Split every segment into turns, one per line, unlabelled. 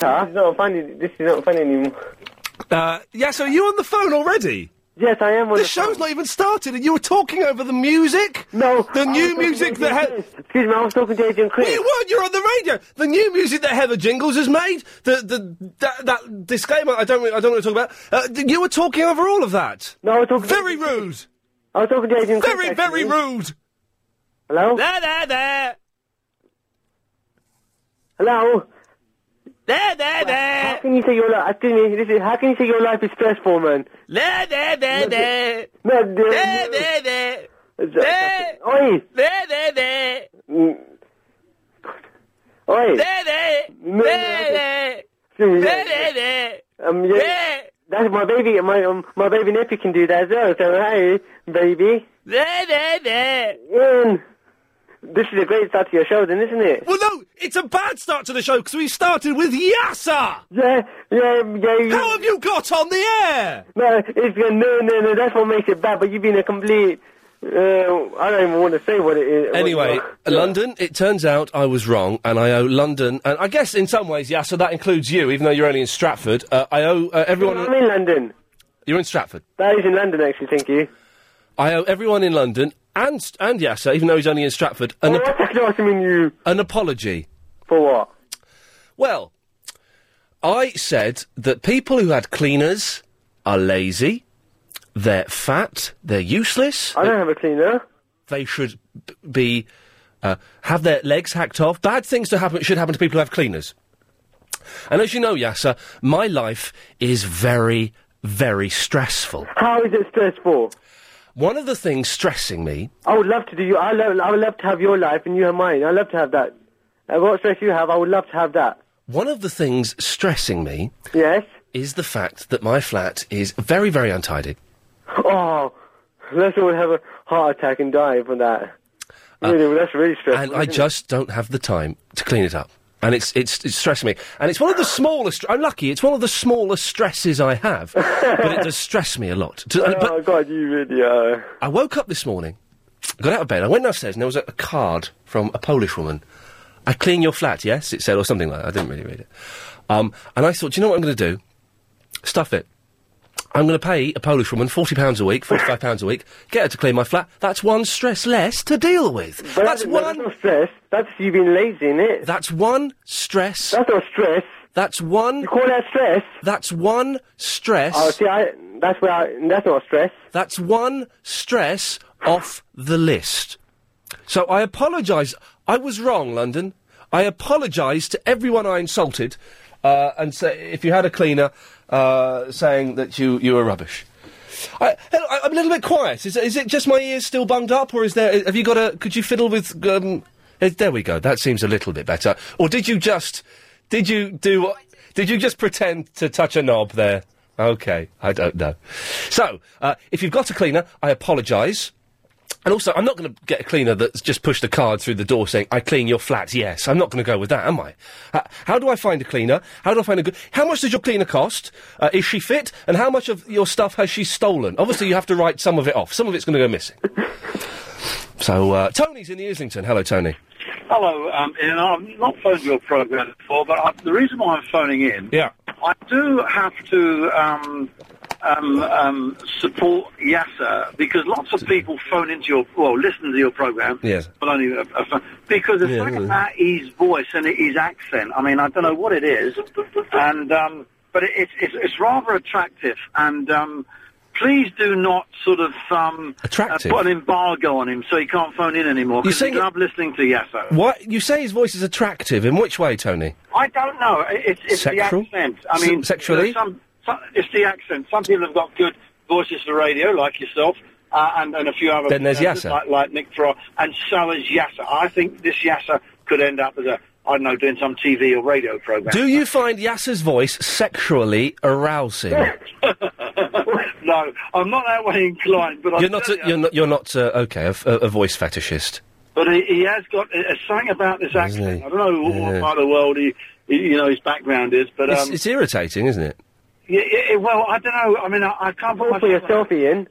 This is not funny. This is not funny anymore.
Uh, yeah, so are you on the phone already?
Yes, I am on
the show's not even started and you were talking over the music? No. The new music that... He-
Excuse me, I was talking to Agent Chris.
No, you weren't. You're on the radio. The new music that Heather Jingles has made. The, the, that, that disclaimer I don't, re- I don't want to talk about. Uh, th- you were talking over all of that.
No, I was talking
Very rude.
I was talking to Agent Chris.
Very, very rude.
Hello?
There, there, there.
Hello?
There, there, there.
How can you say your life... Excuse me, this is... How can you say your life is stressful, man?
There, there, there, there.
No, no,
There, there, there. There.
Oi!
There, there, there.
Mm. Oi!
There, there.
No,
There,
no.
there.
Excuse me,
There, there, there.
Um, yeah.
There.
That's my baby. My um, my baby nephew can do that as well. So hey, baby,
There, there, there.
in. This is a great start to your show, then, isn't it?
Well, no, it's a bad start to the show because we started with Yasser.
Yeah, yeah, yeah. you-
How have you got on the air?
No, it's uh, no, no, no. That's what makes it bad. But you've been a complete. Uh, I don't even want to say what it is. what
Anyway,
you are.
London, it turns out I was wrong, and I owe London, and I guess in some ways, Yasser, that includes you, even though you're only in Stratford. Uh, I owe uh, everyone.
I'm in London.
You're in Stratford.
That is in London, actually. Thank you.
I owe everyone in London and st- and Yasser, even though he's only in Stratford, an,
What's
ap-
that asking you
an apology.
for? What?
Well, I said that people who had cleaners are lazy, they're fat, they're useless,
I don't have a cleaner.
they should b- be uh, have their legs hacked off. Bad things to happen should happen to people who have cleaners. And as you know, Yasser, my life is very, very stressful.
How is it stressful?
One of the things stressing me,
I would love to do you. I love. I would love to have your life and you have mine. I love to have that. Uh, what stress you have, I would love to have that.
one of the things stressing me
Yes.
is the fact that my flat is very, very untidy.
Oh, let's all have a heart attack and die from that. Really, that's really stressful.
Uh, and I just don't have the time to clean it up. And it's, it's it's stressing me. And it's one of the smallest. I'm lucky. It's one of the smallest stresses I have, but it does stress me a lot. To- and- but
oh God, you really are.
I woke up this morning, got out of bed, I went downstairs, and there was a, a card from a Polish woman. I clean your flat, yes, it said, or something like that. I didn't really read it. Um, and I thought, "Do you know what I'm going to do? Stuff it. I'm going to pay a Polish woman £40 a week, £45 a week, get her to clean my flat. That's one stress less to deal with.
But
That's
no,
one
not stress. That's you being lazy, is it?
That's one stress.
That's not stress.
That's one.
You call that stress?
That's one stress.
Oh, see, I, that's where I, that's not stress.
That's one stress off the list. So I apologise. I was wrong, London. I apologise to everyone I insulted, uh, and say if you had a cleaner uh, saying that you you were rubbish. I, hello, I- I'm a little bit quiet. Is, is it just my ears still bunged up, or is there? Have you got a? Could you fiddle with? Um, eh, there we go. That seems a little bit better. Or did you just? Did you do? what- Did you just pretend to touch a knob there? Okay, I don't know. So, uh, if you've got a cleaner, I apologise. And also, I'm not going to get a cleaner that's just pushed a card through the door saying, I clean your flat, yes. I'm not going to go with that, am I? H- how do I find a cleaner? How do I find a good... How much does your cleaner cost? Uh, is she fit? And how much of your stuff has she stolen? Obviously, you have to write some of it off. Some of it's going to go missing. so, uh, Tony's in the Islington. Hello, Tony.
Hello, um, Ian. I've not phoned your program before, but I, the reason why I'm phoning in,
Yeah.
I do have to um, um, um, support Yasser because lots of people phone into your, well, listen to your program,
Yes.
but only a, a phone, because it's
Yeah,
like
yeah.
about his voice and his accent. I mean, I don't know what it is, and um, but it, it's it's, it's rather attractive and. Um, Please do not sort of um, uh,
Attractive?
put an embargo on him so he can't phone in anymore
You
because he
think it-
love listening to Yasser.
What? You say his voice is attractive. In which way, Tony?
I don't know. I- It's, it's the
Sexual?
accent. I
Se-
mean, you
sexually?
know, some, some, it's the accent. Some people have got good voices for radio, like yourself, uh, and, and a few other.
Then there's
presenters
Yasser.
like, like Nick Frost, and so is Yasser. I think this Yasser could end up as a, I don't know, doing some TV or radio program.
Do you find Yasser's voice sexually arousing?
no, I'm not that way inclined, but I
you're, not
tell
a,
you,
you're not... You're not... uh, okay, a, f- a- a voice fetishist.
But he, he has got a, a something about this accent.
he?
I don't know what,
Yeah.
part of the world he, he, you know, his background is, but
It's,
um,
it's irritating, isn't it?
yeah, yeah, well, I don't know. I mean, I, I can't put
All for
myself-
yourself, Ian.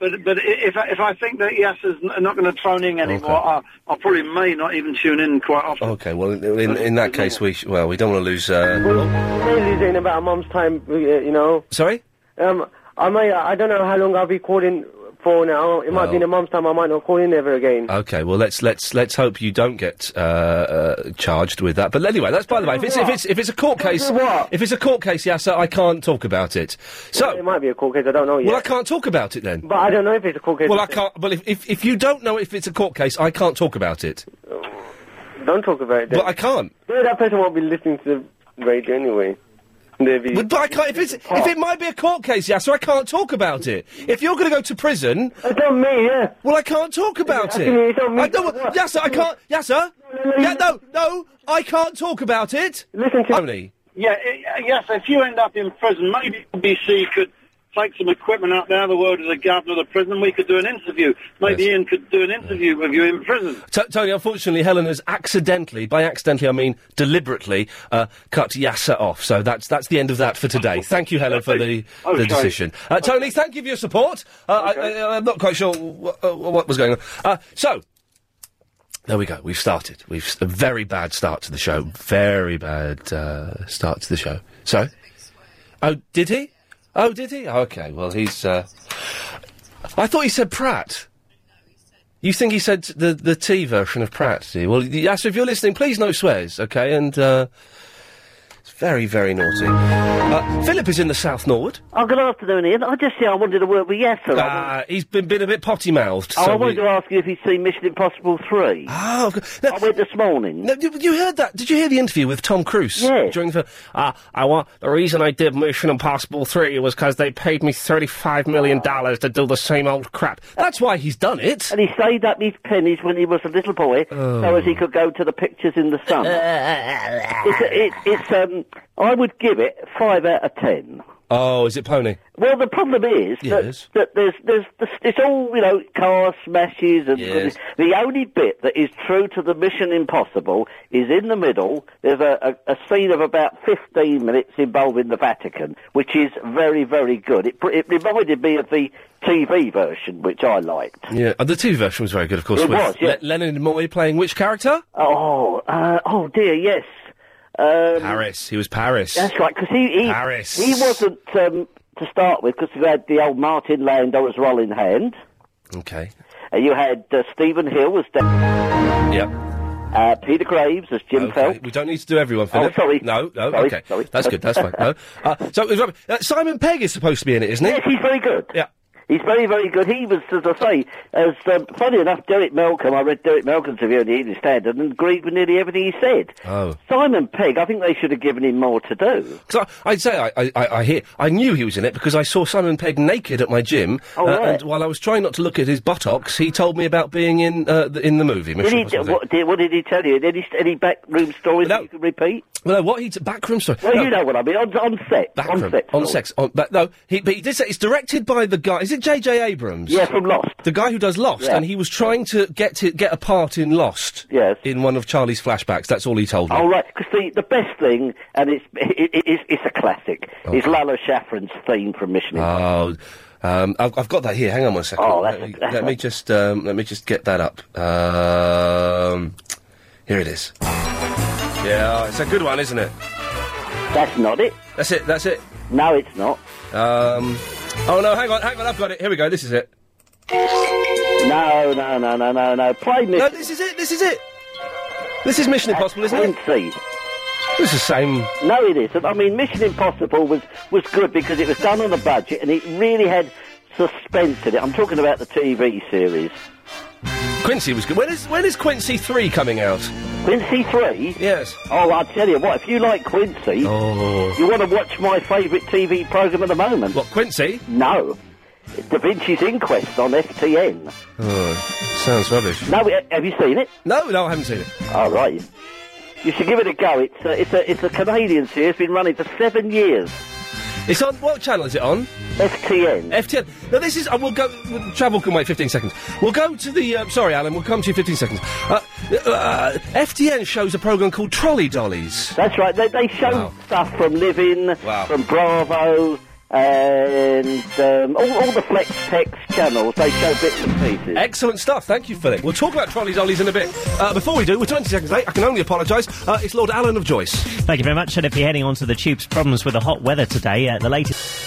But but i- if I, if I think that yes is n- not going to throne in anymore, I, I probably may not even tune in quite often.
Okay, well, in, in, in that case, we sh- well, we don't want to lose. Uh,
We're losing about a month's time, uh, you know.
Sorry?
Um, I may, I don't know how long I'll be calling for now. It might be in a month's time, I might not call in ever again.
okay, well, let's let's let's hope you don't get uh, uh, charged with that. But anyway, that's by the way. If it's if it's if it's a court case, if it's a court case, Yasser, I can't talk about it. So
it might be a court case, I don't know yet.
Well, I can't talk about it then.
But I don't know if it's a court case.
Well, I can't. Well, if, if if you don't know if it's a court case, I can't talk about it.
Don't talk about it.
But I can't.
No, that person won't be listening to the radio anyway. They'll be-
But, but I can't. If it's if it might be a court case, yeah, so I can't talk about it. If you're going to go to prison,
it's on me, yeah.
Well, I can't talk about it.
It's on me.
I don't. want- Yeah, sir, I can't. Yeah, sir. Yeah, no, no, I can't talk about it.
Listen to
Tony.
Yeah, i- yes. If you end up in prison, maybe BBC could take some equipment out there. The world is a garden of the prison. We could do an interview. Maybe Ian could do an interview with you in prison.
T- Tony, unfortunately, Helen has accidentally, by accidentally I mean deliberately, uh, cut Yasser off. So that's that's the end of that for today. Thank you, Helen, for the, the
Okay.
decision. Uh, Tony, thank you for your support. Uh, I, I, I'm not quite sure wh- uh, what was going on. Uh, so. There we go. We've started. We've s- a very bad start to the show. Very bad uh, start to the show. So, oh, did he? Oh, did he? Okay. Well, he's. Uh, I thought he said Pratt. You think he said the the T version of Pratt? did he? Well, y- Asher, if you're listening, please no swears, okay? And uh, it's very very naughty. Uh, Philip is in the South Norwood.
Oh, good afternoon, Ian. I just say I wanted to work with yes, sir.
Uh, he's been been a bit potty mouthed.
Oh, I wanted to ask you if you've seen Mission Impossible 3.
Oh,
I went this morning.
No, you, you heard that? Did you hear the interview with Tom Cruise? Yeah. During the, uh, I want the reason I did Mission Impossible Three was because they paid me thirty five million dollars to do the same old crap. That's why he's done it.
And he saved up his pennies when he was a little boy so as he could go to the pictures in the sun. it's, it, it's, um, I would give it 5 out of 10.
Oh, is it Pony?
Well, the problem is that,
Yes.
that there's, there's, it's all, you know, car smashes and
Yes.
the only bit that is true to the Mission Impossible is in the middle. There's a, a, a scene of about 15 minutes involving the Vatican, which is very, very good. It, pr- it reminded me of the TV version, which I liked.
Yeah, uh, the TV version was very good, of course.
It
with
was, yeah.
Le- Lennon and Moy playing which character?
Oh, uh, oh dear, yes. Um,
Paris. He was Paris.
That's right, because he, he
Paris.
he wasn't um, to start with because you had the old Martin Landau as Rolling Hand,
Okay.
and you had uh, Stephen Hill as Dan,
Yep.
uh, Peter Graves as Jim Phelps.
We don't need to do everyone, Philip.
sorry.
No, no,
Sorry,
okay.
sorry.
That's good, that's fine. No. Uh, so, it was rubbish. uh, Simon Pegg is supposed to be in it, isn't he?
Yes, he's very good.
Yeah.
He's very, very good. He was, as I say, as um, funny enough, Derek Malcolm. I read Derek Malcolm's review in the Evening Standard and agreed with nearly everything he said.
Oh.
Simon Pegg, I think they should have given him more to do.
So I'd say I, I, I, I hear I knew he was in it because I saw Simon Pegg naked at my gym, Uh,
Oh, right.
and while I was trying not to look at his buttocks, he told me about being in uh, the, in the movie.
Did
Mission
he,
Impossible.
what, did, what did he tell you? Any, any backroom stories that you can repeat?
Well, no, what he t- backroom story?
Well,
No.
you know what I mean. On, on set.
Backroom, on sex, on but no, he, but he did say it's directed by the guy. Is it J.J. Abrams?
Yeah, from Lost.
The guy who does Lost,
Yeah.
and he was trying to get to, get a part in Lost.
Yes.
In one of Charlie's flashbacks. That's all he told me.
Oh, right. Because the, the best thing, and it's, it, it, it's, it's a classic, is Lalo Shafran's theme from Mission Impossible.
Oh, um, I've, I've got that here. Hang on one second.
Oh,
let, me, let me just um, let me just get that up. Um, here it is. Yeah, it's a good one, isn't it?
That's not it.
That's it. That's it.
No, it's not.
Um, oh no, hang on, hang on. I've got it. Here we go. This is it.
No, no, no, no, no, no. Play Mission
No, this is it. This is it. This is Mission Impossible, isn't it? It's the same.
No, it isn't. I mean, Mission Impossible was, was good because it was done on a budget and it really had suspense in it. I'm talking about the TV series.
Quincy was good. When is when is Quincy three coming out?
Quincy 3?
Yes. Oh.
Oh, I'll tell you what, if you like Quincy, you want to watch my favourite TV programme at the moment.
What, Quincy?
No. Da Vinci's Inquest on FTN.
Oh, sounds rubbish.
No, eh, have you seen it?
No, no, I haven't seen it.
All right. You should give it a go. It's a, it's a, it's a Canadian series, been running for seven years.
It's on what channel is it on?
FTN.
FTN. Now this is. Uh, we'll go. we'll- Travel can wait 15 seconds. We'll go to the. Um, sorry, Alan. We'll come to you 15 seconds. Uh, uh, FTN shows a program called Trolley Dollies.
That's right. They, they show stuff from Living, from Bravo, and um, all, all the Flex Text channels. They show bits and pieces.
Excellent stuff. Thank you, Philip. We'll talk about trolleys, ollies in a bit. Uh, before we do, we're 20 seconds late. I can only apologise. Uh, it's Lord Allen of Joyce.
Thank you very much. And if you're heading on to the tubes, problems with the hot weather today, uh, the latest.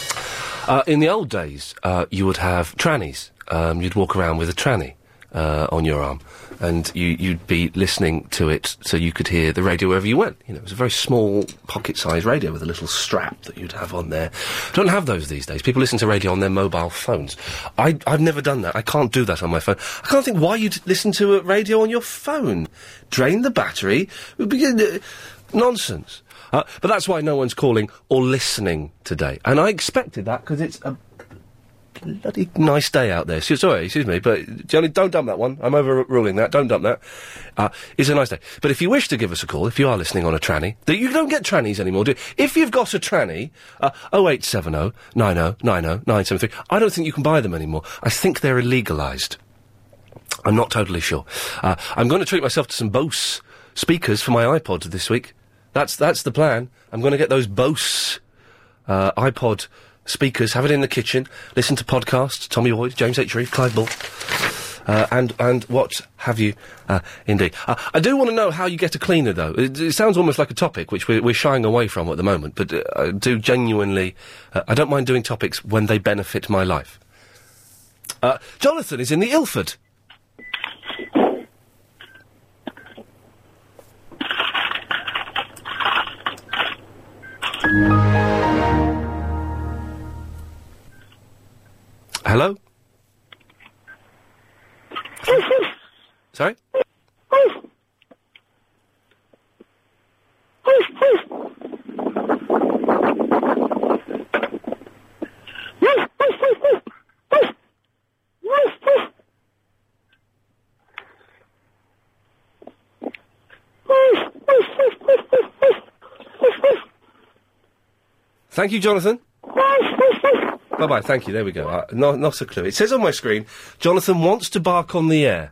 Uh, in the old days, uh, you would have trannies. Um, you'd walk around with a tranny uh, on your arm, and you, you'd be listening to it so you could hear the radio wherever you went. You know, it was a very small, pocket-sized radio with a little strap that you'd have on there. Don't have those these days. People listen to radio on their mobile phones. I, I've never done that. I can't do that on my phone. I can't think why you'd listen to a radio on your phone. Drain the battery. Begin- uh, Nonsense. Uh, but that's why no one's calling or listening today. And I expected that because it's a bloody nice day out there. So- Sorry, excuse me, but Johnny, don't dump that one. I'm overruling that. Don't dump that. Uh, it's a nice day. But if you wish to give us a call, if you are listening on a tranny, that you don't get trannies anymore, do you? If you've got a tranny, uh, 0870 90 90 973, I don't think you can buy them anymore. I think they're illegalised. I'm not totally sure. Uh, I'm going to treat myself to some Bose speakers for my iPod this week. That's that's the plan. I'm going to get those Bose uh, iPod speakers, have it in the kitchen, listen to podcasts, Tommy Boyd, James H. Reeve, Clive Bull, uh, and and what have you, uh, indeed. Uh, I do want to know how you get a cleaner, though. It, it sounds almost like a topic which we're, we're shying away from at the moment, but uh, I do genuinely. Uh, I don't mind doing topics when they benefit my life. Uh, Jonathan is in the Ilford. Hello? Sorry? Thank you, Jonathan. Bye bye. Thank you. There we go. Uh, not, not a clue. It says on my screen, Jonathan wants to bark on the air.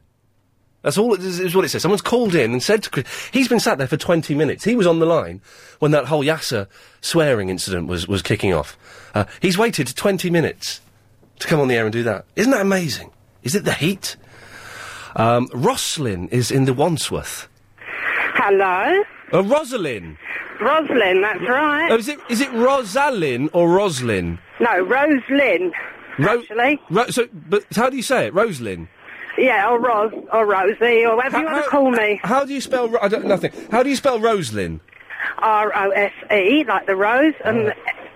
That's all. It is, is what it says. Someone's called in and said to Chris, he's been sat there for twenty minutes. He was on the line when that whole Yasser swearing incident was was kicking off. Uh, he's waited twenty minutes to come on the air and do that. Isn't that amazing? Is it the heat? Um, Roslyn is in the Wandsworth.
Hello,
Uh, Rosalyn.
Roslyn. That's right.
Oh, is it is it Rosalyn or Roslyn?
No, Roslyn.
Ro- actually. Ro- so, but how do you say it, Roslyn?
Yeah, or Ros, or Rosie, or whatever you want to call me.
How do you spell? Ro- I don't nothing. How do you spell Roslyn?
R O S E, like the rose,
Uh.
and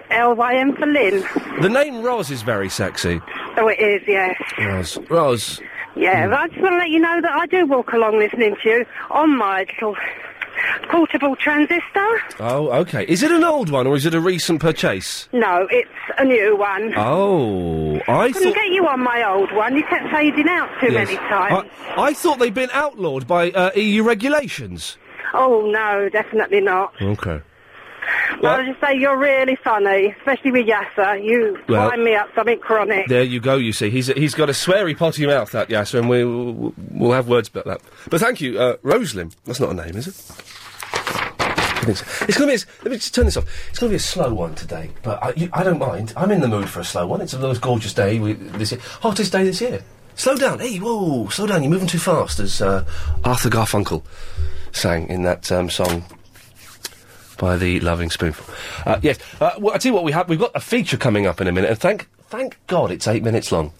L Y M for Lynn.
The name Ros is very sexy.
Oh, it is, yes.
Ros, Ros.
Yeah,
Hmm.
but I just want to let you know that I do walk along listening to you on my little portable transistor.
Oh, okay. Is it an old one or is it a recent purchase?
No, it's a new one.
Oh, I
couldn't
thought.
get you on my old one. You kept fading out too
Yes.
many times.
I, I thought they'd been outlawed by uh, EU regulations.
Oh no, definitely not.
Okay.
I was just say you're really funny, especially with Yasser. You
Well-
wind me up something chronic.
There you go. You see, he's he's got a sweary potty mouth, that Yasser, and we we'll, we'll have words about that. But thank you, uh, Roslyn. That's not a name, is it? I think so. It's going to be. A, let me just turn this off. It's going to be a slow one today, but I, you, I don't mind. I'm in the mood for a slow one. It's the most gorgeous day we, this year. Hottest day this year. Slow down. Hey, whoa, slow down. You're moving too fast, as uh, Arthur Garfunkel sang in that um, song by the Loving Spoonful. Uh, yes, uh, well, I tell you what, we have. We've got a feature coming up in a minute, and thank thank God it's eight minutes long.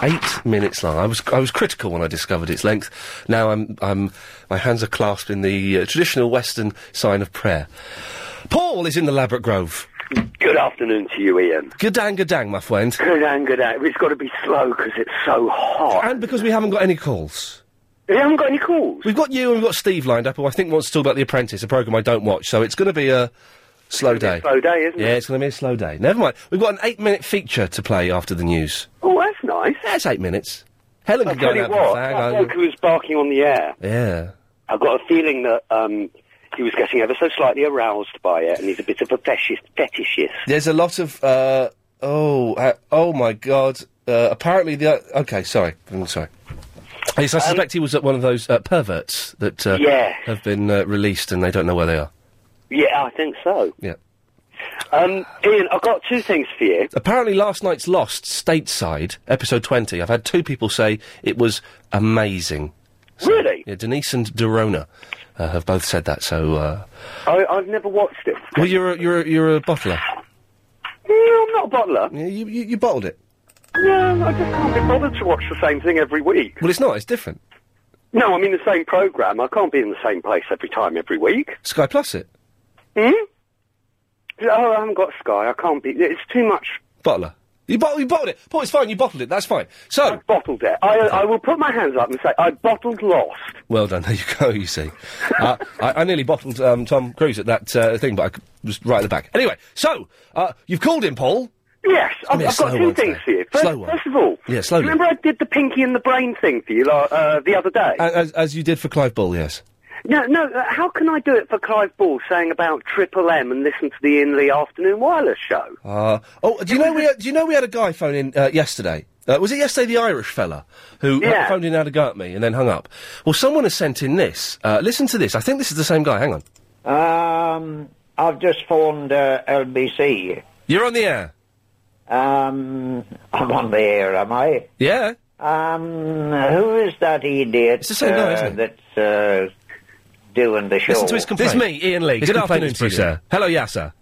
Eight minutes long. I was I was critical when I discovered its length. Now I'm I'm my hands are clasped in the uh, traditional Western sign of prayer. Paul is in the Labrick Grove.
Good afternoon to you, Ian.
Good dang, good dang, my friend.
Good and good out. It's got to be slow because it's so hot.
And because we haven't got any calls.
We haven't got any calls.
We've got you and we've got Steve lined up, who I think wants to talk about The Apprentice, a programme I don't watch. So it's going to be a slow day.
slow day, isn't
yeah,
it?
it's going to be a slow day. Never mind. We've got an eight-minute feature to play after the news.
Oh, that's nice.
That's eight minutes. Helen
I'll
could go
tell
and
you
have
what,
a fag.
that
I-
bloke who was barking on the air,
Yeah.
I've got a feeling that um, he was getting ever so slightly aroused by it, and he's a bit of a fetishist. fetishist.
There's a lot of uh, oh uh, oh my god. Uh, apparently the okay. Sorry, I'm sorry. Yes, I suspect he was at one of those uh, perverts that uh,
Um, Yeah.
have been uh, released and they don't know where they are.
Yeah, I think so.
Yeah.
Um, Ian, I've got two things for you.
Apparently, last night's Lost stateside, episode 20, I've had two people say it was amazing.
Really?
Yeah, Denise and Dorona uh, have both said that, so. Uh,
I, I've never watched it.
well, you're a, you're a, you're a bottler.
No, I'm not a bottler.
Yeah, you, you, you bottled it.
No, I just can't be bothered to watch the same thing every week.
Well, it's not, it's different.
No, I'm in the same programme. I can't be in the same place every time, every week.
Sky Plus it.
Hmm? Oh, I haven't got Sky. I can't be. It's too much.
Bottler. You, bottle, you bottled it. Paul, it's fine, you bottled it, that's fine. So. I
bottled it. I, I will put my hands up and say, I bottled Lost.
Well done. There you go. You see, uh, I, I nearly bottled um, Tom Cruise at that uh, thing, but I c- was right at the back. Anyway, so uh, you've called him, Paul.
Yes,
It's
I've,
gonna be a
I've got
slow
two
one
things
today.
for you. First,
Slow one.
first of all,
Yeah, slowly.
remember I did the Pinky and the Brain thing for you like, uh, the other day?
A- as, as you did for Clive Bull, yes.
No, no, uh, how can I do it for Clive Ball saying about Triple M and listen to the In the Afternoon Wireless show?
Uh, oh, do you know we had, do you know we had a guy phone in uh, yesterday? Uh, was it yesterday the Irish fella who uh,
Yeah.
phoned in and had a go at me and then hung up? Well, someone has sent in this. Uh, listen to this. I think this is the same guy. Hang on.
Um, I've just phoned uh, LBC.
You're on the air.
Um, I'm on the air, am I?
Yeah.
Um, who is that idiot?
It's the same guy,
uh,
isn't
That's uh, doing the show.
Listen to his complaint. This is me, Ian Lee.
His
Good
complaint
afternoon
is
to you, sir.
brilliant.
Hello, yeah, sir.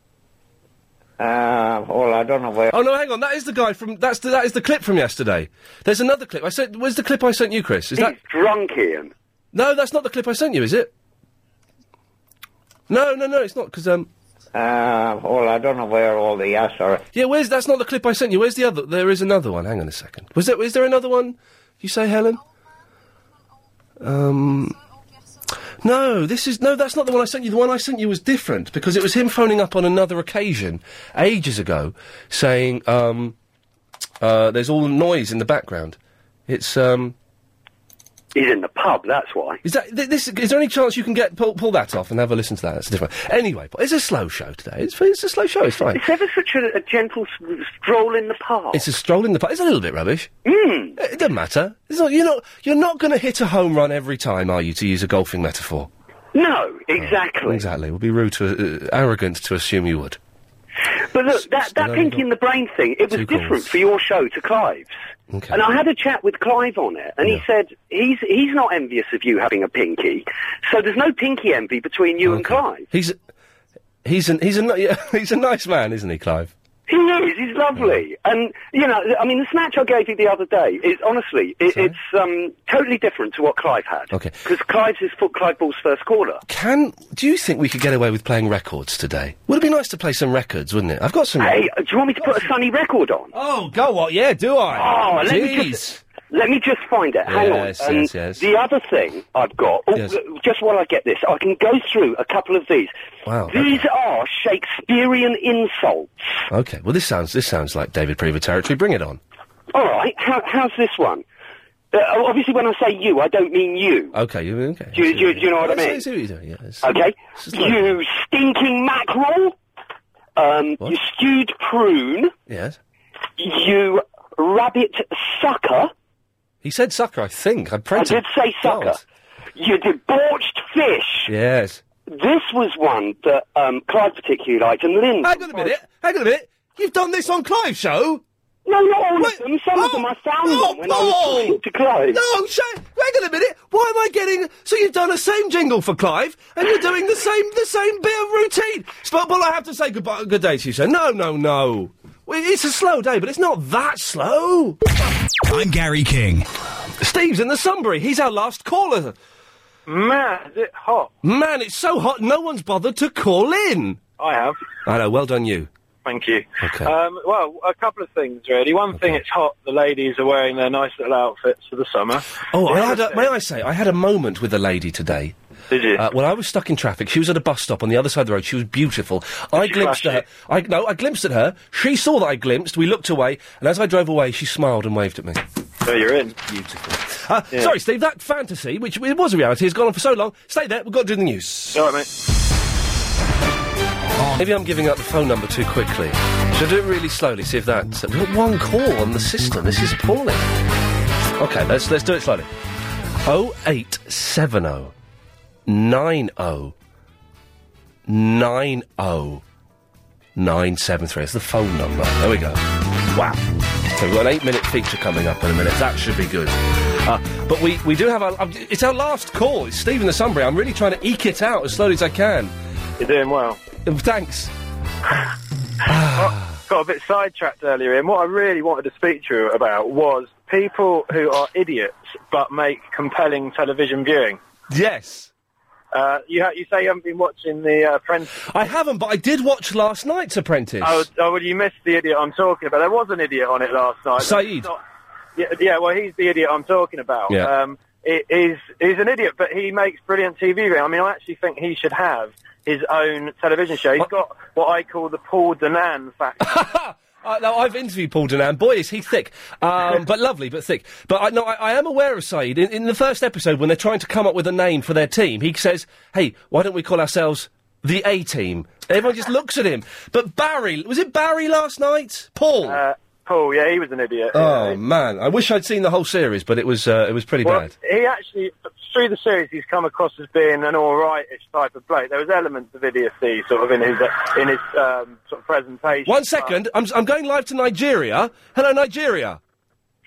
Uh, well, I don't know where.
Oh no, hang on. That is the guy from. That's the, that is the clip from yesterday. There's another clip. I sent. Where's the clip I sent you, Chris? Is that
drunk, Ian?
No, that's not the clip I sent you, is it? No, no, no, it's not because um.
Uh, well, I don't know where all the ass are.
Yeah, where's that's not the clip I sent you. Where's the other? There is another one. Hang on a second. Was there? Is there another one? You say Helen? Um. No, this is no. That's not the one I sent you. The one I sent you was different because it was him phoning up on another occasion, ages ago, saying, um, uh, "There's all noise in the background." It's um.
He's in the pub, that's why.
Is that th- this? Is there any chance you can get pull, pull that off and have a listen to that? That's a different. Anyway, but it's a slow show today. It's it's a slow show. It's fine.
It's ever such a, a gentle s- stroll in the park.
It's a stroll in the park. It's a little bit rubbish.
Mm.
It doesn't matter. It's not, you're not you're not going to hit a home run every time, are you? To use a golfing metaphor.
No, exactly.
Exactly. It would be rude to uh, arrogant to assume you would.
But look, that, that
only
Pinky and the Brain thing, it was
Oh, two
different
calls.
for your show to Clive's.
Okay.
And I had a chat with Clive on it, and he said he's he's not envious of you having a pinky, so there's no pinky envy between
Oh,
you and Clive.
He's he's an, he's a ni- he's a nice man, isn't he, Clive?
He is. He's lovely, and you know, I mean, the snatch I gave you the other day is honestly, it, it's um, totally different to what Clive had. Okay. Because Clive's is foot Clive Ball's first corner.
Can do you think we could get away with playing records today? Would it be nice to play some records, wouldn't it? I've got some.
Hey, uh, do you want me to put a sunny record on?
Oh, go what? Yeah, do I?
Oh, let me
Jeez.
just let me just find it. Hang
Yes,
on. Um,
yes, yes.
The other thing I've got. Oh,
Yes.
uh, Just while I get this, I can go through a couple of these.
Wow.
These are Shakespearean insults.
Okay. Well, this sounds this sounds like David Prever territory. Bring it on.
All right. How, how's this one? Uh, obviously, when I say you, I don't mean you.
Okay. You okay?
Do you- do you- do you know what I
see-
mean?
see what you're doing, yeah, it's-
Okay.
it's like-
You stinking mackerel. Um, you stewed prune.
Yes.
You rabbit sucker.
He said sucker. I think I
I
prayed.
did say sucker. You debauched fish.
Yes.
This was one that um, Clive particularly liked, and Lynn. Hang on a minute.
Hang on a minute. You've done this on Clive's show.
No, not all of them. Some of them I found them when I was talking to Clive.
oh, No, sh- hang on a minute. Why am I getting? So you've done the same jingle for Clive, and you're doing the same the same bit of routine. Spotball, I have to say goodbye, good day to you, sir. No, no, no. Well, it's a slow day, but it's not that slow.
I'm Gary King.
Steve's in the Sunbury. He's our last caller.
Man, is it hot?
Man, it's so hot. No one's bothered to call in.
I have.
I know. Well done, you.
Thank you.
Okay.
Um, well, a couple of things really. One thing, it's hot. The ladies are wearing their nice little outfits for the summer.
Oh,
The
I
other
had a,
thing-
may I say, I had a moment with a lady today.
Did you?
Uh, when I was stuck in traffic, she was at a bus stop on the other side of the road. She was beautiful. I glimpsed at her. I no, I glimpsed at her. She saw that I glimpsed. We looked away, and as I drove away, she smiled and waved at me.
So you're in.
Beautiful. Uh,
Yeah.
Sorry, Steve. That fantasy, which it was a reality, has gone on for so long. Stay there. We've got to do the news.
All right, mate.
Maybe I'm giving out the phone number too quickly. Should I do it really slowly? See if that. We've got one call on the system. This is appalling. Okay, let's let's do it slowly. 0870 90 90 973. It's the phone number. There we go. Wow. So we've got an eight minute feature coming up in a minute. That should be good. Uh, but we, we do have our. um, It's our last call. It's Stephen the Sunbury. I'm really trying to eke it out as slowly as I can. Um,
You're doing well.
Thanks.
got a bit sidetracked earlier, and what I really wanted to speak to you about was people who are idiots but make compelling television viewing.
Yes.
Uh, you, ha- you say you haven't been watching The uh, Apprentice.
I haven't, but I did watch last night's Apprentice.
Oh, oh, well, you missed the idiot I'm talking about. There was an idiot on it last night.
Saeed.
Not- Yeah, yeah, well, he's the idiot I'm talking about.
Yeah.
Um, he- he's, he's an idiot, but he makes brilliant TV. I mean, I actually think he should have his own television show. He's got what I call the Paul Danan factor.
Uh, no, I've interviewed Paul Danan. Boy, is he thick, um, but lovely, but thick. But I, no, I, I am aware of Saeed. In, in the first episode, when they're trying to come up with a name for their team, he says, "Hey, why don't we call ourselves the A Team?" Everyone just looks at him. But Barry, was it Barry last night? Paul.
Uh, Paul, yeah, he was an idiot.
Oh man, I wish I'd seen the whole series, but it was uh, it was pretty
well,
bad.
He actually, through the series, he's come across as being an all-right-ish type of bloke. There was elements of idiocy sort of in his uh, in his um, sort of presentation.
One second, I'm I'm going live to Nigeria. Hello, Nigeria.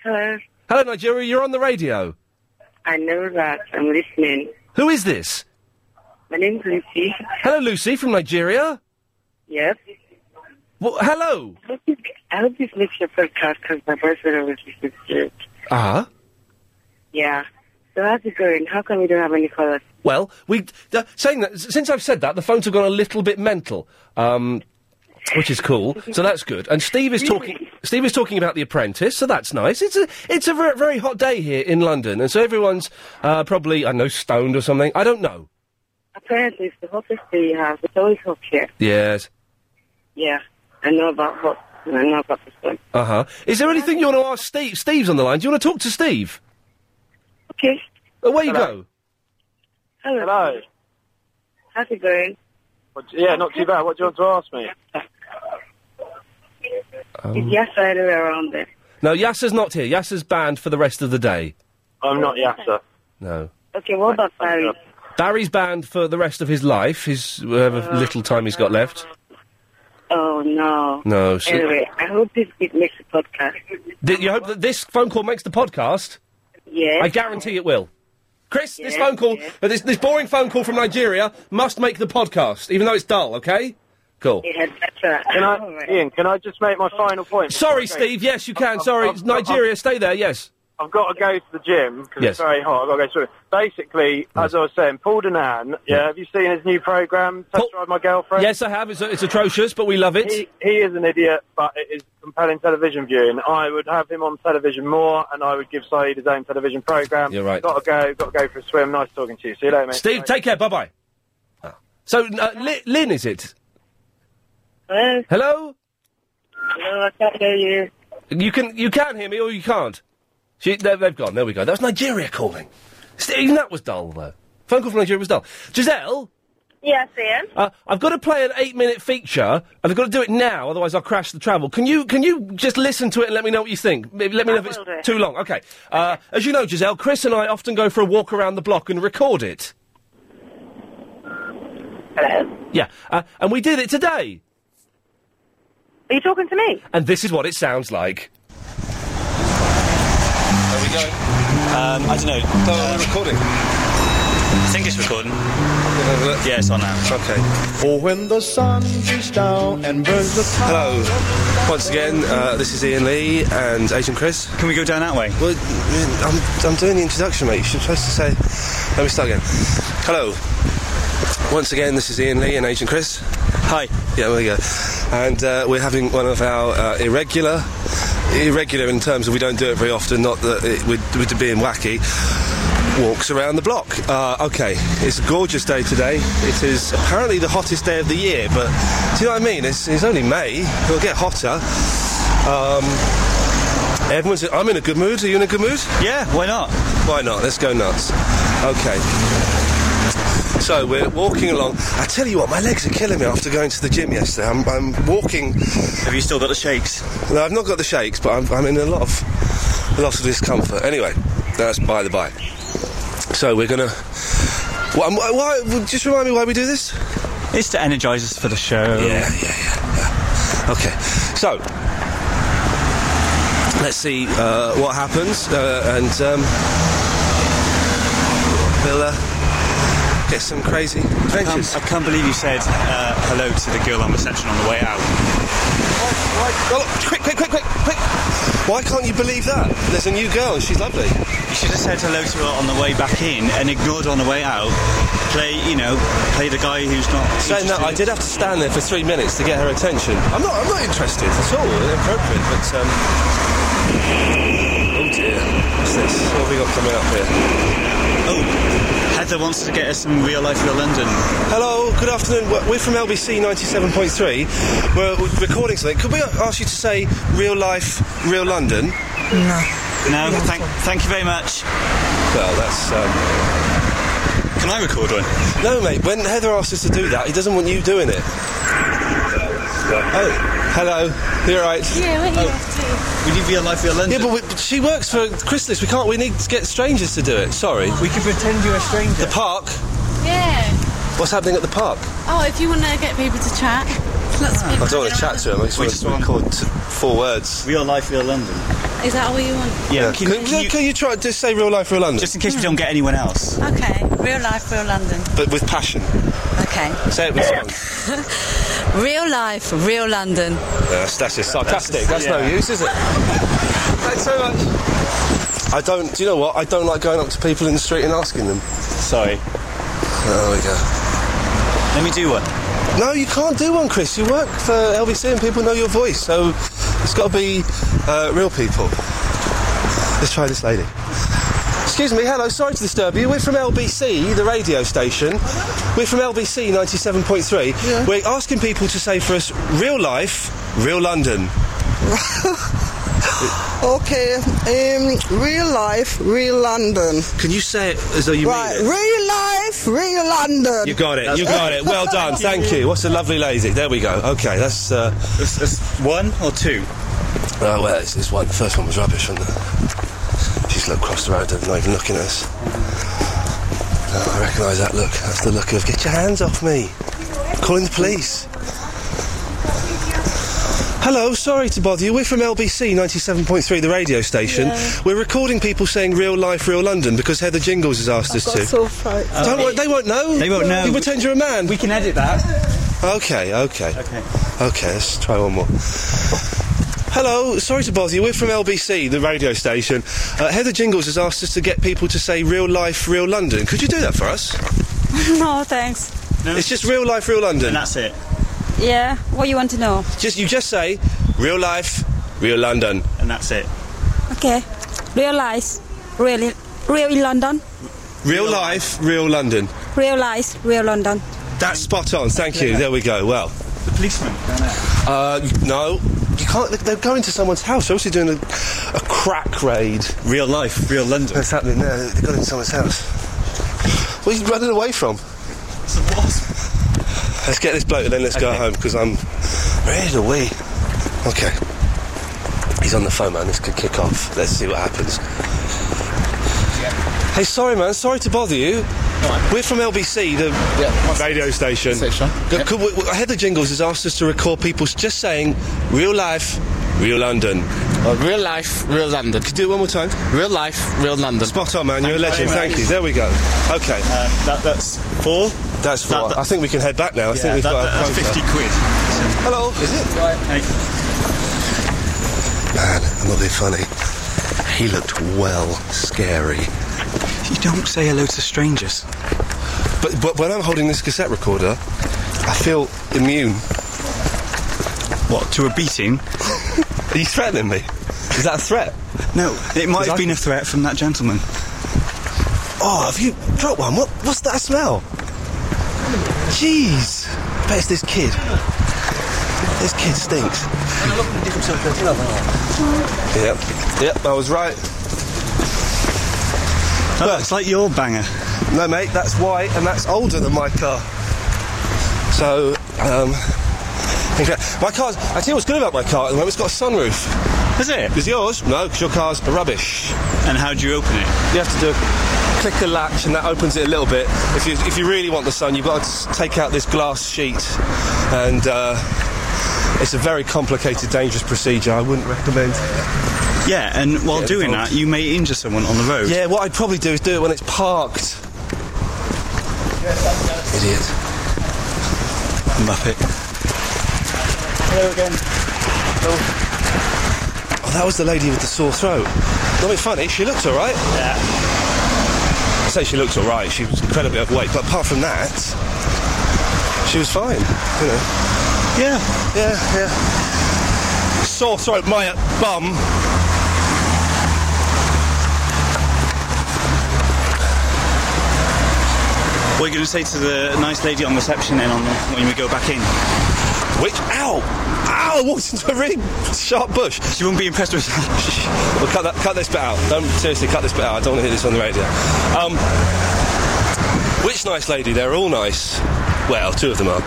Hello.
Hello, Nigeria. You're on the radio.
I know that. I'm listening.
Who is this?
My name's Lucy.
Hello, Lucy from Nigeria.
Yes.
Well, hello.
I hope this makes your podcast because my boyfriend always listens to it.
Ah.
Yeah. So how's it going? How come we don't have any callers?
Well, we uh, saying that s- since I've said that, the phones have gone a little bit mental, um, which is cool. so that's good. And Steve is talking. Steve is talking about The Apprentice, so that's nice. It's a it's a very, very hot day here in London, and so everyone's uh, probably I don't know stoned or something. I don't know.
Apparently, it's the hottest day you have. It's always hot here.
Yes.
Yeah. I know about hot. I know about this one.
Uh huh. Is there anything you want to ask Steve? Steve's on the line. Do you want to talk to Steve?
Okay.
Away you go.
Hello.
Hello.
How's it going?
What, yeah, not too bad. What do you want to ask me?
Is Yasser anywhere around there?
Um, No, Yasser's not here. Yasser's banned for the rest of the day.
I'm not Yasser.
No.
Okay, what about Barry?
Barry's banned for the rest of his life. His whatever
Uh,
little time he's got left.
Oh, no.
No, so-
Anyway, I hope this it makes the podcast.
Th- you hope that this phone call makes the podcast?
Yes.
I guarantee it will. Chris, this phone call, uh, this, this boring phone call from Nigeria must make the podcast, even though it's dull, okay? Cool.
Yeah, that's uh, right.
Can I, Ian, can I just make my final point?
Sorry,
Okay.
Steve, yes, you can.
I've-
Sorry,
I've-
it's Nigeria, stay there, yes.
I've got to go to the gym because
Yes.
it's very hot. I've got to go through it. Basically, as I was saying, Paul Danan, yeah, have you seen his new programme, Test Drive My Girlfriend?
Yes, I have. It's, it's atrocious, but we love it.
He, he is an idiot, but it is compelling television viewing. I would have him on television more, and I would give Saeed his own television programme.
You're right.
Got to go, got to go for a swim. Nice talking to you. See you later, mate.
Steve, take care, bye bye. So, uh, Li- Lynn, is it?
Hello?
Hello?
Hello, I can't hear you.
You can you can hear me or you can't. She, they- they've gone. There we go. That was Nigeria calling. St- Even that was dull though. Phone call from Nigeria was dull. Giselle,
Yes, Ian.
uh, I've got to play an eight-minute feature, and I've got to do it now, otherwise I'll crash the travel. Can you can you just listen to it and let me know what you think? Maybe Let me
I
know if
will do.
it's too long. Okay. Uh, as you know, Giselle, Chris and I often go for a walk around the block and record it. Yeah, uh, and we did it today,
Are you talking to me?
and this is what it sounds like.
There we go. Um, I don't know. No, are we recording? I think it's recording. Yeah, it's on now. Okay.
For when the sun beats down and burns the
Hello. Once again, uh, this is Ian Lee and Agent Chris. Can we go down that way? Well, I'm, I'm doing the introduction, mate. You're supposed to say. Let me start again. Hello. Once again, this is Ian Lee and Agent Chris. Hi. Yeah, there we go. And uh, we're having one of our uh, irregular, irregular in terms of we don't do it very often, not that it, we're, we're being wacky, walks around the block. Uh, okay, it's a gorgeous day today. It is apparently the hottest day of the year, but do you know what I mean? It's, it's only May, it'll get hotter. Um, Everyone's. I'm in a good mood. Are you in a good mood? Yeah. Why not? Why not? Let's go nuts. Okay. So we're walking along. I tell you what, my legs are killing me after going to the gym yesterday. I'm, I'm walking. Have you still got the shakes? No, I've not got the shakes, but I'm, I'm in a lot of a lot of discomfort. Anyway, that's by the by. So we're gonna. Why, why, why- just remind me why we do this. It's to energise us for the show. Yeah, yeah, yeah. yeah.
Okay, so let's see uh, what happens, uh, and um, we'll uh, get some crazy adventures.
I can't believe you said uh, hello to the girl on reception on the way out.
Oh, quick, quick, quick, quick, quick! Why can't you believe that? There's a new girl, and she's lovely.
You should have said hello to her on the way back in and ignored her on the way out. Play, you know, play the guy who's not.
Saying that, I did have to stand there for three minutes to get her attention. I'm not, I'm not interested at all. Inappropriate, but um, oh dear, what's this? What have we got coming up here?
Oh, Heather wants to get us some real life, real London.
Hello, good afternoon. We're- We're from LBC 97.3. We're we're recording something. Could we ask you to say real life, real London?
No. No, thank, thank you very much.
Well, that's. Um...
Can I record one?
No, mate. When Heather asks us to do that, he doesn't want you doing it.
uh,
Oh, hello. You're right.
Yeah, we're here
Would you be a life, real London? Yeah, but, we, but she works for Chrysalis. We can't. We need to get strangers to do it. Sorry. We can pretend you're a stranger. The park.
too. Yeah.
What's happening at the park?
Oh, if you want to get people to chat, lots of
I
people.
don't want to chat to him. I just want to record t- four words.
Real life, real London.
Is that all you want?
Yeah. Can, can you, can you try to say real life, real London? Just
in case we don't get anyone else.
Okay, real life, real London.
But with passion.
Okay.
Say it with song.
Real life, real London.
that's, that's just sarcastic. That's, no
yeah.
use, is it? Thanks so much. I don't. Do you know what? I don't like going up to people in the street and asking them.
Sorry.
There we go.
Let me do one.
No, you can't do one, Chris. You work for LBC and people know your voice, so it's got to be uh, real people. Let's try this lady. Excuse me, hello, sorry to disturb you. We're from LBC, the radio station. We're from LBC 97.3. We're asking people to say for us real life, real London.
Okay, um, real life, real London.
Can you say it as though you
right,
mean it?
real life, real London.
You got it. You got it. Well done. Thank you. What's a lovely lady. There we go. Okay, that's uh,
one or two.
Oh well, it's, it's one. The first one was rubbish, wasn't it? She's looked across the road, and not even looking at us. Oh, I recognise that look. That's the look of "Get your hands off me!" Calling the police. Hello, sorry to bother you. We're from LBC 97.3, the radio station.
Yeah.
We're recording people saying real life, real London because Heather Jingles has asked us
got
to.
so frightened.
Don't worry, they won't know.
They won't know.
You pretend you're a man. We
can edit that.
Okay, okay. Okay. Okay, let's try one more. Hello, sorry to bother you. We're from LBC, the radio station. Uh, Heather Jingles has asked us to get people to say real life, real London. Could you do that for us?
no, thanks.
It's just real life, real London. And
that's it.
Yeah, what you want to know?
Just You just say real life, real London.
And that's it.
Okay, real life, really, real in London,
Real, life, real London.
real life, real London.
That's spot on. Thank you. There we go. Well,
the policeman.
Uh, no, you can't. They're going to someone's house. They're also doing a, a crack raid.
Real life, real London.
That's happening there. They got into someone's house. What are you running away from?
It's a wasp.
Let's get this bloke and then let's go home because I'm ready to wee. Okay. He's on the phone, man. This could kick off. Let's see what happens. Hey, sorry, man. Sorry to bother you. We're from LBC, the radio station. Go- Could we, we- Heather Jingles has asked us to record people just saying real life, real London. Oh, real life, real London. Could you do it one more time? Real life, real London. Spot on, man. You're a
Thank you
legend.
very
Thank you.
much.
There we go. Okay.
Uh, that, that's four.
That's four. I think we can head back now. I
Yeah,
think we've
that-
got our
that's
quota.
50 quid.
Hello, is it?
Right.
Man, I'm not being funny. He looked well scary.
You don't say hello to strangers.
But, but when I'm holding this cassette recorder, I feel immune.
What, to a beating?
Are you threatening me? Is that a threat?
No, it might
I-
have been a threat from that gentleman.
Oh, have you dropped one? What, what's that smell? Jeez. I bet it's this kid. This kid stinks. Yep, yep, I was right.
That looks like your banger.
No, mate, that's white and that's older than my car. So, um, incre- my car's. I tell you what's good about my car at the moment, it's got a sunroof.
Is it?
Is yours? No, because your car's rubbish.
And how do you open it?
You have to do a click a latch and that opens it a little bit. If you, if you really want the sun, you've got to s- take out this glass sheet and uh,
It's a very complicated, dangerous procedure. I wouldn't recommend.
Yeah, and while doing that, you may injure someone on the road.
Yeah, what I'd probably do is do it when it's parked. Idiot. Muppet.
Hello again.
Oh, that was the lady with the sore throat. Not be funny. She looked all right. Yeah. I say she looked all right. She was incredibly overweight, but apart from that, she was fine. You know. Yeah. Yeah. Yeah. Sore throat, my bum.
What are you going to say to the nice lady on reception then on when we go back in?
Which?
Oh.
Ow! Ow! I walked into a really sharp bush. She wouldn't be impressed with that. well, cut, that, cut this bit out. Don't, seriously, cut this bit out. I don't want to hear this on the radio. Um, which nice lady? They're all nice. Well, two of them are.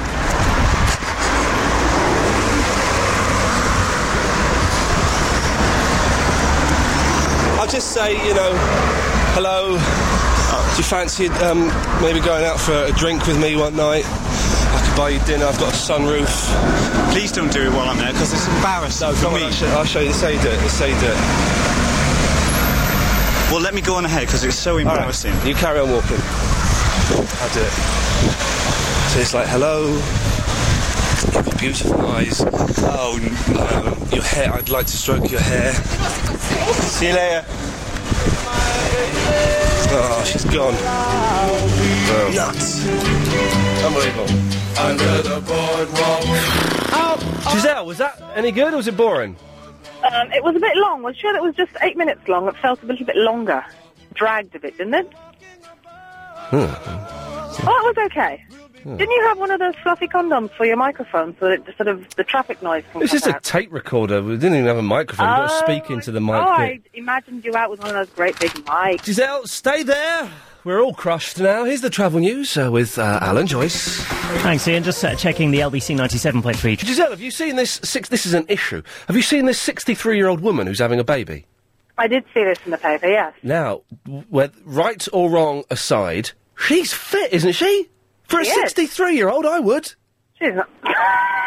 I'll just say, you know, hello. Do you fancy um, maybe going out for a drink with me one night? I could buy you dinner. I've got a sunroof.
Please don't do it while I'm there because it's embarrassing for
Come on,
me.
I'll, show, I'll show you. This how you do it. This how you do it.
Well, let me go on ahead because it's so
right.
embarrassing.
You carry on walking. I'll do it. So it's like, hello. You've got beautiful eyes. Oh, no. Your hair. I'd like to stroke your hair. See you later. Oh, she's gone. Oh. Nuts. Unbelievable.
Under the boardwalk. Giselle, was that any good or was it boring?
Oh, Um, it was a bit long. I'm sure it was just eight minutes long. It felt a little bit longer. Dragged a bit, didn't it?
Hmm.
Oh, it was okay.
Hmm.
Didn't you have one of those fluffy condoms for your microphone so that it, sort of the traffic noise can
It's
cut
just a
out?
tape recorder. We didn't even have a microphone. We've got to
Oh,
speak into the
Oh,
mic.
I imagined you out with one of those great big mics.
Giselle, stay there. We're all crushed now. Here's the travel news uh, with uh, Alan Joyce.
Thanks, Ian. Just uh, checking the LBC 97.3.
Giselle, have you seen this? Six, this is an issue. Have you seen this 63 year old woman who's having a baby?
I did see this in the paper, yes.
Now, w- whether right or wrong aside, she's fit, isn't she? For a
She is.
63 year old, I would.
She's not.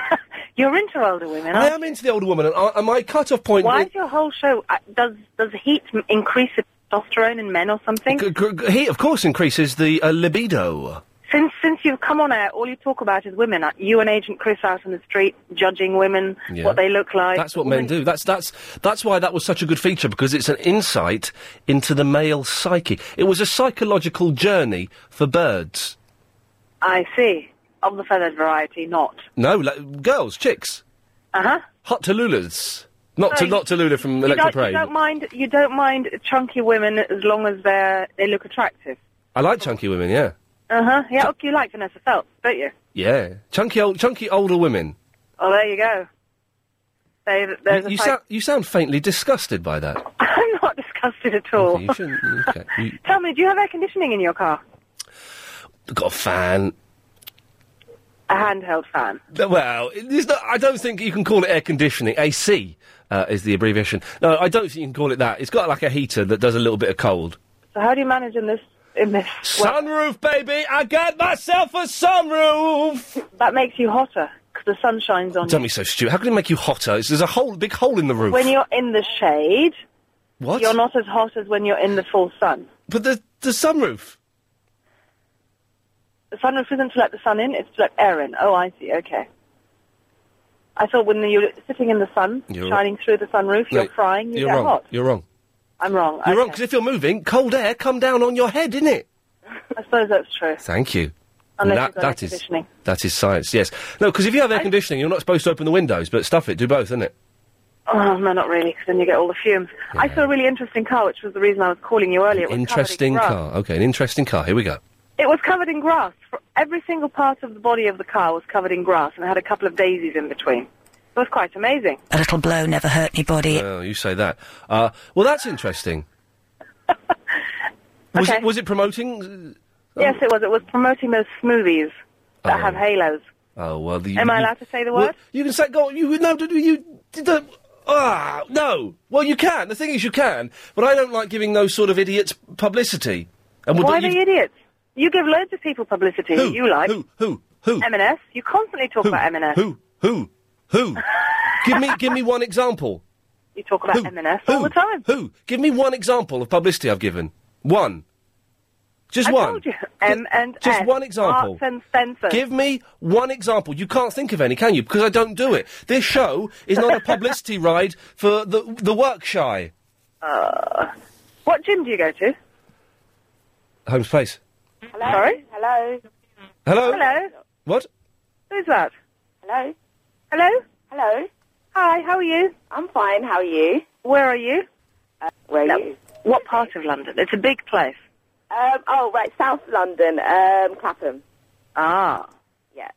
You're into older women,
I
aren't
am into the older woman, and, I, and my cut off point.
Why is your whole show. Uh, does, does heat m- increase the testosterone in men or something?
G- g- g- he, of course, increases the uh, libido.
Since since you've come on air, all you talk about is women. Uh, You and Agent Chris out on the street judging women,
Yeah.
what they look like.
That's what men do. That's that's that's why that was such a good feature because it's an insight into the male psyche. It was a psychological journey for birds.
I see. Of the feathered variety, not.
No, like, girls, chicks,
Uh huh.
hot Tallulahs. Not
So
to,
you-
not Tallulah from
You
Electric
don't, you
Parade.
don't mind. You don't mind chunky women as long as they they look attractive.
I like chunky women. Yeah,
Uh huh. Yeah. Okay, you like Vanessa Phelps, don't you?
yeah, chunky old chunky older women.
Oh, there you go. They, there's
You,
a
you
type-
sound you sound faintly disgusted by that.
I'm not disgusted at all.
You shouldn't. Okay. You
Tell me, do you have air conditioning in your car?
got a fan.
A handheld fan.
Well, it's not, I don't think you can call it air conditioning. AC uh, is the abbreviation. No, I don't think you can call it that. It's got like a heater that does a little bit of cold.
So how do you manage in this? In this
sunroof, baby. I got myself a sunroof.
That makes you hotter because the sun shines on
Don't be so stupid. How can it make you hotter? It's- There's a whole big hole in the
you.
roof.
When you're in the shade,
What?
you're not as hot as when you're in the full sun.
But the the sunroof.
The sunroof isn't to let the sun in; it's to let air in. Oh, I see. Okay. I thought when you're sitting in the sun,
You're-
shining through the sunroof,
No,
you're frying, you
You're
get
wrong.
hot.
You're wrong.
I'm wrong.
You're wrong because if you're moving, cold air come down on your head, didn't it?
I suppose that's true.
Thank you.
Unless
That-
you've got
that
air
is-
conditioning.
That is science. Yes. No, because if you have air conditioning, you're not supposed to open the windows, but stuff it. Do both, isn't it?
Oh, no, not really, because then you get all the fumes. I saw a really interesting car, which was the reason I was calling you earlier. It was
Interesting
covered in grass.
car. Okay, an interesting car. Here we go.
It was covered in grass. Fr- Every single part of the body of the car was covered in grass, and it had a couple of daisies in between. It was quite amazing.
A little blow never hurt anybody.
Oh, you say that. Uh, well, that's interesting. was, it, was it promoting?
Yes, it was. It was promoting those smoothies that
Oh.
have halos.
Oh well, the,
Am I
you-
allowed to say the
well,
word?
you can say go. on, You no, do- do you do- do- ah no. Well, you can. The thing is, you can. But I don't like giving those sort of idiots publicity. And would
Why are
you-
they idiots? You give loads of people publicity.
Who?
You like
who? Who? Who?
M&S. You constantly talk about M&S.
Who? Who? Who? give me give me one example.
You talk about M&S all the time.
Who? Give me one example of publicity I've given. One. Just
I
one.
told you. M and
Just
S,
one example.
Marks and Spencer.
Give me one example. You can't think of any, can you? Because I don't do it. This show is not a publicity ride for the the work shy.
Uh, what gym do you go to?
Holmes Place.
Hello? Sorry? Hello?
Hello?
Hello?
What?
Who's that? Hello? Hello? Hello? Hi, how are you? I'm fine, how are you? Where are you? Uh,
where are
no.
you?
What part of London? It's a big place.
Um, oh, right, South London, um, Clapham.
Ah.
Yeah.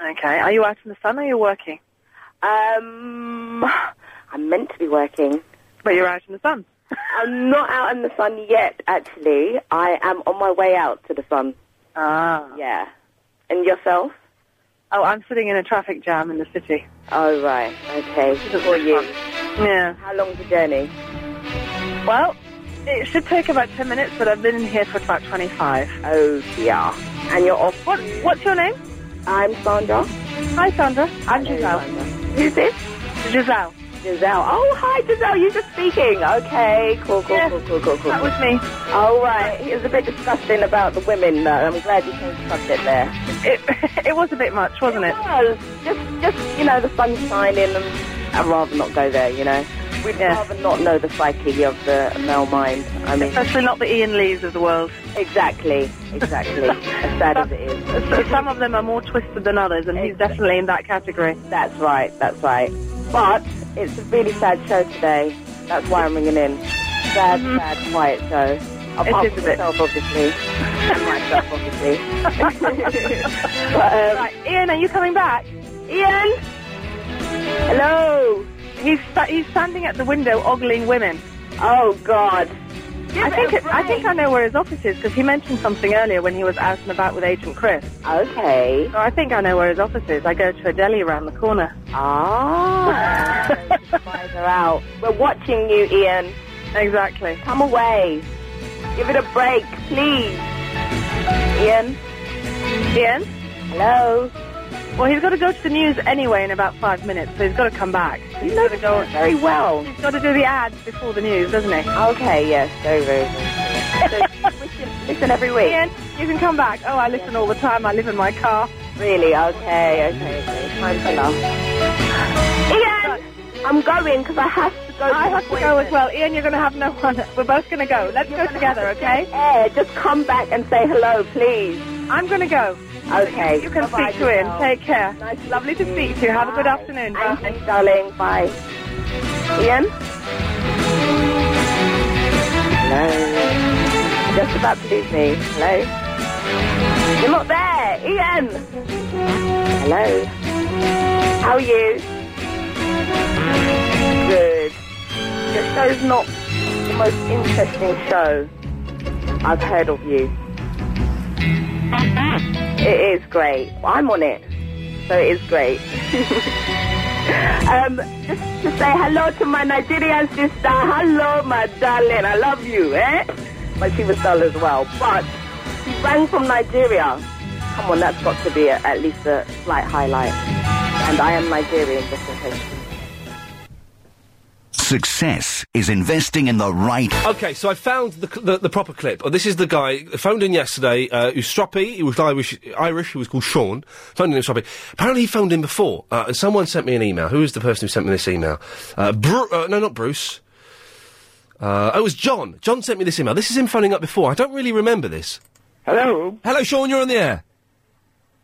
Okay. Are you out in the sun or are you working?
Um, I'm meant to be working.
But you're out in the sun.
I'm not out in the sun yet, actually. I am on my way out to the sun.
Ah.
Yeah. And yourself?
Oh, I'm sitting in a traffic jam in the city.
Oh, right. Okay. For you.
Yeah.
How long's the journey?
Well, it should take about 10 minutes, but I've been in here for about 25.
Oh, yeah. And you're off.
What, what's your name?
I'm Sandra.
Hi, Sandra. I'm Giselle.
Who's this?
Giselle.
Giselle. Oh, hi, Giselle. You're just speaking. Okay, cool, cool, cool, cool, cool, cool.
that was me. Oh,
All right. It was a bit disgusting about the women, though. I'm glad you changed the subject there.
It, it was a bit much, wasn't it?
was. Just, just you know, the sun's shining. And I'd rather not go there, you know. We'd rather not know the psyche of the male mind. I mean,
Especially not the Ian Lees of the world.
Exactly, exactly. as sad as it is.
So some of them are more twisted than others, and he's definitely in that category.
That's right, that's right. But it's a really sad show today. That's why I'm ringing in. Sad,
Mm-hmm.
sad, quiet show. Apart
is a
from
bit.
myself, obviously. And myself, obviously.
right, Ian, are you coming back? Ian? Hello? He's, sta- he's standing at the window ogling women.
Oh, God.
I think it, I think I know where his office is because he mentioned something earlier when he was out and about with Agent Chris.
Okay.
So I think I know where his office is. I go to a deli around the corner.
Ah. Eyes are out. We're watching you, Ian.
Exactly.
Come away. Give it a break, please. Ian?
Ian?
Hello?
Well, he's got to go to the news anyway in about five minutes, so he's got to come back. He's got to go
Very well.
He's got to do the ads before the news, doesn't he?
Okay, yes, very, very good. So, listen, listen every week.
Ian, you can come back. Oh, I listen all the time. I live in my car.
Really? Okay, okay, okay. Time for love. Ian! I'm going because I have to go.
I have to go as well. Ian, you're going to have no one. We're both going to go. Let's go together, okay? Air.
Just come back and say hello, please.
I'm going to go.
Okay.
You can
Bye-bye,
speak to Ian.
Giselle.
Take care. Lovely to speak to you. Have a good afternoon. Bye.
Thanks, darling. Bye. Ian? Hello? Just about to lose me. Hello? You're not there. Ian! Hello? How are you? Good. Your show's not the most interesting show I've heard of you. It is great. I'm on it. So it is great. um, just to say hello to my Nigerian sister. Hello, my darling. I love you, eh? But she was dull as well. But she rang from Nigeria. Come on, that's got to be a, at least a slight highlight. And I am Nigerian, just in case.
Success is investing in the right.
Okay, so I found the, cl- the, the proper clip. Oh, this is the guy phoned in yesterday. Uh, who's stroppy? He was Irish. Irish. He was called Sean. Phoned in as stroppy. Apparently, he phoned in before, uh, and someone sent me an email. Who is the person who sent me this email? Uh, Bru- uh, no, not Bruce. Uh, oh, it was John. John sent me this email. This is him phoning up before. I don't really remember this.
Hello.
Hello, Sean. You're on the air.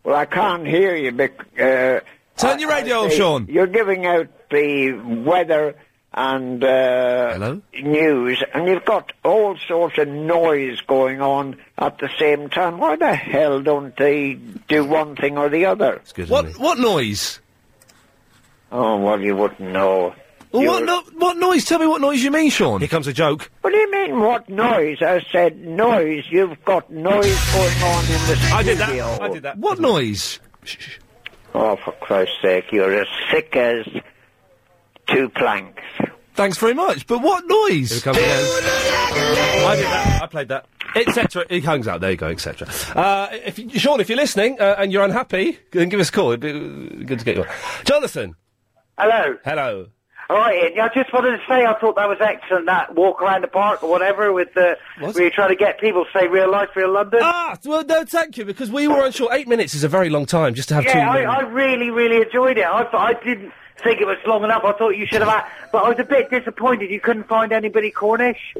Well, I can't hear you. Bec- uh,
Turn
I-
your radio
I
off,
say
Sean.
You're giving out the weather and uh, news, and you've got all sorts of noise going on at the same time. Why the hell don't they do one thing or the other?
What what noise?
Oh, well, you wouldn't know.
Well, what,
You're-
no- what noise? Tell me what noise you mean, Sean. Here comes a joke.
What do you mean, what noise? I said noise. You've got noise going on in the studio.
I did that. I did that. What noise?
Oh, for Christ's sake, you're as sick as two planks.
Thanks very much. But what noise? Here it comes again. I did that. I played that. Etc. It hangs out. There you go. Etc. Uh, if you- Sean, if you're listening uh, and you're unhappy, then give us a call. It'd be uh, good to get you on. Jonathan.
Hello.
Hello.
All right, Ian. Yeah, I just wanted to say I thought that was excellent. That walk around the park or whatever with the
What?
where you try to get people to say real life, real London.
Ah, well, no, thank you, because we were unsure. Eight minutes is a very long time just to have two.
yeah, I,
men-
I really, really enjoyed it. I, I didn't think it was long enough. I thought you should have, had, but I was a bit disappointed you couldn't find anybody Cornish.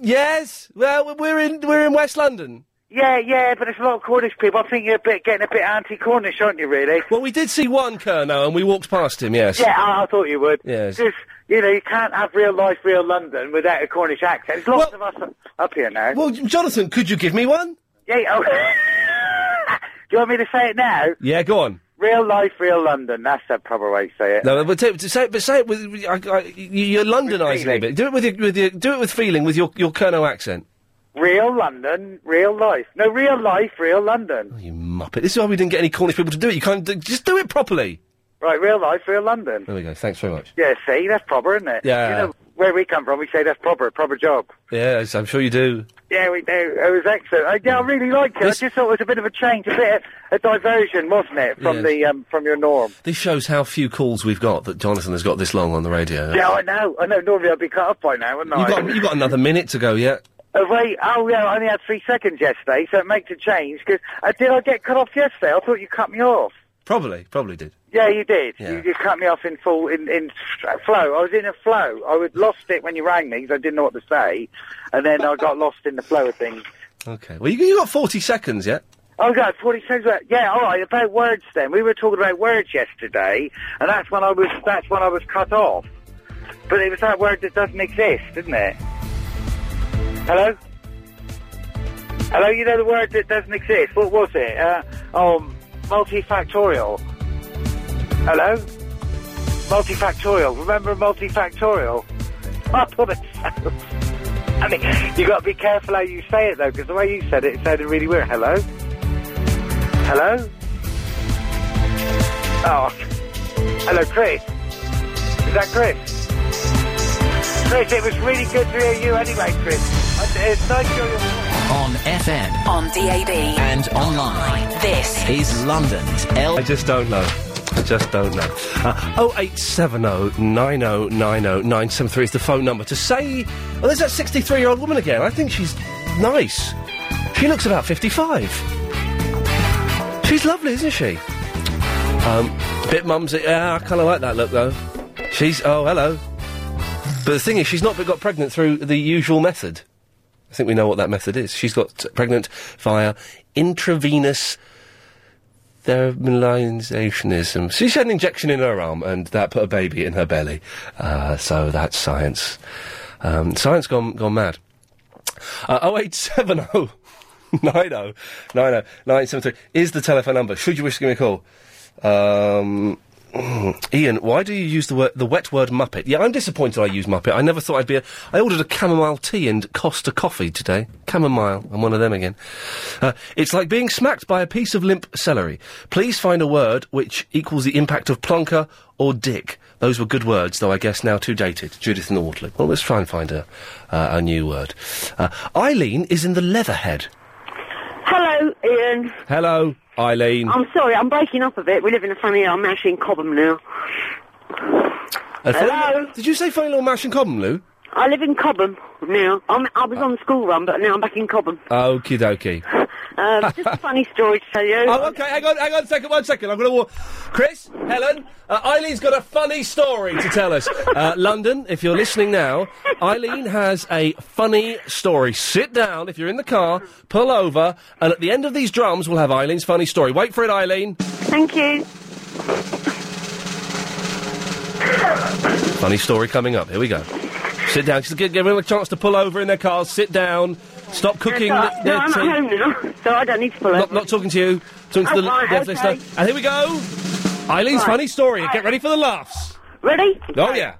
Yes. Well, we're in we're in West London.
Yeah, yeah, but there's a lot of Cornish people. I think you're a bit getting a bit anti-Cornish, aren't you? Really?
Well, we did see one Kerno, and we walked past him. Yes.
Yeah, I, I thought you would.
Yes.
Just, you know, you can't have real life, real London without a Cornish accent. There's lots of us up here now.
Well, Jonathan, could you give me one?
Yeah. Oh. Do you want me to say it now?
Yeah, go on.
Real life, real London. That's the proper way to say it.
No, but, t- to say it, but say it with, with- I, I, you- you're Londonising a bit. Do it with your, with your, do it with feeling with your your Kerno accent.
Real London, real life. No, real life, real London.
Oh, You muppet. This is why we didn't get any Cornish people to do it. You can't do, just do it properly.
Right, real life, real London.
There we go. Thanks very much.
Yeah, see, that's proper, isn't it?
Yeah.
You know, where we come from, we say that's proper, proper job.
Yes, I'm sure you do.
Yeah, we do. It was excellent. I, yeah, I really liked it. I just thought it was a bit of a change, a bit of a diversion, wasn't it, from
Yes.
the um, from your norm?
This shows how few calls we've got that Jonathan has got this long on the radio.
Yeah, I know. I know. Normally I'd be cut off by now, wouldn't
You
I?
got you got another minute to go yet?
Oh, wait. Oh, yeah, I only had three seconds yesterday, so it makes a change. Because uh, did I get cut off yesterday? I thought you cut me off.
Probably, probably did.
Yeah, you did.
Yeah.
You, you cut me off in full in in f- uh, flow. I was in a flow. I would lost it when you rang me because I didn't know what to say, and then I got lost in the flow of things.
Okay. Well, you, you got 40 seconds yet?
Oh God, forty seconds. About, yeah, all right. About words, then we were talking about words yesterday, and that's when I was that's when I was cut off. But it was that word that doesn't exist, isn't it? Hello. Hello, you know the word that doesn't exist. What was it? Uh, oh, multifactorial. Hello. Multifactorial. Remember multifactorial? I thought it sounds. I mean, you got to be careful how you say it though, because the way you said it, it sounded really weird. Hello. Hello? Oh. Hello, Chris. Is that Chris? Chris, it was really good to hear you anyway, Chris. I- It's nice to hear your
On FM
On DAB.
and online.
This.
is London's L.
I just don't know. I just don't know. Uh, 0870 9090 973 is the phone number. To say, oh, there's that 63 year old woman again. I think she's nice. She looks about 55. She's lovely, isn't she? Um, bit mumsy. Yeah, I kind of like that look though. She's, oh, hello. But the thing is, she's not got pregnant through the usual method. I think we know what that method is. She's got pregnant via intravenous thermalizationism. She had an injection in her arm, and that put a baby in her belly. Uh, so that's science. Um, science gone gone mad. Uh, 0870 90 90 973 is the telephone number. Should you wish to give me a call? Um, Ian, why do you use the word, the wet word muppet? Yeah, I'm disappointed I use muppet. I never thought I'd be a. I ordered a chamomile tea and Costa coffee today. Chamomile. I'm one of them again. Uh, it's like being smacked by a piece of limp celery. Please find a word which equals the impact of plonker or dick. Those were good words, though I guess now too dated. Judith in the Waterloo. Well, let's try and find a, uh, a new word. Uh, Eileen is in the Leatherhead.
Hello, Ian.
Hello, Eileen.
I'm sorry, I'm breaking up a bit. We live in a funny old mash in Cobham now.
And funny-
Hello?
Did you say funny little mash and common, Lou?
I live in Cobham now. I'm, I was on the school run, but now I'm back in Cobham.
Okie dokie.
Um, just a funny story to tell you.
Oh, okay. Hang on, hang on a second. One second. I'm going to warn Chris, Helen. Uh, Eileen's got a funny story to tell us. Uh, London, if you're listening now, Eileen has a funny story. Sit down if you're in the car. Pull over, and at the end of these drums, we'll have Eileen's funny story. Wait for it, Eileen.
Thank you.
Funny story coming up. Here we go. Sit down. Just give give everyone a chance to pull over in their cars. Sit down. Stop cooking.
No,
the-
no,
their
I'm
tea.
at home now, so I don't need to pull
Not, not talking to you. Talking to
Oh,
the
right,
the listener.
okay.
And here we go. Eileen's
Right.
funny story. Get ready for the laughs.
Ready?
Oh yeah.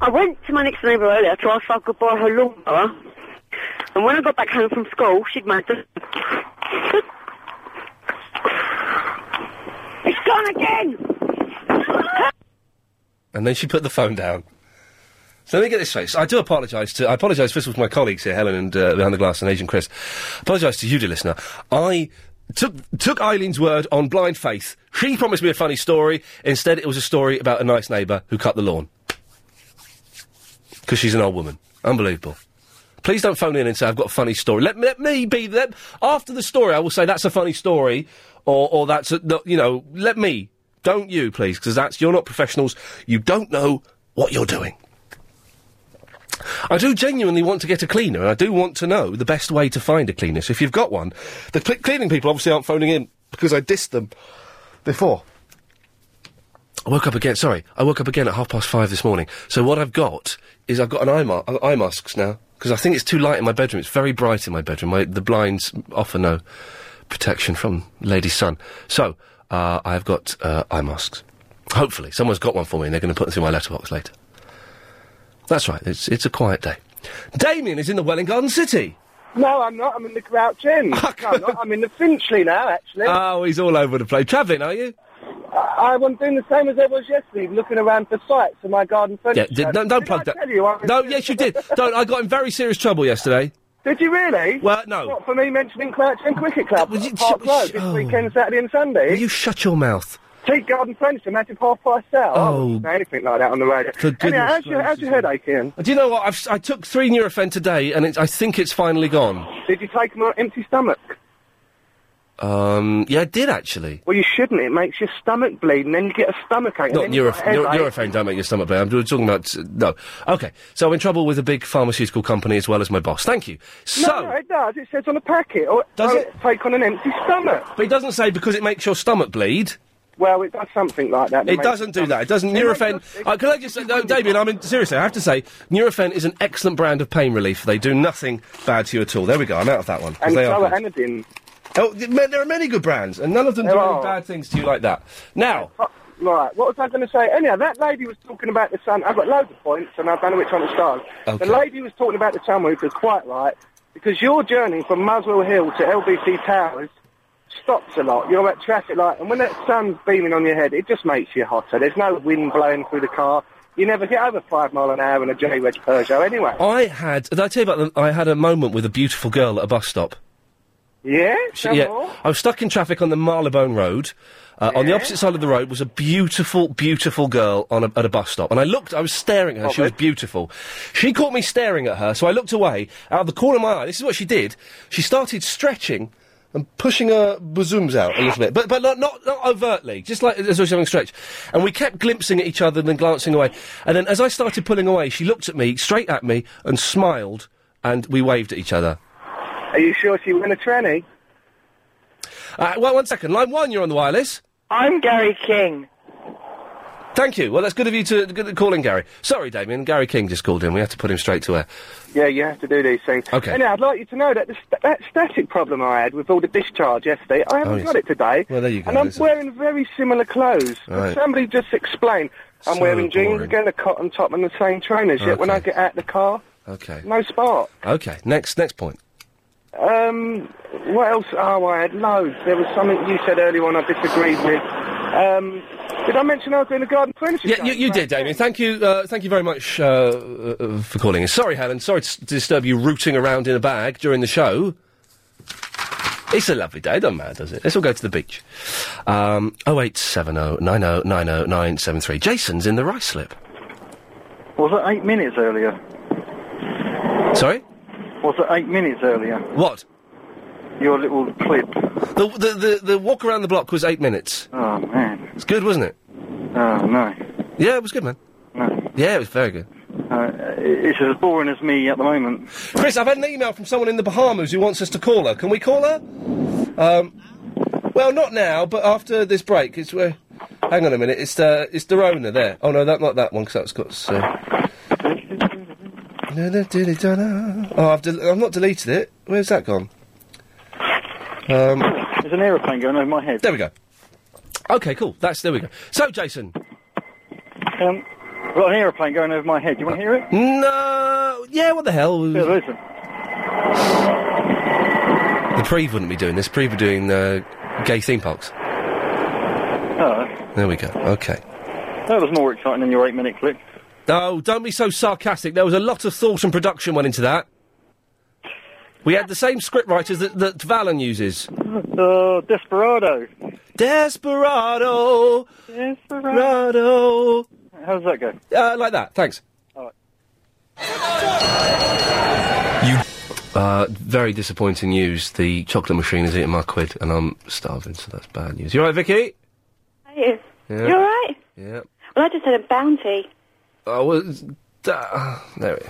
I went to my next neighbour earlier to ask if I could borrow her lawnmower. And when I got back home from school, she'd made the... It's gone again!
And then she put the phone down. So let me get this straight. So I do apologise to. I apologise first of all to my colleagues here, Helen and uh, behind the glass and Agent Chris. Apologise to you, dear listener. I took took Eileen's word on blind faith. She promised me a funny story. Instead, it was a story about a nice neighbour who cut the lawn because she's an old woman. Unbelievable. Please don't phone in and say I've got a funny story. Let, me- let me be. Let, after the story, I will say that's a funny story, or or that's a, no, you know. Let me. Don't you, please, because that's you're not professionals. You don't know what you're doing. I do genuinely want to get a cleaner, and I do want to know the best way to find a cleaner. So if you've got one, the cl- cleaning people obviously aren't phoning in because I dissed them before. I woke up again. Sorry, I woke up again at half past five this morning. So what I've got is I've got an eye, mar- uh, eye masks now because I think it's too light in my bedroom. It's very bright in my bedroom. My, the blinds offer no protection from lady sun. So uh, I've got uh, eye masks. Hopefully, someone's got one for me, and they're going to put them through my letterbox later. That's right. It's it's a quiet day. Damien is in the Welling Garden City.
No, I'm not. I'm in the Grouch Inn. no, I'm, not. I'm in the Finchley now, actually.
Oh, he's all over the place. Travelling, are you?
I, I'm doing the same as I was yesterday, looking around for sites for my garden
Yeah.
furniture.
Did, no, don't
uh,
plug
I
that.
tell you, I-
No, yes, you did. Don't. I got in very serious trouble yesterday.
Did you really?
Well, no.
What, for me mentioning Crouch End Cricket Club at Park Road this weekend, Saturday and Sunday?
Will oh. you shut your mouth?
Cheap garden furniture, massive half price sale. I
Oh.
wouldn't say anything like that on the radio.
For
Anyhow,
goodness
how's your, how's your headache, Ian?
Uh, Do you know what? I've, si took three Nurofen today, and it, I think it's finally gone.
Did you take them on empty stomach?
Um, yeah, I did actually.
Well, you shouldn't. It makes your stomach bleed, and then you get a stomach ache.
Not
and then you've
Nurofen.
got a
Nuro-
headache.
Nurofen don't make your stomach bleed. I'm talking about uh, no. Okay, so I'm in trouble with a big pharmaceutical company as well as my boss. Thank you. So,
no, no, it does. It says on the packet. Or does it take on an empty stomach?
but it doesn't say because it makes your stomach bleed.
Well, it does something like that.
It
makes
doesn't do that. It doesn't. Nurofen. Uh, can I just say, no, Damien? I mean, seriously, I have to say, Nurofen is an excellent brand of pain relief. They do nothing bad to you at all. There we go. I'm out of that one. 'cause
And
they are
so
good.
are Anadin.
Oh, th- ma- there are many good brands, and none of them do
There
any
are.
bad things to you like that. Now,
Oh, Right, what was I going to say? Anyhow, that lady was talking about the sun. I've got loads of points, and I don't know which one to start.
Okay.
The lady was talking about the sunroof, quite right, because your journey from Muswell Hill to LBC Towers stops a lot. You're at traffic light, and when that sun's beaming on your head, it just makes you hotter. There's no wind blowing through the car. You never get over five mile an hour in a J-Wedge Peugeot anyway.
I had. Did I tell you about? The, I had a moment with a beautiful girl at a bus stop.
Yeah?
She-
Some
yeah,
more?
I was stuck in traffic on the Marylebone Road. Uh, On the opposite side of the road was a beautiful, beautiful girl on a, at a bus stop, and I looked. I was staring at her. She was beautiful. She caught me staring at her, so I looked away out of the corner of my eye. This is what she did. She started stretching and pushing her bosoms out a little bit, but but not not, not overtly, just like as though she was having a stretch. And we kept glimpsing at each other and then glancing away. And then as I started pulling away, she looked at me straight at me and smiled, and we waved at each other.
Are you sure she went a tranny?
Uh, well, one second. Line one, you're on the wireless.
I'm Gary King.
Thank you. Well, that's good of you to good at calling, Gary. Sorry, Damien. Gary King just called in. We have to put him straight to air.
Yeah, you have to do these things.
Okay.
Anyhow, I'd like you to know that the st- that static problem I had with all the discharge yesterday, I haven't
Oh, yes.
got it today.
Well, there you go.
and I'm
There's a-
wearing very similar clothes.
Right.
Could somebody just explain? I'm
So
wearing jeans
boring.
again, a cotton top, and the same trainers. Yet when
Okay.
I get out the car,
Okay.
no spark.
Okay. Next. Next point.
Um, what else? Oh, I had loads. There was something you said earlier on I disagreed with. Um, did I mention I was doing a garden furniture?
Yeah, you, you did, Damien. Thank you. Uh, thank you very much uh, uh, for calling us. Sorry, Helen. Sorry to s- disturb you rooting around in a bag during the show. It's a lovely day. It doesn't matter, does it? Let's all go to the beach. Um, 0870 90 90 973. Jason's in the rice slip.
Was it eight minutes earlier?
Sorry?
Was it eight minutes earlier?
What?
Your little clip.
The, the, the, the walk around the block was eight minutes.
Oh, man.
It's good, wasn't it?
Oh, no.
Yeah, it was good, man. Yeah, it was very good.
Uh, it's as boring as me at the moment.
Chris, I've had an email from someone in the Bahamas who wants us to call her. Can we call her? Um, well, not now, but after this break. It's where. Hang on a minute. It's uh, it's Dorona there. Oh no, that not that one because that's got. Uh... Oh, I've del- I've not deleted it. Where's that gone? Um,
There's an aeroplane going over my head.
There we go. Okay, cool. That's there we go. So, Jason.
Um, I've got an aeroplane going over my head. Do you want to hear it?
No. Yeah. What the hell?
Yeah, listen.
The Preve wouldn't be doing this. Preve were doing uh, gay theme parks.
Oh,
There we go. Okay.
that was more exciting than your eight-minute clip.
Oh, don't be so sarcastic. There was a lot of thought and production went into that. We had the same script writers that, that Valen uses.
Uh, Desperado.
Desperado. Desperado.
How does that go?
Uh, like that. Thanks.
All
You. Uh, very disappointing news. The chocolate machine has eaten my quid, and I'm starving, so that's bad news. You all right, Vicky?
Are you?
Yeah.
You all right?
Yeah.
Well, I just had a bounty.
I was. Uh, there we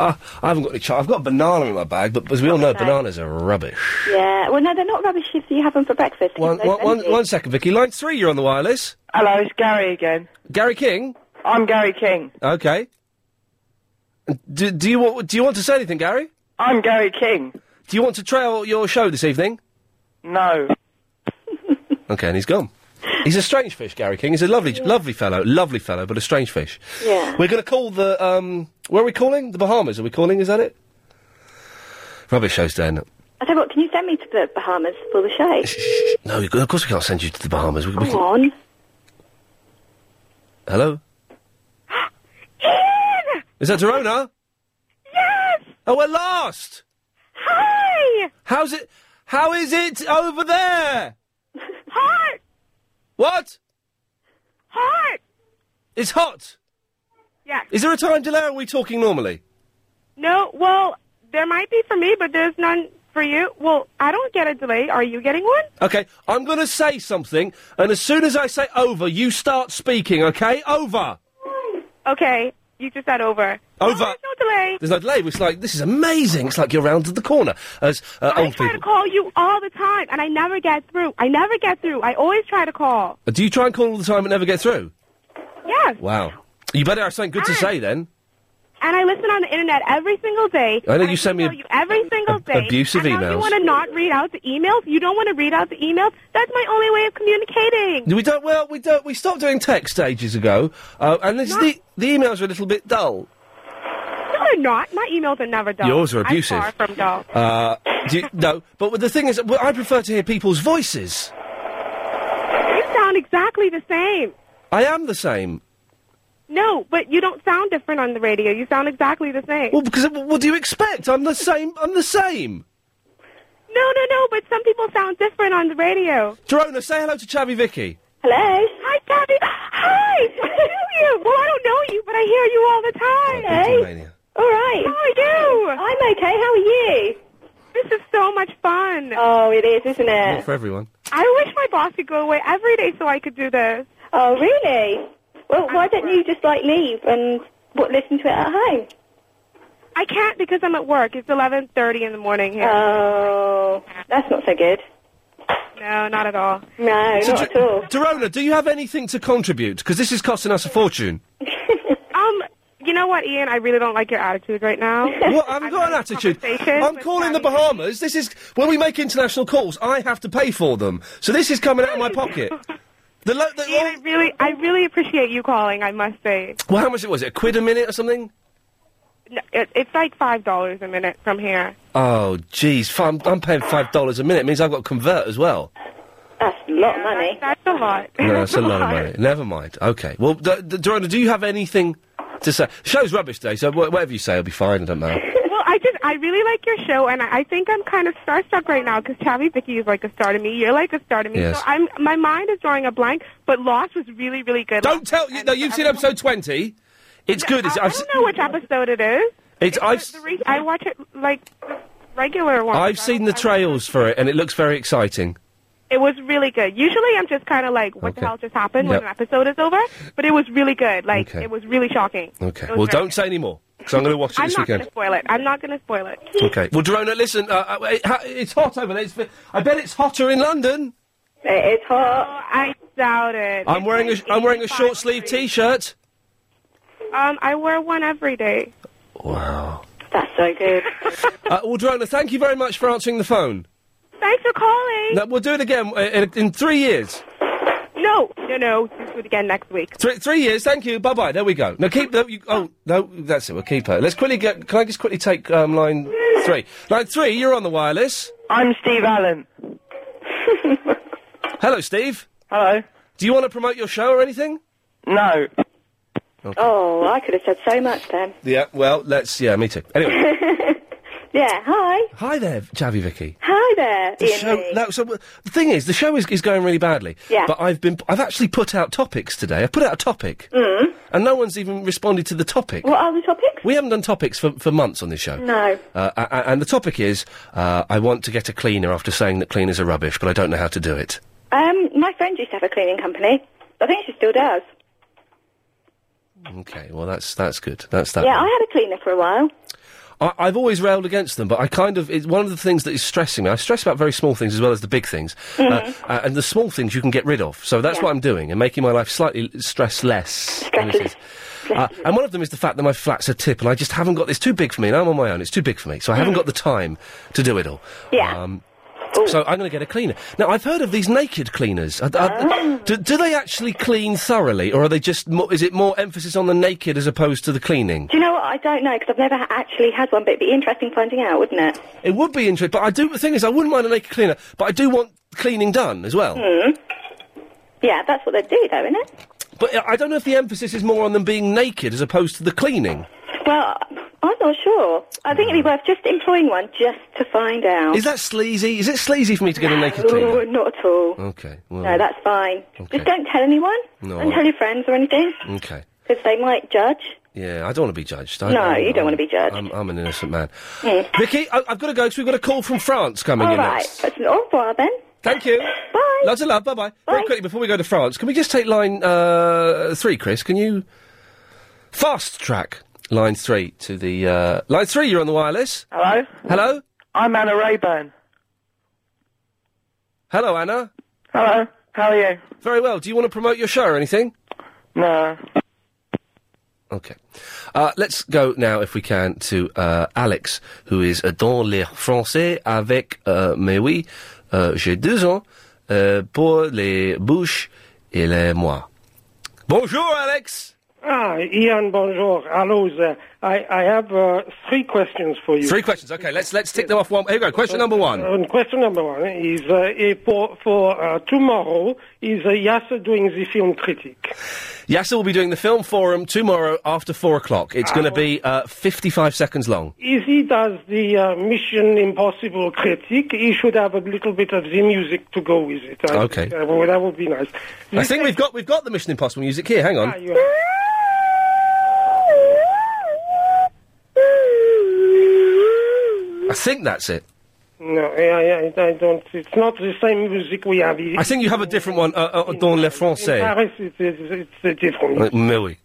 are. Uh, I haven't got any chocolate. I've got a banana in my bag, but as we all know,
Okay.
bananas are rubbish.
Yeah. Well, no, they're not rubbish if you have them for breakfast.
One,
They're
one, one,
plenty.
one second, Vicky. Line three, you're on the wireless.
Hello, it's Gary again.
Gary King.
I'm Gary King.
Okay. Do, do you want do you want to say anything, Gary?
I'm Gary King.
Do you want to trail your show this evening?
No.
Okay, and he's gone. He's a strange fish, Gary King. He's a lovely, lovely fellow, lovely fellow, but a strange fish.
Yeah.
We're going to call the um. Where are we calling? The Bahamas. Are we calling? Is that it? Rubbish shows down.
I tell you what, can you send me to the Bahamas for the show?
No, you- of course we can't send you to the Bahamas. We, we
Come
can,
on.
hello. Is that Dorona? Yes. Oh, we're last. Hi. How's it? How is it over there? Hot. What? Hot. It's hot.
Yeah.
Is there a time delay? Or are we talking normally?
No, well, there might be for me, but there's none for you. Well, I don't get a delay. Are you getting one?
Okay, I'm going to say something, and as soon as I say over, you start speaking. Okay, over,
Okay, you just said over.
over.
No delay.
There's no delay. It's like this is amazing. It's like you're round to the corner, as uh,
I
old
try to
people.
call you all the time, and I never get through. I never get through. I always try to call.
Uh, Do you try and call all the time and never get through?
Yes,
Wow. You better have something good to say then.
and I listen on the internet every single day.
I know you send me
You every single day.
abusive
and now You
emails.
want to not read out the emails? You don't want to read out the emails? That's my only way of communicating.
We don't. Well, we don't. We stopped doing text ages ago, uh, and this, the the emails are a little bit dull.
No, they're not. My emails are never dull.
Yours are
I'm
abusive.
far from dull.
Uh, do you, no, but the thing is, well, I prefer to hear people's voices.
You sound exactly the same.
I am the same.
No, but you don't sound different on the radio. You sound exactly the same.
Well, because what do you expect? I'm the same. I'm the same.
No, no, no, but some people sound different on the radio.
Dorona, say hello to Chavy Vicky.
Hello? Hi, Gabby. Hi! I know you! Well, I don't know you, but I hear you all the time. Hey. All right. How are you? I'm okay. How are you? This is so much fun. Oh, it is, isn't
Not for everyone.
I wish my boss could go away every day so I could do this.
Oh, really? Well, why don't you just like leave and what listen to it at home?
I can't because I'm at work. It's 11.30 in the morning here.
Oh, that's not so good.
No, not at all.
No,
So
not
do-
at all.
Dorona, do you have anything to contribute? Because this is costing us a fortune.
Um, you know what, Ian? I really don't like your attitude right now.
Well, I haven't got an attitude.
conversation
I'm
with
calling the Bahamas. This is when we make international calls. I have to pay for them, so this is coming out of my pocket. The lo- the,
Ian, I really, I really appreciate you calling. I must say,
well, how much it was? It a quid a minute or something?
No, it, it's like five dollars a minute from here.
Oh, jeez, fi- I'm, I'm paying five dollars a minute. It means I've got to convert as well.
That's a lot of money. That's a lot.
No, that's a lot of money. Never mind. Okay. Well, D- D- Dorona, do you have anything to say? Show's rubbish today, so wh- whatever you say, will be fine. I don't know.
well, I just, I really like your show, and I, I think I'm kind of starstruck right now because Chavi Vicky is like a star to me. You're like a star to me.
Yes.
So I'm, my mind is drawing a blank. But Lost was really, really good.
Don't tell you. No, you've seen episode twenty. It's good. It's,
I, I
I've, s-
don't know which episode it is.
it's, I've, s-
The re- I watch it like the regular one.
I've seen the trails for it, and it looks very exciting.
It was really good. Usually, I'm just kind of like, what the
Okay.
hell just happened when
Yep.
an episode is over? But it was really good. Like,
Okay.
it was really shocking.
Okay.
It was very
Well, don't say any more, because I'm going to watch it
I'm
this
not
weekend.
to spoil it. I'm not going to spoil it.
Okay. Well, Dorona, listen. Uh, uh, it, ha- it's hot over there. It's, I bet it's hotter in London.
It's hot. Oh, I doubt it.
I'm wearing a sh- I'm wearing a short sleeve T-shirt.
Um, I wear one every day.
Wow.
That's so good.
Uh, well, Dorona, thank you very much for answering the phone.
Thanks for calling.
No, we'll do it again uh, in, in three years.
No, no, no. Do it again next week.
Three, three years. Thank you. Bye bye. There we go. Now keep. No, you, oh no, that's it. We'll keep her. Let's quickly get. Can I just quickly take um, line three? Line three. You're on the wireless.
I'm Steve Allen.
Hello, Steve.
Hello.
Do you want to promote your show or anything?
No.
Oh, I could have said so much then.
Yeah. Well, let's. Yeah, me too. Anyway.
Yeah, hi.
Hi there, Chavy Vicky.
Hi there,
The
Ian
show,
Lee.
no, so, uh, the thing is, the show is, is going really badly.
Yeah.
But I've been, I've actually put out topics today. I've put out a topic,
Mm.
and no one's even responded to the topic.
What are the topics?
We haven't done topics for, for months on this show.
Hmm? No.
Uh, a- a- and the topic is, uh, I want to get a cleaner after saying that cleaners are rubbish, but I don't know how to do it.
Um, my friend used to have a cleaning company. I think she still does.
Okay, well that's that's good. That's that.
yeah, I had a cleaner for a while.
I, I've always railed against them, but I kind of it's one of the things that is stressing me. I stress about very small things as well as the big things,
Mhm.
uh, uh, and the small things you can get rid of. So that's what I'm doing and making my life slightly stress less. Uh, and one of them is the fact that my flat's a tip, and I just haven't got. It's too big for me, and I'm on my own. It's too big for me, so I haven't got the time to do it all.
Yeah.
Um, so I'm going to get a cleaner. Now I've heard of these naked cleaners. Are, are- do, do they actually clean thoroughly, or are they just? Mo- is it more emphasis on the naked as opposed to the cleaning?
Do you know what? I don't know because I've never ha- actually had one, but it'd be interesting finding out, wouldn't it?
It would be interesting, but I do. The thing is, I wouldn't mind a naked cleaner, but I do want cleaning done as well.
Mm. Yeah, that's what they do, though, isn't it?
But uh, I don't know if the emphasis is more on them being naked as opposed to the cleaning.
Well, I'm not sure. I think it'd be worth just employing one just to find out.
Is that sleazy? Is it sleazy for me to get a naked cleaner?
Ooh, not at all.
Okay. Well,
No, that's fine. Just don't tell anyone.
No.
Don't tell your friends or anything
okay.
because they might judge.
Yeah, I don't Uh, want to be judged.
No, you don't wanna be
judged. I'm, I'm an innocent man.
Mm.
Vicky, I, I've got to go because we've got a call from France coming
All
in
right.
next.
That's an awful while then.
Thank you. Bye. Lots of love. Bye bye. Very quickly, before we go to France, can we just take line uh, three, Chris? Can you fast track line three to the. Uh, line three, you're on the wireless.
Hello?
Hello?
I'm Anna Rayburn.
Hello, Anna.
Hello. How are you?
Very well. Do you want to promote your show or anything?
No.
Okay. Uh, let's go now, if we can, to uh, Alex, who is uh, dans les français avec, euh, mais oui, euh, j'ai deux ans, euh, pour les bouches et les mois. Bonjour, Alex.
Ah, Ian, bonjour. Hello there. I, I have uh, three questions for you.
Three questions. Okay, let's let's tick them off one. Here we go. Question number one.
And question number one is uh, eh, for, for uh, tomorrow, is uh, Yasser doing the film critic?
Yasser will be doing the film forum tomorrow after four o'clock. It's going to be uh, 55 seconds long.
If he does the uh, Mission Impossible critic, he should have a little bit of the music to go with it. I
Okay.
think, uh, well, that would be nice. ah,
I think we've got we've got the Mission Impossible music here. Hang on.
You have-
I think that's it.
No, I, I, I don't. It's not the same music we have.
I think you have a different one. Uh, uh, dans les
In
Français.
Paris, it's, it's, it's different.
Uh, mais oui.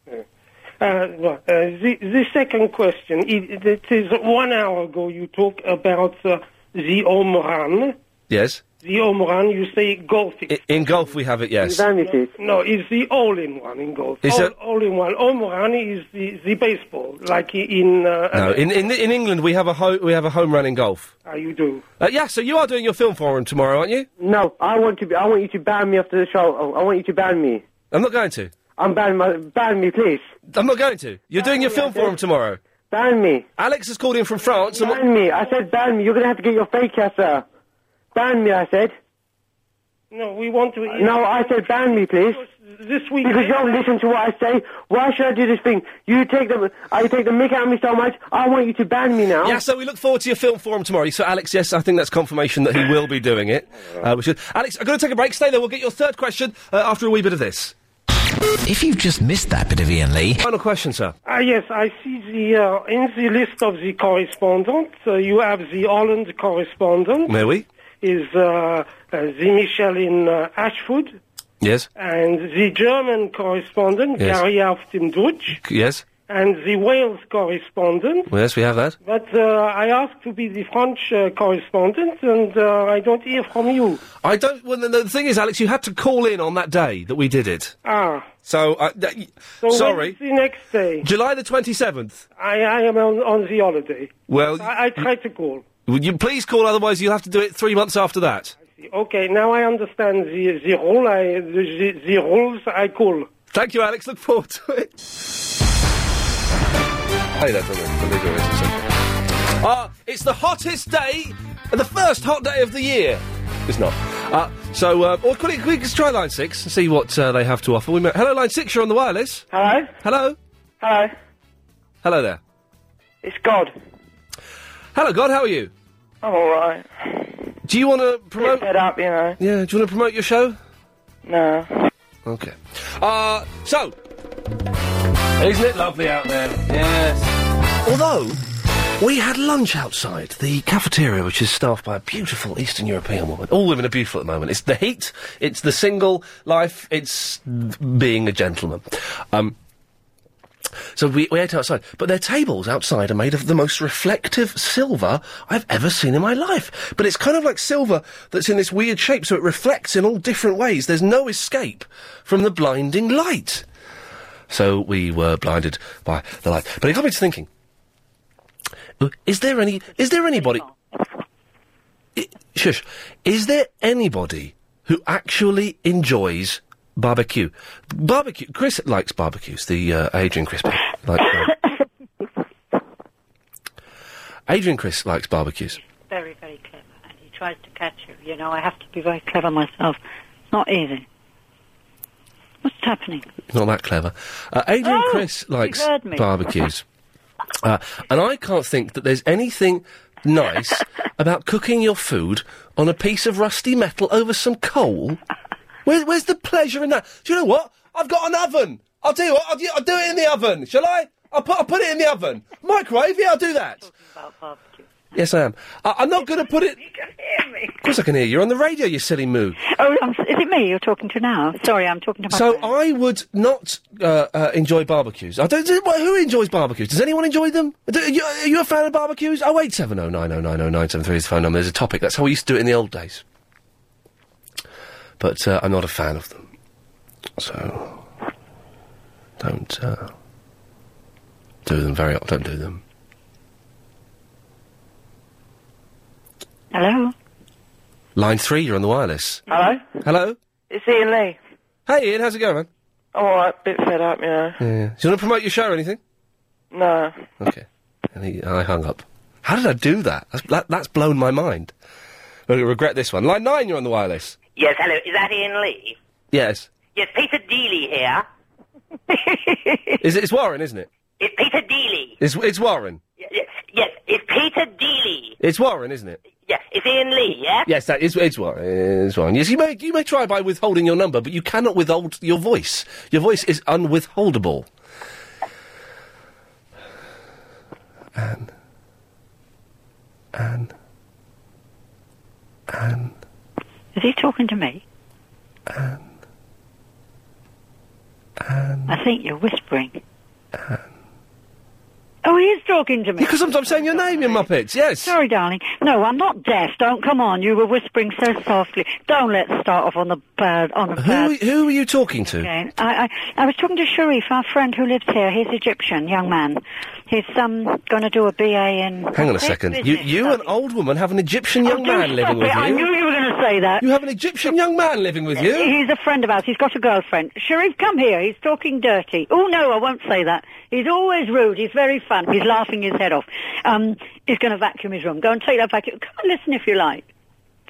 Uh, well, uh, the, the second question, it, it is one hour ago you talk about uh, the home run.
Yes.
The home run, you say golf.
I- in golf, we have it. Yes.
No, it's the all-in-one in golf.
Is
all,
it-
all-in-one. Home run is the, the baseball, like i- in... Uh,
No, in, in in England we have a ho- we have a home run in golf.
uh, you do.
Uh, yeah, so you are doing your film forum tomorrow, aren't you?
No, I want to. Be, I want you to ban me after the show. Oh, I I want you to ban me.
I'm not going to.
I'm ban my ban me, please.
I'm not going to. You're doing your film forum tomorrow.
Ban me.
Alex has called in from France.
Ban me. I said ban me. You're gonna have to get your fake ass out. Ban me. I said.
No, we want to...
Uh, No, I said ban me, please.
This week...
Because you don't listen to what I say. Why should I do this thing? You take the I take the mick out of me so much. I want you to ban me now.
Yeah, so we look forward to your film forum tomorrow. So, Alex, yes, I think that's confirmation that he will be doing it. Uh, we should. Alex, I'm going to take a break. Stay there. We'll get your third question uh, after a wee bit of this.
If you've just missed that bit of Ian Lee.
Final question, sir.
Ah, yes, I see the uh, in the list of the correspondents, uh, you have the Holland correspondent,
May we?
is uh, uh, the Michelin uh, Ashford,
Yes.
and the German correspondent,
Yes.
Gary Aftim Deutsch,
C- Yes.
and the Wales correspondent.
Well, yes, we have that.
But uh, I asked to be the French uh, correspondent, and uh, I don't hear from you.
I don't. Well, the, the thing is, Alex, you had to call in on that day that we did it.
Ah,
So, uh, that, y-
so
sorry.
When's the next day?
July the 27th.
I, I am on, on the holiday.
Well,
I, I try to call.
would you please call, otherwise, you'll have to do it three months after that.
Okay, now I understand the the rule. I the, the rules I call.
Thank you, Alex. Look forward to it. Hey, that's Ah, it's the hottest day, the first hot day of the year. It's not. Uh, so, uh, or could we, could we just try line six and see what uh, they have to offer? We may- Hello, line six. You're on the wireless.
Hello.
Hello.
Hello.
Hello there.
It's God.
Hello, God. How are you?
I'm all right.
Do you want to promote?
Fed up, you know.
Yeah. Do you want to promote your show?
No.
Okay. Uh, so. Isn't it lovely out there? Yes. Although, we had lunch outside the cafeteria, which is staffed by a beautiful Eastern European woman. All women are beautiful at the moment. It's the heat, it's the single life, it's being a gentleman. Um, so we, we ate outside, but their tables outside are made of the most reflective silver I've ever seen in my life. But it's kind of like silver that's in this weird shape, so it reflects in all different ways. There's no escape from the blinding light. So we were blinded by the light. But it got me to thinking: uh, Is there any? Is there anybody? I- shush. Is there anybody who actually enjoys barbecue? Barbecue. Chris likes barbecues. The uh, Adrian Crispin likes. bar- Adrian Chris likes barbecues.
Very, very clever. And he tries to catch you. You know, I have to be very clever myself. It's not easy. What's happening?
Not that clever. Uh, Adrian
Oh,
Chris
you
likes
heard me.
barbecues. Uh, and I can't think that there's anything nice about cooking your food on a piece of rusty metal over some coal. Where, where's the pleasure in that? Do you know what? I've got an oven. I'll tell you what, I'll, do- I'll do it in the oven. Shall I? I'll put, I'll put it in the oven. Microwave? Yeah, I'll do that. Yes, I am. Uh, I, I'm not going to put it. Of course, I can hear you. You're on the radio, you silly moo.
Oh, I'm, is it me you're talking to now? Sorry, I'm talking to my.
So I would not uh, uh, enjoy barbecues. I don't. well, Who enjoys barbecues? Does anyone enjoy them? Do, are, you, are you a fan of barbecues? Oh eight seven oh nine oh nine oh nine seven three is the phone number. There's a topic. That's how we used to do it in the old days. But uh, I'm not a fan of them. So don't uh, do them very. Don't do them.
Hello.
Line three, you're on the wireless.
Hello?
Hello.
It's Ian Lee.
Hey, Ian, how's it going, man?
I'm alright, bit fed up, you know.
Yeah, yeah. Do you want to promote your show or anything?
No.
Okay. And he, I hung up. How did I do that? That's, that, that's blown my mind. I regret this one. Line 9, you're on the wireless.
Yes, hello. Is that Ian Lee?
Yes.
Yes, Peter Deely here.
Is it, it's Warren, isn't it?
It's Peter Deely.
It's, it's Warren.
Y- y- Yes, it's Peter Deely.
It's Warren, isn't it?
Yes, it's Ian Lee, yeah?
Yes, that is it's Warren. It's Warren. Yes, you may, you may try by withholding your number, but you cannot withhold your voice. Your voice is unwithholdable. Anne. Anne. Anne.
Is he talking to me?
Anne.
I think you're whispering. Oh, he is talking to me.
Because I'm, saying your name, you muppets. Yes.
Sorry, darling. No, I'm not deaf. Don't come on. You were whispering so softly. Don't let's start off on the bad on the
Who,
bad.
who are you talking to?
again. I, I I was talking to Sharif, our friend who lives here. He's Egyptian, young man. He's um going to do a BA in.
Hang on a second. You, you an old woman, have an Egyptian young man
Stop
living
it.
with
I knew
you.
you were going to say that.
You have an Egyptian young man living with you.
He's a friend of ours. He's got a girlfriend. Sharif, come here. He's talking dirty. Oh, no, I won't say that. He's always rude. He's very fun. He's laughing his head off. Um, he's going to vacuum his room. Go and take that vacuum. Come and listen if you like.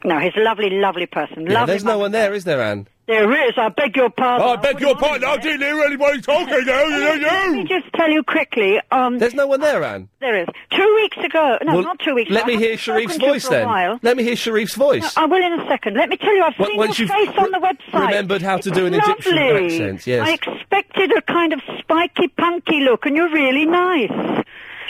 No, he's a lovely, lovely person.
Yeah,
lovely.
there's no one there, is there, Anne?
There is. I beg your pardon.
I beg your pardon. I didn't hear anybody talking. you,
Let me just tell you quickly. Um,
There's no one there, Anne.
there is. Two weeks ago. No,
Well,
not two weeks
Let
ago. I
me hear
haven't
Sharif's
spoken to you for
voice
a
then.
while.
Let me hear Sharif's voice.
I will in a second. Let me tell you, I've
Wh-
seen
once
your
you've
face on the website.
remembered how to
It's
do an Egyptian
lovely.
accent, yes.
I expected a kind of spiky, punky look, and you're really nice.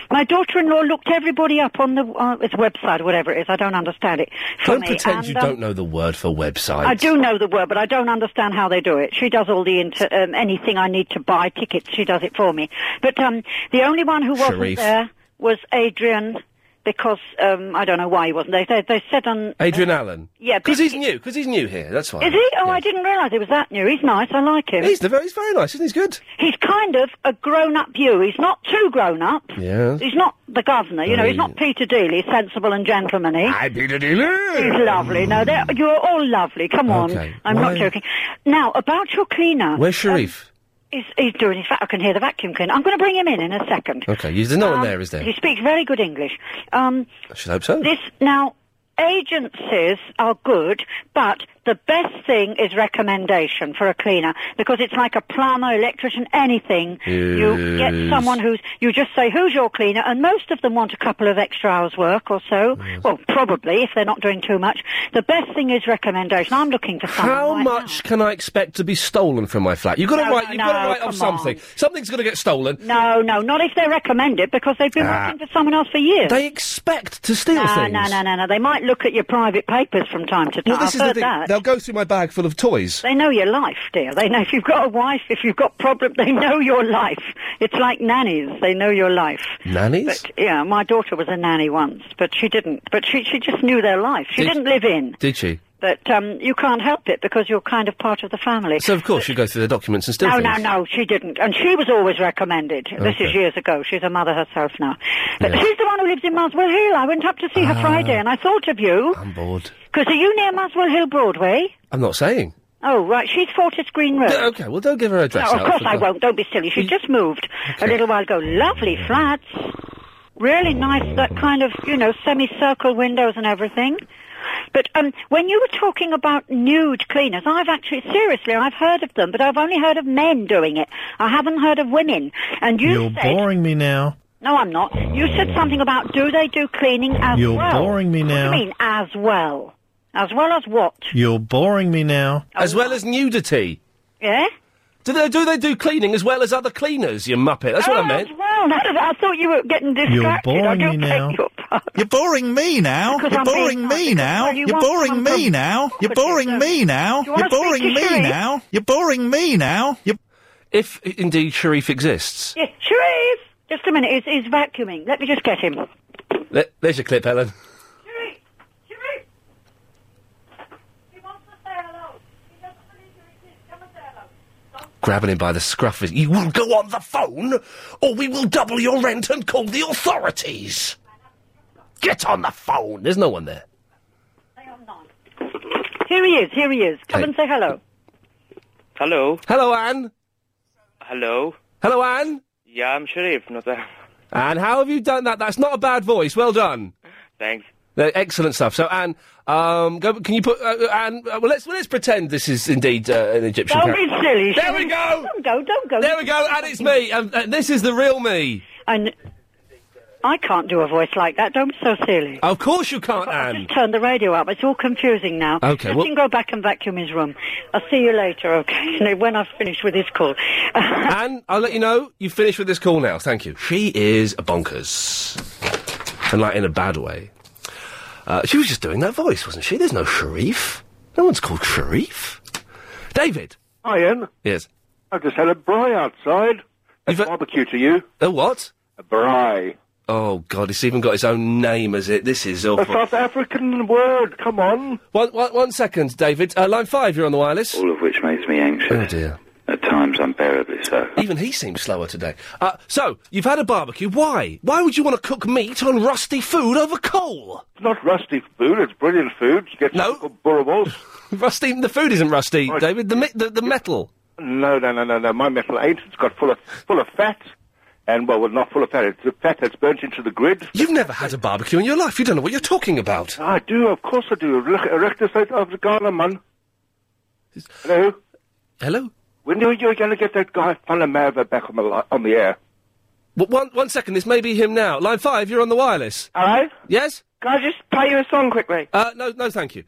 My daughter-in-law looked everybody up on the uh, its website, or whatever it is. I don't understand it. for
Don't
me,
pretend
and,
you
um,
don't know the word for website.
I do know the word, but I don't understand how they do it. She does all the inter- um, anything I need to buy tickets. She does it for me. But um, the only one who wasn't
Sharif.
there was Adrian, because um, I don't know why he wasn't. They they, they said on
Adrian Allen.
Yeah,
because he's new. Because he's new here. That's why.
Is he? Oh, I didn't realise he was that new. He's nice. I like him.
He's the very, he's very nice, isn't he? He's good.
He's kind of a grown-up you. He's not too grown-up.
Yes.
He's not the governor. You know, he's not Peter Dealey. He's sensible and gentlemanly.
Hi, Peter Dealey.
He's lovely. No, they're- you're all lovely. Come on.
Okay.
I'm
Why-
not joking. Now, about your cleaner.
Where's Sharif?
He's, he's doing his... va- I can hear the vacuum cleaner. I'm going to bring him in in a second.
okay, you- there's no one
Um,
there, is there?
He speaks very good English. Um,
I should hope so.
this now agencies are good, but the best thing is recommendation for a cleaner because it's like a plumber, electrician, anything. You get
Yes.
someone who's, you just say, who's your cleaner? And most of them want a couple of extra hours work or so. Well, probably, if they're not doing too much. The best thing is recommendation. I'm looking for someone.
How
right
much can I expect to be stolen from my flat? You've got to
No,
write.
no,
You've got to
no,
write off
come on.
something. Something's going to get stolen.
No, no, not if they recommend it because they've been
Ah.
working for someone else for years.
They expect to steal
no,
things.
No, no, no, no. They might look at your private papers from time to time.
Well, this
I've
is
heard
the thing.
that.
They'll go through my bag full of toys.
They know your life, dear. They know if you've got a wife, if you've got problems, they know your life. It's like nannies. They know your life.
Nannies?
But, yeah, my daughter was a nanny once, but she didn't. But she, she just knew their life. She
Did-
didn't live in.
Did she?
But um, you can't help it because you're kind of part of the family.
So of course you go through the documents and steal
no,
things.
no, no, she didn't. And she was always recommended. This
Okay.
is years ago. She's a mother herself now. But
Yeah.
she's the one who lives in Muswell Hill. I went up to see her
Ah.
Friday and I thought of you.
I'm bored.
Because are you near Muswell Hill Broadway?
I'm not saying.
Oh, right. She's Fortis Green Road.
Yeah, okay, well don't give her address.
No,
out,
of course
for
I
God-
won't. Don't be silly. She just moved a little while ago. Lovely flats. Really nice, that kind of, you know, semicircle windows and everything. But um, when you were talking about nude cleaners, I've actually, seriously, I've heard of them, but I've only heard of men doing it. I haven't heard of women. And you
You're
said,
boring me now.
no, I'm not. You said something about do they do cleaning as
You're
well?
boring me
What
now.
do you mean, as well? As well as what?
You're boring me now.
Oh,
As well as nudity.
Yeah?
Do they do they do cleaning as well as other cleaners? You muppet. That's what I meant.
Oh, Well, no, I thought you were getting Ah, distracted. I do
now.
You're boring me now.
Because
You're
I'm
boring
being
me
nice.
now.
Well, you
You're
want
boring
someone
me
from-
now. You're boring me now.
Do you wanna
You're
speak
boring
to
me
Sheree?
now. You're boring me now. You're
If i- indeed Sharif exists.
Yeah, Sharif! Just a minute, he's, he's vacuuming. Let me just get him.
There- There's your clip, Helen. Grabbing him by the scruff of his. You will go on the phone, or we will double your rent and call the authorities. Get on the phone. There's no one there.
Here he is, here he is. Come
Hey.
and say hello.
Hello.
Hello, Anne.
Hello.
Hello, Anne.
Yeah, I'm Sharif. Not a...
Anne, how have you done that? That's not a bad voice. Well done.
Thanks.
Uh, Excellent stuff. So, Anne, um, go, can you put uh, uh, Anne? Uh, well, let's well, let's pretend this is indeed uh, an Egyptian.
Don't
character.
be silly.
There
Sharif.
we go.
Don't go, don't go.
There we go, and it's me. And, and this is the real me.
And I can't do a voice like that. Don't be so silly.
Of course you can't, Anne.
Turn the radio up. It's all confusing now.
Okay,
Let
well-
him go back and vacuum his room. I'll see you later, okay? When I've finished with his call.
Anne, I'll let you know. You finish with this call now. Thank you. She is a bonkers, and like in a bad way. Uh, she was just doing that voice, wasn't she? There's no Sharif. No one's called Sharif. David.
Hi, Ian.
Yes.
I've just had a bry outside. That's barbecue to you.
A what?
A bry.
Oh God, it's even got its own name, has it? This is awful.
A South African word. Come on.
One, one, one second, David. Uh, line five, you're on the wireless.
All of which makes me anxious.
Oh dear.
At times unbearably so.
Even he seems slower today. Uh, so, you've had a barbecue. Why? Why would you want to cook meat on rusty food over coal?
It's not rusty food. It's brilliant food. You get no. burrables.
rusty. The food isn't rusty, David. The, mi- the the metal.
No, no, no, no, no. My metal ain't. It's got full of full of fat, and well, well, not full of fat. It's the fat that's burnt into the grid.
You've never had a barbecue in your life. You don't know what you're talking about.
Ah, I do. Of course, I do. Reg- Rechter South Afrikaner, man. Hello.
Hello.
When are you going to get that guy Fanamava back on the li- on the air?
Well, one one second. This may be him now. Line five, you're on the wireless.
Hello.
Yes.
Can I just play you a song quickly?
Uh, no, no, thank you.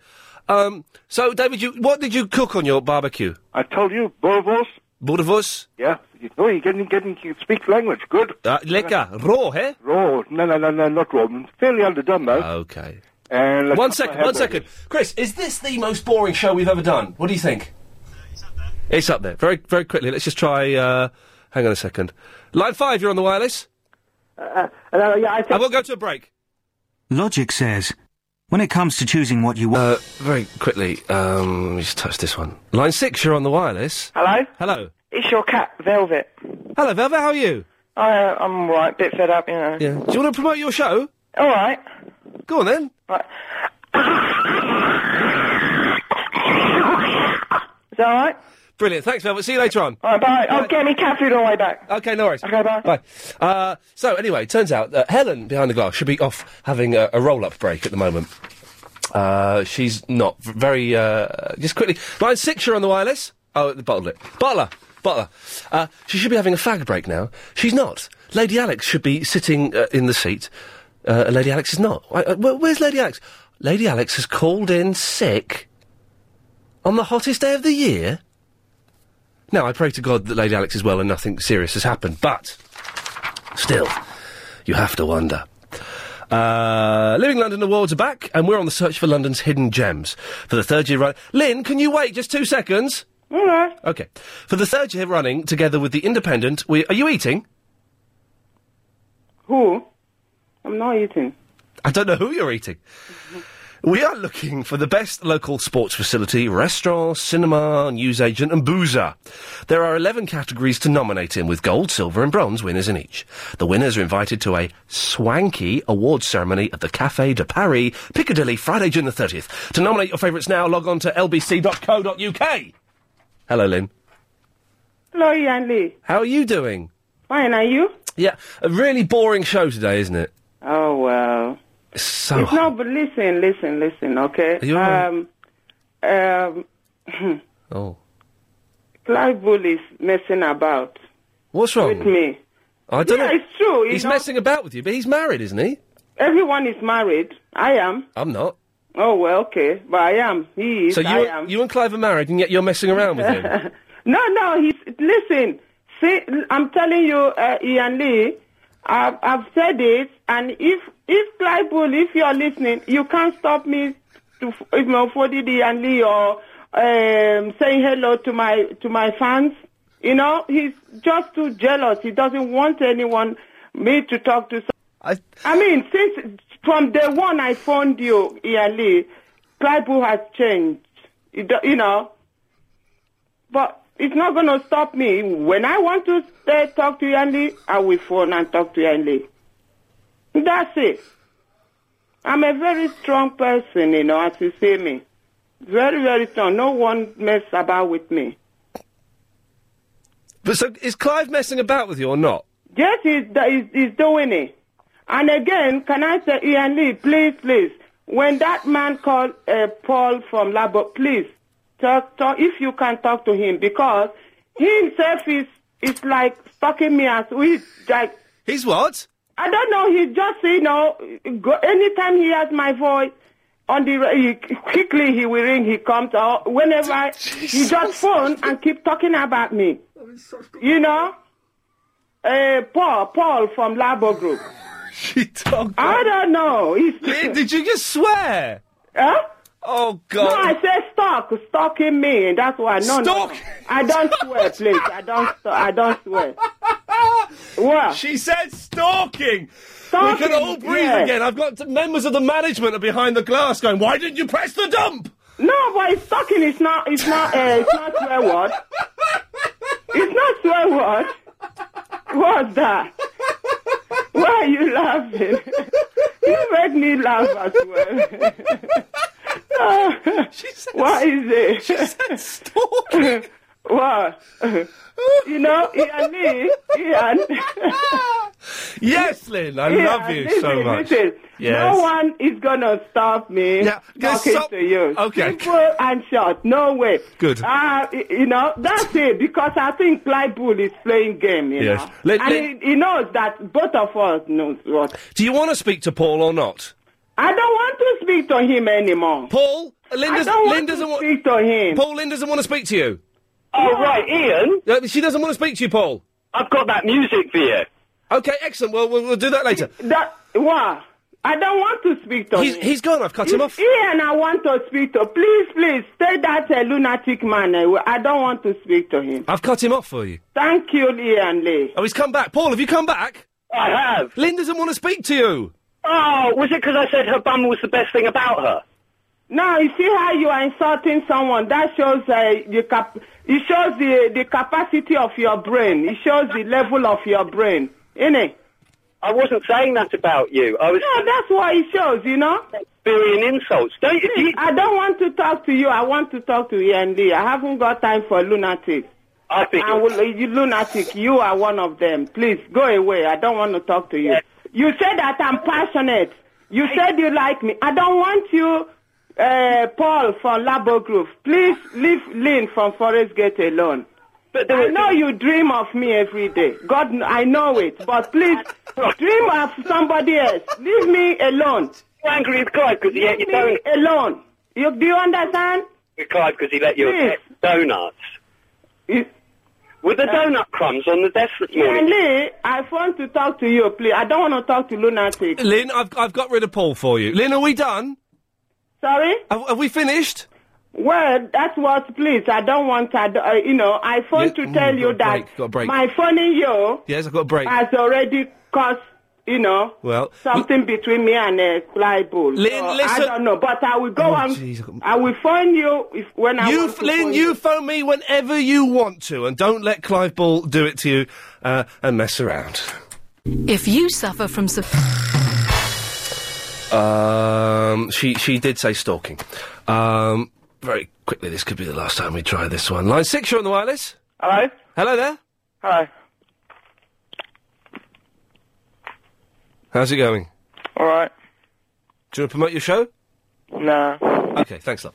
Um, so, David, you what did you cook on your barbecue?
I told you, Bourvos.
Bourvos.
Yeah. You- Oh, you're getting getting you speak language. Good.
Uh, lekker. Raw, eh?
Raw. No, no, no, no, not raw. Fairly underdone though.
Okay.
And
One second, one second. Chris, is this the most boring show we've ever done? What do you think? It's up there. Very, very quickly. Let's just try. Uh, hang on a second. Line five, you're on the wireless.
Hello. Uh, Yeah, I
I will go to a break.
Logic says, when it comes to choosing what you
want. Uh, very quickly. Um, let me just touch this one. Line six, you're on the wireless.
Hello.
Hello.
It's your cat, Velvet.
Hello, Velvet. How are you?
I, uh, I'm all right. Bit fed up, you know.
Yeah. Do you want to promote your show?
All right.
Go on then.
Right. Is that all right?
Brilliant. Thanks, Velvet. See you later on.
All right, bye. I'll get me cat food on the way back.
Okay, no worries.
Okay, bye.
Bye. Uh, so anyway, it turns out that Helen behind the glass should be off having a, a roll-up break at the moment. Uh, she's not v- very. Uh, just quickly, line six. You're on the wireless. Oh, the bottle it. Butler, Butler. Uh, she should be having a fag break now. She's not. Lady Alex should be sitting uh, in the seat. Uh, Lady Alex is not. I, I- where- where's Lady Alex? Lady Alex has called in sick on the hottest day of the year. Now, I pray to God that Lady Alex is well and nothing serious has happened, but still, you have to wonder. Uh, Living London Awards are back, and we're on the search for London's hidden gems. For the third year running. Lynn, can you wait just two seconds? Alright. Okay. For the third year running, together with The Independent, we. Are you eating?
Who? I'm not eating.
I don't know who you're eating. We are looking for the best local sports facility, restaurant, cinema, newsagent, and boozer. There are 11 categories to nominate in, with gold, silver, and bronze winners in each. The winners are invited to a swanky awards ceremony at the Café de Paris, Piccadilly, Friday, June the 30th. To nominate your favourites now, log on to lbc.co.uk. Hello, Lynn.
Hello, Ian Lee.
How are you doing?
Fine, are you?
Yeah, a really boring show today, isn't it?
Oh, well.
So
it's not, but listen, listen, listen, okay?
Are you all
um, um,
Oh.
Clive Bull is messing about.
What's wrong?
With me.
I don't
yeah,
know.
it's true. you
He's
know.
messing about with you, but he's married, isn't he?
Everyone is married. I am.
I'm not.
Oh, well, okay. But I am. He is.
so you,
I am.
you and Clive are married, and yet you're messing around with him.
no, no, he's, listen, see, I'm telling you, uh, Ian Lee, I've, I've said it, and if, if Clive Bull, if you're listening, you can't stop me to, f- you know, forwarding Ian Lee or, um, saying hello to my, to my fans. You know, he's just too jealous. He doesn't want anyone, me to talk to.
I,
I mean, since, from day one I phoned you, Ian Lee, Clive Bull has changed. You do- you know, but it's not going to stop me. When I want to uh, talk to Yanli, I will phone and talk to Yanli. That's it. I'm a very strong person, you know, as you see me. Very, very strong. No one mess about with me.
But so is Clive messing about with you or not?
Yes, he's, he's, he's doing it. And again, can I say, Ian Lee, please, please, when that man called uh, Paul from Labo, please, talk, talk, if you can talk to him, because he himself is, is like stalking me as we, like...
He's what?
I don't know, he just, you know, go, anytime he hears my voice, on the ra- he, quickly he will ring, he comes, or whenever I- he just phone and keep talking about me. You know? Uh, Paul, Paul from Labo Group.
she talked.
I don't know.
Did you just swear?
Huh?
Oh God!
No, I said stalk, stalking me, and that's why. No, no,
Stalk?
no. I don't swear, please. I don't. st- I don't swear. What?
She said stalking. we
Stalking,
can all breathe
yeah.
again. I've got t- members of the management are behind the glass going, "Why didn't you press the dump?"
No, but it's stalking. It's not. It's not. Uh, it's not swear word. It's not swear word. What's that? Why are you laughing? you make me laugh as well. Why is it? She
said stalking.
what? you know, Ian Lee, Ian.
Yes, Lynn, I
Ian,
love you
listen,
so much.
Listen,
Yes.
No one is going to stop me
Yeah, just
talking
stop-
to you.
okay.
Simple and short. No way.
Good.
Uh, y- you know, that's it. Because I think Clyde Bull is playing game, you
Yes.
know.
Let-
and
let-
He, he knows that both of us knows what.
Do you want to speak to Paul or not?
I don't want to speak to him anymore.
Paul, Linda's,
I don't want
Lynn
to
doesn't want
speak to him.
Paul, Lynn doesn't want to speak to you.
Oh, right, Ian.
she doesn't want to speak to you, Paul.
I've got that music for you.
Okay, excellent. Well, we'll, we'll do that later.
That, what? I don't want to speak to
He's-
him.
he's gone. I've cut him off.
Ian, I want to speak to. Please, please, stay that uh, lunatic man. away. I don't want to speak to him.
I've cut him off for you.
Thank you, Ian Lee.
Oh, he's come back. Paul, have you come back?
I have.
Lynn doesn't want to speak to you.
Oh, was it because I said her bum was the best thing about her? No, you see how you are insulting someone. That shows uh, the cap- it shows the the capacity of your brain. It shows the level of your brain, innit? I wasn't saying that about you. I was. No, that's what it shows. You know. Spewing insults. Don't you, I don't want to talk to you. I want to talk to END. I haven't got time for lunatics. I think will, you lunatic. You are one of them. Please go away. I don't want to talk to you. You said that I'm passionate. You said you like me. I don't want you uh, Paul from Labo Grove, please leave Lynn from Forest Gate alone. But I know you dream of me every day. God, kn- I know it. But please, dream of somebody else. Leave me alone. angry with God because
he ate
Leave
your
me alone. You, do you understand?
with Clive because he let you
Yes.
have donuts. With
Uh,
the donut crumbs on the desk this morning.
Lee, I want to talk to you, please. I don't want to talk to lunatic.
Lynn, I've, I've got rid of Paul for you. Lynn, are we done?
Sorry?
Have, have we finished?
Well, that's what, please. I don't want, I, do- uh, you know, I want to tell you that
break, mm, got a break.
my phoning you
Yes, I've got a break.
has already caused, you know,
well,
something between me and uh, Clyde Bull.
Lynn,
So,
listen-
I don't know, but I will go
Oh,
on.
jeez, I
I will phone you if, when I
you,
want to
Lynn,
phone
you phone me whenever you want to, and don't let Clive Ball do it to you uh, and mess around.
If you suffer from. Su-
Um, she she did say stalking. Um, very quickly, this could be the last time we try this one. Line six, you're on the wireless.
Hello.
Hello there.
Hello.
How's it going?
All right.
Do you want to promote your show?
Nah.
Okay, thanks, love.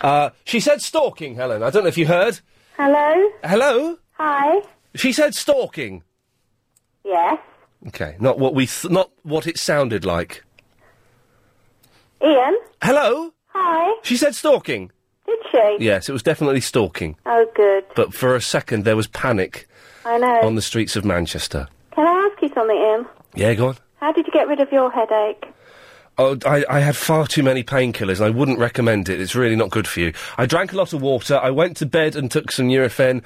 Uh, she said stalking, Helen. I don't know if you heard.
Hello?
Hello.
Hi?
She said stalking.
Yes.
Okay, not what we th- not what it sounded like.
Ian?
Hello.
Hi?
She said stalking.
Did she?
Yes, it was definitely stalking.
Oh, good.
But for a second, there was panic
I know.
on the streets of Manchester.
Can I ask you something, Ian?
Yeah, go on.
How did you get rid of your headache?
Oh, I, I had far too many painkillers, and I wouldn't recommend it. It's really not good for you. I drank a lot of water. I went to bed and took some Nurofen.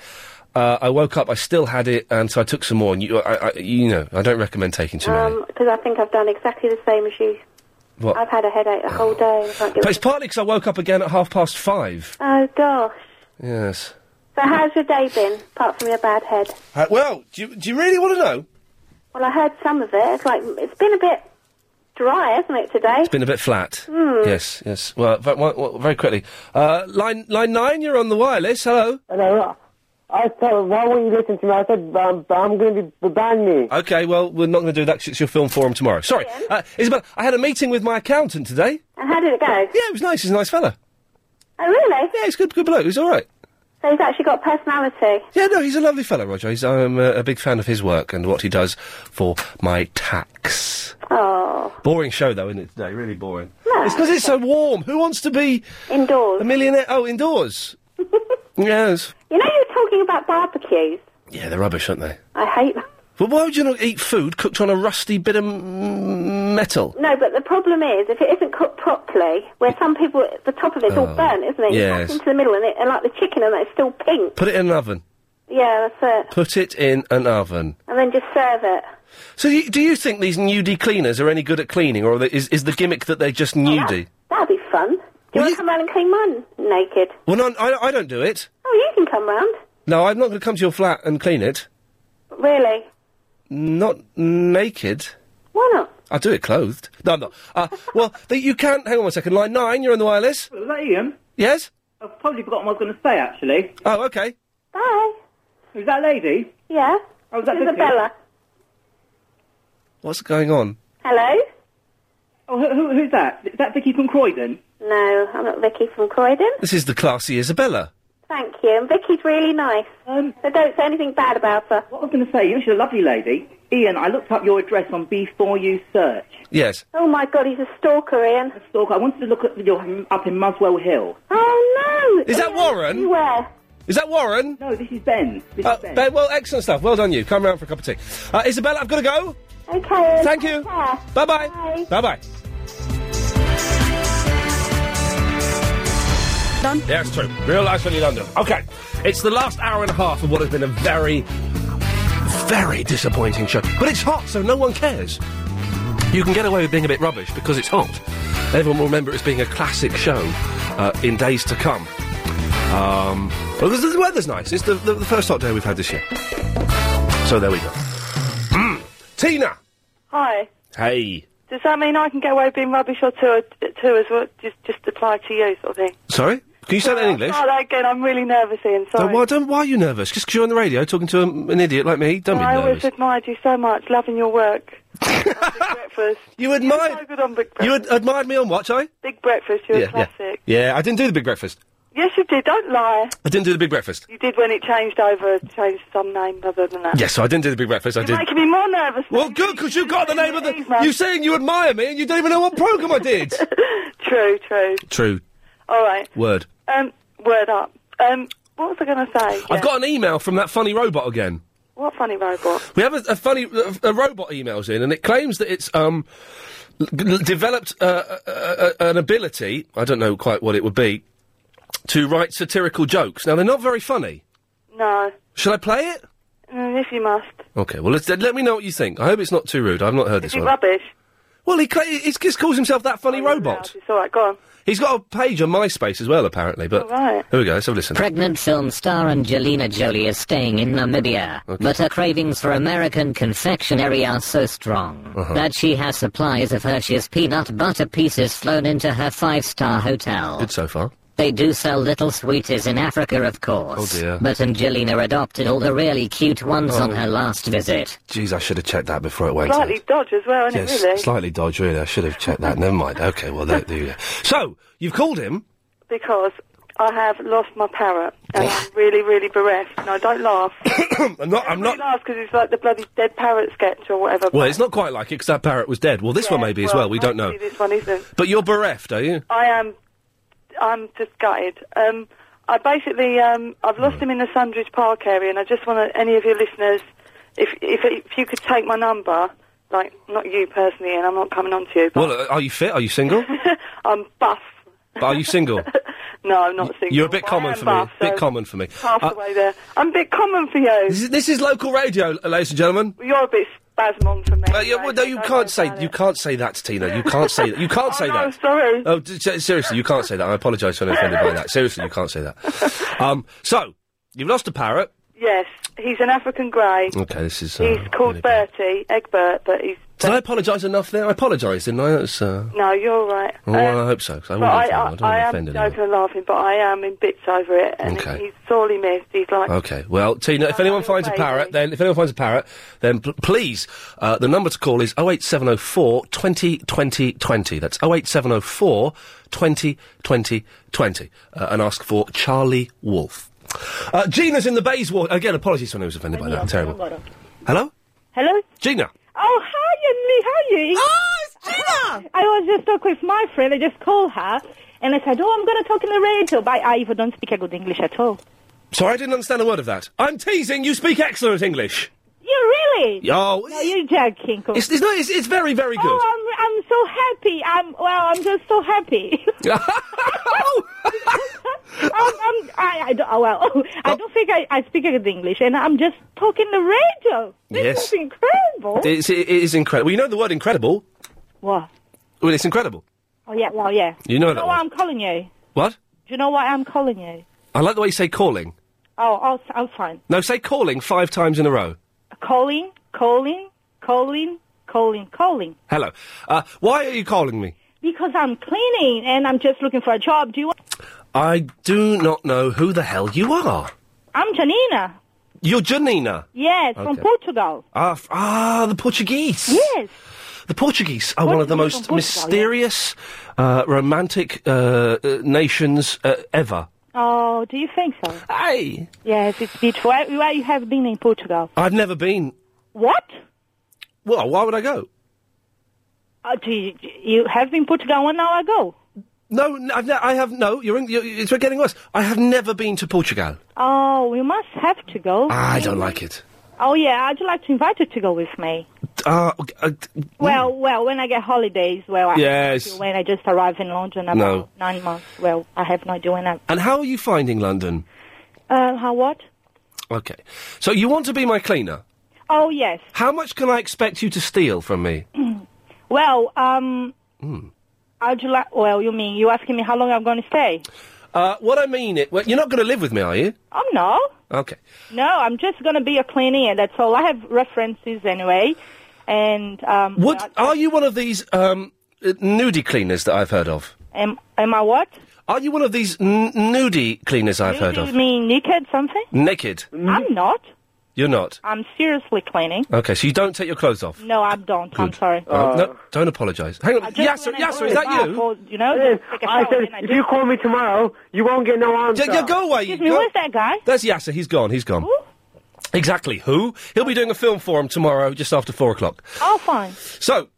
Uh, I woke up, I still had it, and so I took some more. And you, I, I, you know, I don't recommend taking too many.
Um, because I think I've done exactly the same as you.
What?
I've had a headache the whole day. and I can't get
But
rid
it's partly because I woke up again at half past five.
Oh, gosh.
Yes.
So how's your day been, apart from your bad head?
Uh, well, do you, do you really want to know?
Well, I heard some of it. It's like, it's been a bit dry, hasn't it, today?
It's been a bit flat.
Hmm.
Yes, yes. Well, very, very quickly. Uh, line line nine, you're on the wireless. Hello.
Hello. I tell why won't you listen to me? I said, um, I'm going to be ban me.
Okay, well, we're not going to do that 'cause it's your film forum tomorrow. Sorry. Uh, Isabel, I had a meeting with my accountant today.
And Uh, how did it go? Yeah,
it was nice. He's a nice fella.
Oh, really?
Yeah, he's good, good bloke. He's all right.
So he's actually got personality.
Yeah, no, he's a lovely fellow, Roger. He's, I'm uh, a big fan of his work and what he does for my tax.
Oh.
Boring show, though, isn't it, today? Really boring. it's because it's so warm. Who wants to be...
Indoors.
A millionaire... Oh, indoors. yes.
You know, you're talking about barbecues.
Yeah, they're rubbish, aren't they?
I hate them.
But why would you not eat food cooked on a rusty bit of mm, metal?
No, but the problem is if it isn't cooked properly, where some people the top of it's all
Oh,
burnt, isn't it? You
yes.
cut into the middle, and it and like the chicken, and it's still pink.
Put it in an oven.
Yeah, that's it.
Put it in an oven.
And then just serve it.
So, you, do you think these nudie cleaners are any good at cleaning, or are they, is, is the gimmick that they're just nudie?
That'd be fun. Do you want to come round and clean mine naked?
Well, no, I, I don't do it.
Oh, you can come round.
No, I'm not going to come to your flat and clean it.
Really?
Not naked.
Why not?
I'll do it clothed. No, I'm not. Uh, well, th- you can't. Hang on one second. Line nine, you're on the wireless.
Is that Ian?
Yes?
Um, I've probably forgotten what I was going to say, actually.
Oh, okay.
Bye.
Who's that lady?
Yeah.
Oh, is that good
Isabella.
What's going on?
Hello.
Oh, who, who, who's that? Is that Vicky from Croydon?
No, I'm not Vicky from Croydon.
This is the classy Isabella.
Thank you. And Vicky's really nice. Um, so don't say anything bad about her.
What I was going to say, you know, she's a lovely lady. Ian, I looked up your address on Before You Search.
Yes.
Oh my God, he's a stalker, Ian. A
stalker. I wanted to look at your home up in Muswell Hill.
Oh no!
Is that Warren?
Where?
Is that Warren?
No, this is Ben. This
Uh,
is Ben.
ben, well, excellent stuff. Well done, you. Come round for a cup of tea. Uh, Isabella, I've got to go.
Okay.
Thank you. Bye bye. Bye bye. Done. Yeah, it's true. Real life in London. Okay. It's the last hour and a half of what has been a very, very disappointing show. But it's hot, so no one cares. You can get away with being a bit rubbish because it's hot. Everyone will remember it as being a classic show uh, in days to come. Um, well, the, the weather's nice. It's the, the, the first hot day we've had this year. So there we go. Mm. Tina!
Hi.
Hey.
Does that mean I can get away with being rubbish or two, or two as well? Just, just apply to you, sort of thing.
Sorry? Can you say
Uh,
that in English?
Start that again. I'm really nervous, Ian. Oh, Sorry.
Don't, why, don't, why are you nervous? Just because you're on the radio talking to a, an idiot like me? Don't be
I
nervous.
always admired you so much, loving your work. Big breakfast.
You admired.
so good on big breakfast.
You ad- admired me on what, sorry?
Big breakfast. You're a
yeah, yeah.
classic.
Yeah, I didn't do the big breakfast.
Yes, you did. Don't lie.
I didn't do the big breakfast.
You did when it changed over, changed some name other than that.
Yes, I didn't do the big breakfast. I
You're
did.
making me more nervous.
Well, good, because you got the name of the. You saying you admire me and you don't even know what programme I did.
True, true.
True.
All right.
Word.
Um, word up. Um, what was I going to say? Yeah.
I've got an email from that funny robot again.
What funny robot?
We have a, a funny a, a robot emails in, and it claims that it's um l- l- developed uh, uh, uh, an ability. I don't know quite what it would be to write satirical jokes. Now they're not very funny.
No.
Shall I play it?
Mm, if you must.
Okay. Well, let's, let me know what you think. I hope it's not too rude. I've not heard
Is
this
he
one.
rubbish?
Well, he cla- he just calls himself that funny robot.
It's all right. Go on.
He's got a page on MySpace as well, apparently. But
All right.
here we go. Let's have a listen.
Pregnant film star Angelina Jolie is staying in Namibia, but her cravings for American confectionery are so strong
Uh-huh.
that she has supplies of Hershey's peanut butter pieces flown into her five-star hotel.
Good so far.
They do sell little sweeties in Africa, of course.
Oh, dear.
But Angelina adopted all the really cute ones on
Oh.
her last visit.
Jeez, I should have checked that before it went. out.
Slightly dodge as well, isn't
Yes,
it? Really?
slightly dodgy. Really, I should have checked that. Never mind. Okay, well, there, there you go. So you've called him.
Because I have lost my parrot and I'm really, really bereft. No, don't laugh.
I'm not. I'm not.
laugh because it's like the bloody dead parrot sketch or whatever.
Well, it's not quite like it because that parrot was dead. Well, this one maybe as well. We don't know.
Maybe This one isn't.
But you're bereft, are you?
I am. I'm just gutted. Um, I basically um, I've
Hmm.
lost him in the Sundridge Park area, and I just want to, any of your listeners, if, if if you could take my number, like not you personally, and I'm not coming on to you, but
Well, uh, are you fit? Are you single?
I'm buff.
are you single?
No, I'm not single.
You're a bit
but I
common
am
for
buff,
me.
so
bit common for me.
Half
Uh,
the way there. I'm a bit common for you.
this, is, this is local radio, l- ladies and gentlemen.
Well, You're a bit spasmon for me.
Uh, yeah, well, no, you can't say you can't say that, Tina. You can't say that. You can't say
I'm
that.
sorry.
Oh, d- se- seriously, you can't say that. I apologise for being offended by that. Seriously, you can't say that. Um, so you've lost a parrot.
Yes, he's an African grey.
Okay, this is. Uh,
He's called Bertie, Egbert, but he's
Did I apologise enough there? I apologise, didn't I? That's, uh,
no. You're all right.
well, I hope so. 'cause I,
But
wouldn't
Um, I, I,
offend you. I don't
I
want to
am
offend anyone.
joking and laughing, but I am in bits over it, and
Okay. Oh.
he's sorely missed. He's like,
Okay. Well, Tina,
Oh,
if anyone finds a parrot, then if anyone finds a parrot, then pl- please, uh, the number to call is 08704 20 20 20. That's 08704 20 20 20. Uh, and ask for Charlie Wolf. Uh, Gina's in the Bayswater. Again, apologies for anyone who's offended by that. I'm terrible. Hello?
Hello?
Gina.
Oh, hi, Emily. How are you?
Ah,
Oh, it's Gina. I was just talking with my friend. I just called her, and I said, "Oh, I'm going to talk in the radio," but I even don't speak a good English at all.
Sorry, I didn't understand a word of that. I'm teasing. You speak excellent English.
You really?
Yo.
No, you're joking.
Oh, eh? It's- it's not- it's- it's very, very good.
Oh, I'm, I'm so happy. I'm well. I'm just so happy. I'm, I'm, I, I don't, oh, well, I don't think I, I speak a good English, and I'm just talking the radio. This
Yes.
is incredible.
It's, it is incredible. You know the word incredible.
What?
Well, it's incredible.
Oh yeah, well yeah.
You know
Do you
that
know why I'm calling you?
What?
Do you know why I'm calling you?
I like the way you say calling.
Oh, I'll, I'll find.
No, say calling five times in a row.
Calling, calling, calling, calling, calling.
Hello. Uh, why are you calling me?
Because I'm cleaning and I'm just looking for a job. Do you want?
I do not know who the hell you are.
I'm Janina.
You're Janina.
Yes, from
Okay.
Portugal.
Ah, f- ah, the Portuguese.
Yes.
The Portuguese are one of the
Portuguese
most
from Portugal,
mysterious, uh, romantic uh, uh, nations uh, ever.
Oh, do you think so?
Hey.
Yes, it's beautiful. Where, where you have been in Portugal?
I've never been.
What?
Well, why would I go?
Uh, do you, you have been Portugal one hour ago?
No, n- I've ne- I have no. You're, in, you're it's getting worse. I have never been to Portugal. Ah,
Oh, we must have to go.
I don't like it.
Oh yeah, I'd like to invite you to go with me.
Ah, okay, uh, t-
Well, well, when I get holidays, well, I
Yes.
when I just arrived in London about
No.
nine months. Well, I have no idea when I.
and how are you finding London?
Uh, how what?
Okay. So you want to be my cleaner?
Oh yes.
How much can I expect you to steal from me?
Well, um,
Hmm.
how'd you like? Well, you mean you asking me how long I'm going to stay?
Uh, what I mean it. Well, you're not going to live with me, are you?
Oh no,
Okay.
no, I'm just going to be a cleaner. That's all. I have references anyway, and um,
Would are you one of these um, uh, nudie cleaners that I've heard of?
am am I what?
Are you one of these n- nudie cleaners I've heard
You
of?
mean naked something?
Naked.
I'm not.
You're not.
I'm seriously cleaning.
Okay, so you don't take your clothes off.
No, I don't. I'm sorry. Oh.
Uh, no, don't apologise. Hang on.
Yes, sir. Yes, sir. Is that you? you know, just take a
I
shower,
said,
then
if
do
you call me tomorrow, you won't get no answer.
Yeah, yeah, go away.
Excuse me, where's that guy?
That's Yasser. He's gone. He's gone. Exactly. Who? He'll be doing a film for him tomorrow, just after four o'clock.
Oh, fine.
So,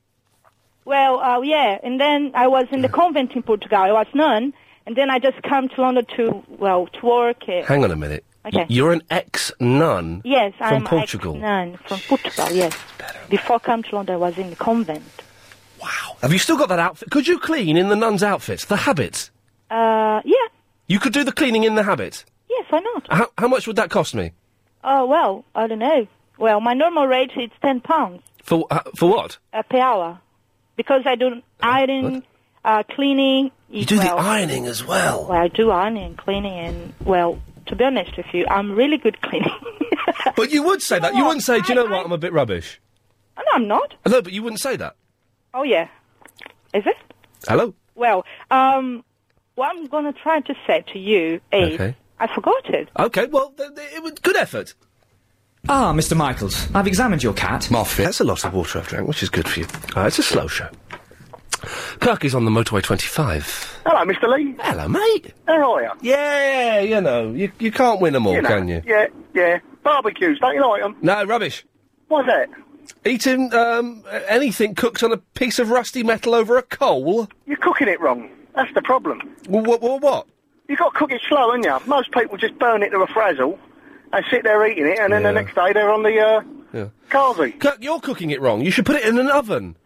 Well, uh, yeah, and then I was in the convent in Portugal. I was nun, and then I just come to London to well to work. Here.
hang on a minute.
Okay.
You're an ex nun.
Yes,
from
I'm
Portugal.
Nun from Portugal. Yes. Before I come to London, I was in the convent.
Have you still got that outfit? Could you clean in the nun's outfit, the habit?
Uh, yeah.
You could do the cleaning in the habit.
Yes, why not?
How, how much would that cost me?
Oh well, I don't know. Well, my normal rate is ten pounds
For uh, for what?
uh, per hour, because I do ironing, uh, cleaning.
You do the ironing as well.
Well, I do ironing and cleaning, and well, to be honest with you, I'm really good cleaning.
but you would say that. You wouldn't say, do you know what? I'm a bit rubbish.
Oh, no, I'm not.
No, but you wouldn't say that.
Oh yeah, is it?
Hello.
Well, um, what I'm gonna try to say to you is,
Okay.
I forgot it.
Okay. Well, th- th- it was good effort.
Ah, Mr. Michaels, I've examined your cat.
Moffat. That's a lot of water I've drank, which is good for you. Uh, it's a slow show. Kirk is on the motorway 25.
Hello, Mr. Lee.
Hello, mate.
How are you?
Yeah, you know, you, you can't win them all,
You know,
can you?
Yeah, yeah. Barbecues, don't you like them?
No, rubbish.
Why's that?
Eating um, a- anything cooked on a piece of rusty metal over a coal?
You're cooking it wrong. That's the problem.
What? What? what?
You've got to cook it slow, haven't you? Most people just burn it to a frazzle and sit there eating it, and then the
Yeah.
next day they're on the uh,
Yeah.
Carvey.
Kirk, you're cooking it wrong. You should put it in an oven.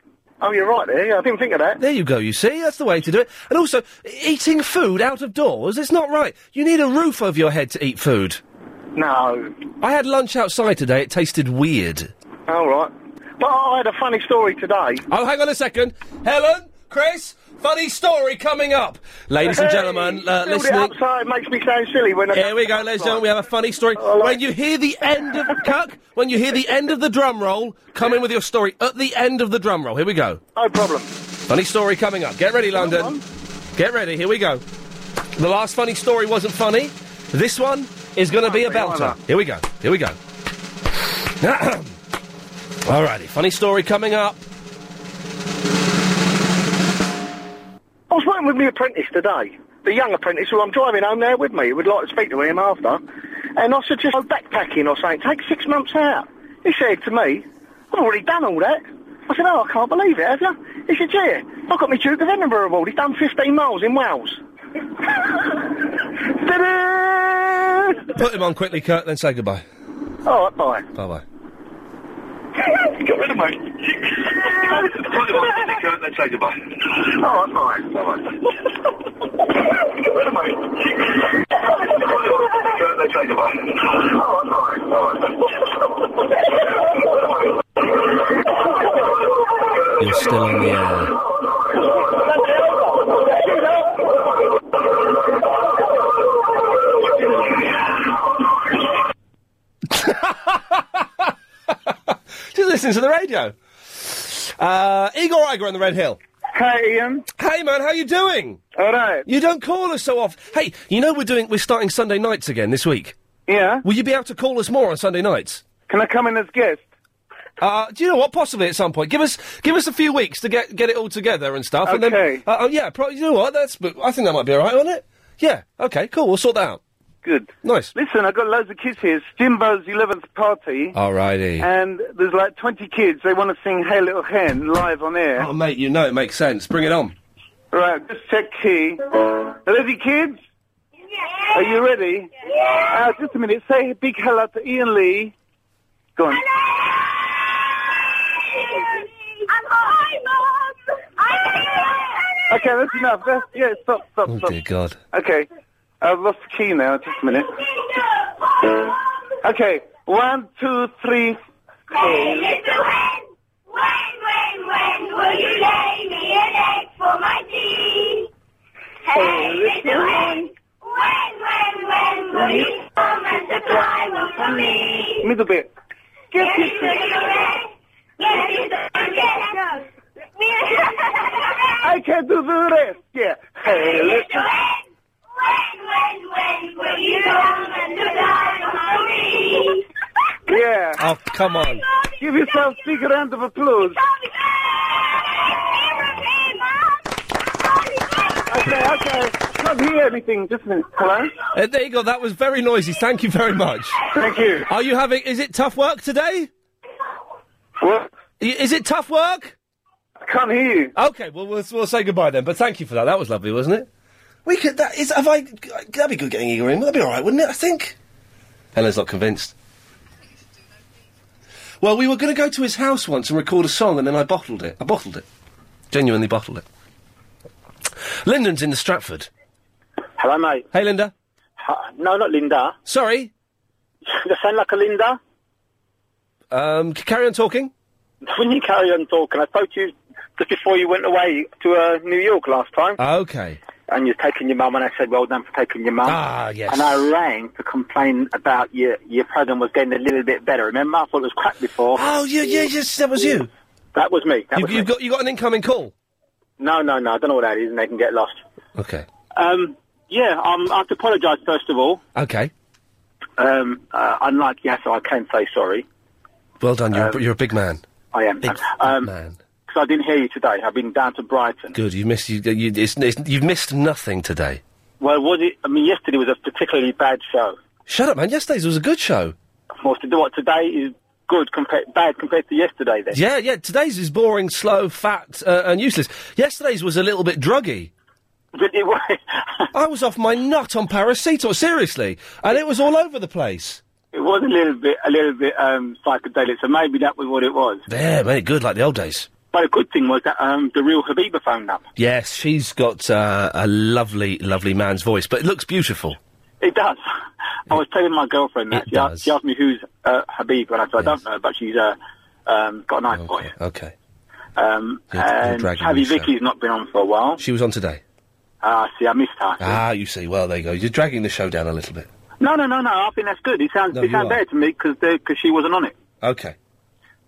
Oh, you're right there. Yeah, I didn't think of that.
There you go, you see? That's the way to do it. And also, eating food out of doors, it's not right. You need a roof over your head to eat food.
No.
I had lunch outside today. It tasted weird.
All right. But I had a funny story today.
Oh, hang on a second. Helen, Chris, funny story coming up. Ladies and
Hey,
gentlemen, uh,
build it
listening.
upside makes me sound silly when I.
Here we go, ladies and gentlemen. We have a funny story. When you hear the end of Kirk, when you hear the end of the drum roll, come in with your story at the end of the drum roll. Here we go.
No problem.
Funny story coming up. Get ready, London. Get ready. Here we go. The last funny story wasn't funny. This one is going to be a belter. Here we go. Here we go. Alrighty. Funny story coming up.
I was working with my apprentice today, the young apprentice who I'm driving home there with me. Would like to speak to him after. And I said, just go backpacking or something. Take six months out. He said to me, I've already done all that. I said, oh, I can't believe it, have you? He said, yeah, I got my Duke of Edinburgh award. He's done 15 miles in Wales.
Put him on quickly, Kirk. Then say goodbye.
All right, bye.
Bye bye.
Got rid of me. Put him on quickly, Kurt, then say goodbye. All right, bye. Bye-bye. Got rid of me. Put him on quickly, Kurt, then say goodbye. All right, bye.
You're still on the air. Just listen to the radio. Uh, Igor Iger on the Red Hill.
Hey, Ian.
Hey, man, how you doing?
All right.
You don't call us so often. Hey, you know we're doing we're starting Sunday nights again this week.
Yeah.
Will you be able to call us more on Sunday nights?
Can I come in as guest?
Uh, do you know what? Possibly at some point. Give us give us a few weeks to get get it all together and stuff. And then,
Okay.
uh, oh, yeah, probably. You know what? That's. but I think that might be all right, won't it? Yeah. Okay. Cool. We'll sort that out.
Good.
Nice.
Listen, I've got loads of kids here. It's Jimbo's 11th party.
Oh, Alrighty.
And there's like 20 kids. They want to sing Hey Little Hen live on air.
Oh, mate, you know it makes sense. Bring it on.
Right, just check key. Ready, kids? Are you ready? Yeah. Uh, just a minute. Say a big hello to Ian Lee. Go on. Okay, that's enough. That's, yeah, stop, stop,
Oh
stop.
dear God.
Okay, I've lost the key now. Just a minute. Okay, one, two, three.
Hey, little hen, when, when, when will you lay me an egg for my tea? Hey, little hen, when, when, when will you come and supply one for me?
Middle bit.
Yes, little hen, yes, little hen, yes.
I can do the rest. Yeah. Hey, little hen,
Oh, come on.
Give yourself a big round of applause. Okay, okay. I can't hear anything. Just a minute. Hello?
Uh, there you go. That was very noisy. Thank you very much.
Thank you.
Are you having? Is it tough work today?
What?
Is it tough work?
I can't hear you.
Okay. Well, we'll we'll say goodbye then. But thank you for that. That was lovely, wasn't it? We could. That is. Have I? That'd be good getting Igor in. That'd be all right, wouldn't it? I think. Helen's not convinced. Well, we were going to go to his house once and record a song, and then I bottled it. I bottled it. Genuinely bottled it. Lyndon's in the Stratford.
Hello, mate.
Hey, Linda.
no, not Linda.
Sorry?
you sound like a Linda.
Um, c- carry on talking.
When you carry on talking, I spoke to you just before you went away to uh, New York last time.
Uh. Okay.
and you're taking your mum, and I said, well done for taking your mum.
Ah, yes.
And I rang to complain about your your program was getting a little bit better. Remember, I thought it was crap before.
Oh, yeah, yeah, yes, that was you.
That was me. That
You,
was
you've
me.
got you got an incoming call.
No, no, no. I don't know what that is, and they can get lost.
Okay.
Um, yeah, um, I have to apologise first of all.
Okay.
Um, uh, unlike Yasser, I can say sorry.
Well done.
Um,
You're, a b- you're a big man.
I am.
Big
um,
man.
Because I didn't hear you today. I've been down to Brighton.
Good. You missed you, you it's, it's, you've missed nothing today.
Well, was it? I mean, yesterday was a particularly bad show.
Shut up, man. Yesterday's was a good show.
Well, to do what today is good compared bad compared to yesterday. Then.
Yeah, yeah. Today's is boring, slow, fat, uh, and useless. Yesterday's was a little bit druggy. I was off my nut on paracetamol, seriously, and it was all over the place.
It was a little bit, a little bit um, psychedelic, so maybe that was what it was.
Yeah, mate, good like the old days.
But the good thing was that um, the real Habiba phoned up.
Yes, she's got uh, a lovely, lovely man's voice, but it looks beautiful.
It does. I was telling my girlfriend that. She, a- she asked me who's uh, Habib, and I said, I don't know, but she's uh, um, got a nice voice.
Okay.
Um,
You're- you're
and
dragging
Chavi
this out.
Vicky's not been on for a while.
She was on today.
Ah, see, I missed her.
Ah, you see. Well, there you go. You're dragging the show down a little bit.
No, no, no, no, I think that's good. It sounds,
No,
it
you
sounds
are.
better to me because she wasn't on it.
Okay.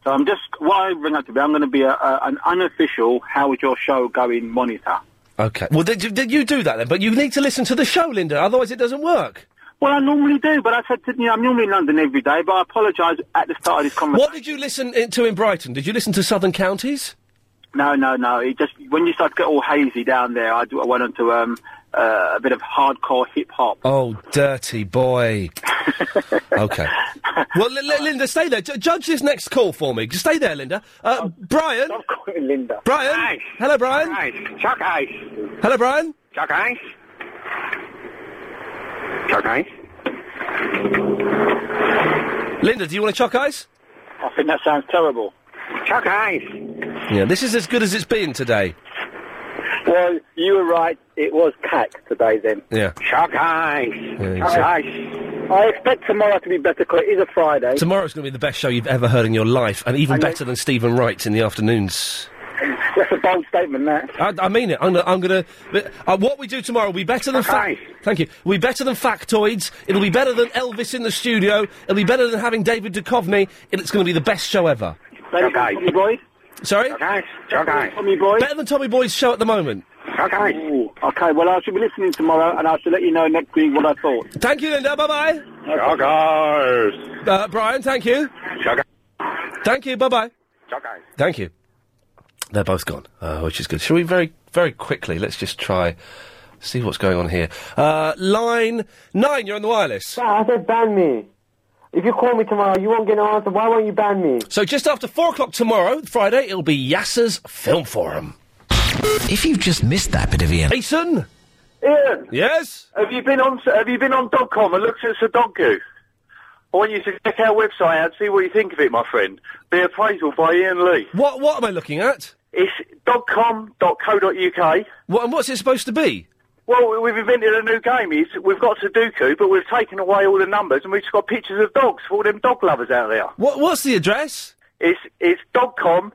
So I'm just, what I bring up to be, I'm going to be a, a, an unofficial How Is Your Show Going monitor.
Okay. Well, did, you- did you do that then? But you need to listen to the show, Linda. Otherwise, it doesn't work.
Well, I normally do, but I said to you, I'm normally in London every day, but I apologise at the start of this conversation.
What did you listen in- to in Brighton? Did you listen to Southern Counties?
No, no, no. It just when you start to get all hazy down there, I, d- I went on to um, uh, a bit of hardcore hip hop.
Oh, dirty boy. okay. Well, Li- Li- Linda, stay there. Ju- judge this next call for me. Just stay there, Linda. Uh, Brian. Stop
calling Linda.
Brian. Hello, Brian.
Chuck Hayes.
Hello, Brian.
Chuck Hayes. Chuck Hayes.
Linda, do you want a chuck ice?
I think that sounds terrible.
Chuck Hayes.
Yeah, this is as good as it's been today.
Well, you were right. It was cack today then.
Yeah.
Chuck Hayes.
Yeah, so-
I expect tomorrow to be better because it is a Friday.
Tomorrow's going to be the best show you've ever heard in your life, and even better than Stephen Wright's in the afternoons.
That's a bold statement, that.
I, I mean it. I'm gonna. I'm gonna but, uh, what we do tomorrow will be better than. Fa- thank you. Will be better than factoids. It'll be better than Elvis in the studio. It'll be better than having David Duchovny. and It's going to be the best show ever.
Better than Tommy Boyd.
Sorry.
Better than Tommy Boyd.
Better than Tommy Boyd's show at the moment.
Okay. okay. Well, I shall be listening tomorrow, and I shall let you know next week what I thought.
Thank you, Linda. Bye bye.
Chuck
Eyes. Uh, Brian, thank you. Thank you. Bye bye. Thank you. They're both gone, uh, which is good. Shall we very, very quickly? Let's just try, see what's going on here. Uh, line nine, you're on the wireless.
I said ban me. If you call me tomorrow, you won't get an answer. Why won't you ban me?
So just after four o'clock tomorrow, Friday, it'll be Yasser's Film Forum. If you've just missed that bit of Ian. Jason,
Ian.
Yes.
Have you been on? Have you been on .com and looked at Sudoku? I want you to check our website out, see what you think of it, my friend. The appraisal by Ian Lee.
What What am I looking at?
It's .com.co.uk.
What and what's it supposed to be?
Well, we- we've invented a new game. It's, we've got Sudoku, but we've taken away all the numbers, and we've just got pictures of dogs for all them dog lovers out there.
What What's the address?
It's it's .com.co.uk.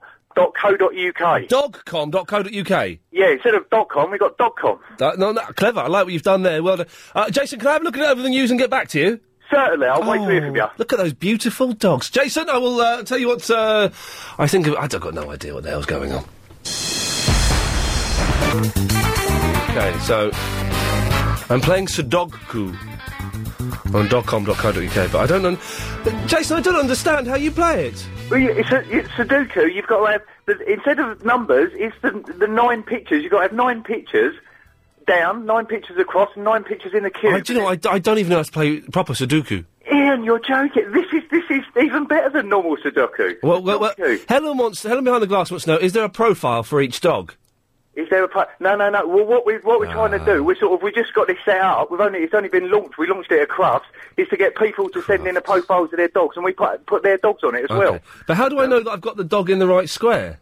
Dogcom.co.uk.
Yeah, instead of .com, we've got .com.
Uh, no, no, clever. I like what you've done there. Well done. Uh, Jason, can I have a look at over the news and get back to you? Oh,
Certainly, I'll wait to hear from you.
Look at those beautiful dogs. Jason, I will uh, tell you what uh, I think of. I've got no idea what the hell's going on. Okay, so I'm playing Sudoku on .com.co.uk, but I don't. Un- Jason, I don't understand how you play it.
Well, you- it's, a, it's Sudoku. You've got to have the, instead of numbers, it's the the nine pictures. You've got to have nine pictures down, nine pictures across, and nine pictures in the cube.
I, do you know? what? I, I don't even know how to play proper Sudoku.
Ian, you're joking. This is this is even better than normal Sudoku.
Well, well, well Helen wants. Helen behind the glass wants to know: Is there a profile for each dog?
Is there a pri- no, no, no? Well, what we what we're trying to
Ah.
do, we sort of we just got this set up. We've only it's only been launched. We launched it at Crufts. Is to get people to send in the profiles of their dogs, and we put put their dogs on it as well.
Okay. But how do I know that I've got the dog in the right square?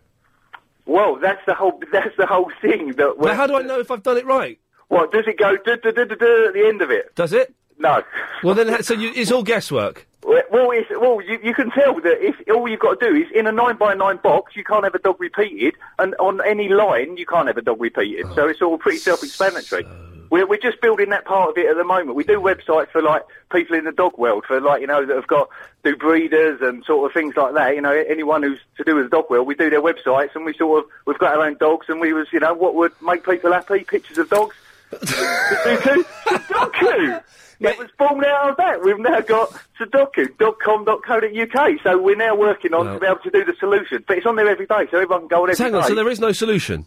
Well, that's the whole that's the whole thing. That
But how do I know if I've done it right?
What does it go duh, duh, duh, duh, duh, at the end of it?
Does it?
No.
Well, then, ha- so you, it's all guesswork.
Well, well, it's, well you, you can tell that if all you've got to do is in a nine by nine box, you can't have a dog repeated, and on any line, you can't have a dog repeated. So it's all pretty self-explanatory. We're, we're just building that part of it at the moment. We do websites for like people in the dog world, for like you know that have got do breeders and sort of things like that. You know, anyone who's to do with the dog world, we do their websites, and we sort of we've got our own dogs, and we was you know what would make people happy? Pictures of dogs. Sudoku, Sudoku. It was born out of that. We've now got Sudoku.com.co.uk. So we're now working on to be able to do the solution, but it's on there every day, so everyone can go on every
Hang on,
day.
so there is no solution.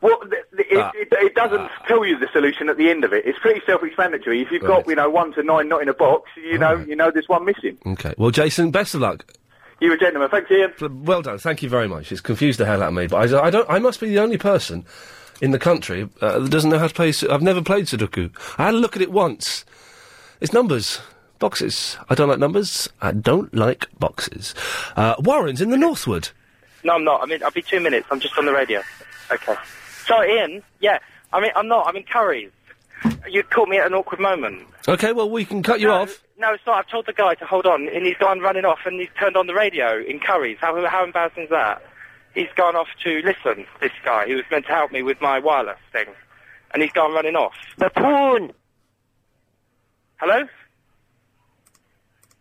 Well, th- th- it, it, it doesn't tell you the solution at the end of it. It's pretty self-explanatory. If you've got, you know, one to nine not in a box, you know, you know, there's one missing.
Okay. Well, Jason, best of luck.
You're a gentleman. Thanks, Ian.
Well done. Thank you very much. It's confused the hell out of me, but I, I don't. I must be the only person in the country uh, that doesn't know how to play. Su- I've never played Sudoku. I had a look at it once. It's numbers, boxes. I don't like numbers. I don't like boxes. Uh, Warren's in the Northwood.
No, I'm not. I mean, I'll be two minutes. I'm just on the radio. Okay. So, Ian, yeah, I mean, I'm not. I'm in Curry's. You caught me at an awkward moment.
Okay. Well, we can cut you
No,
off.
No, it's not. I've told the guy to hold on, and he's gone running off, and he's turned on the radio in Curry's. How, how embarrassing is that? He's gone off to listen, this guy, who was meant to help me with my wireless thing, and he's gone running off.
The porn.
Hello?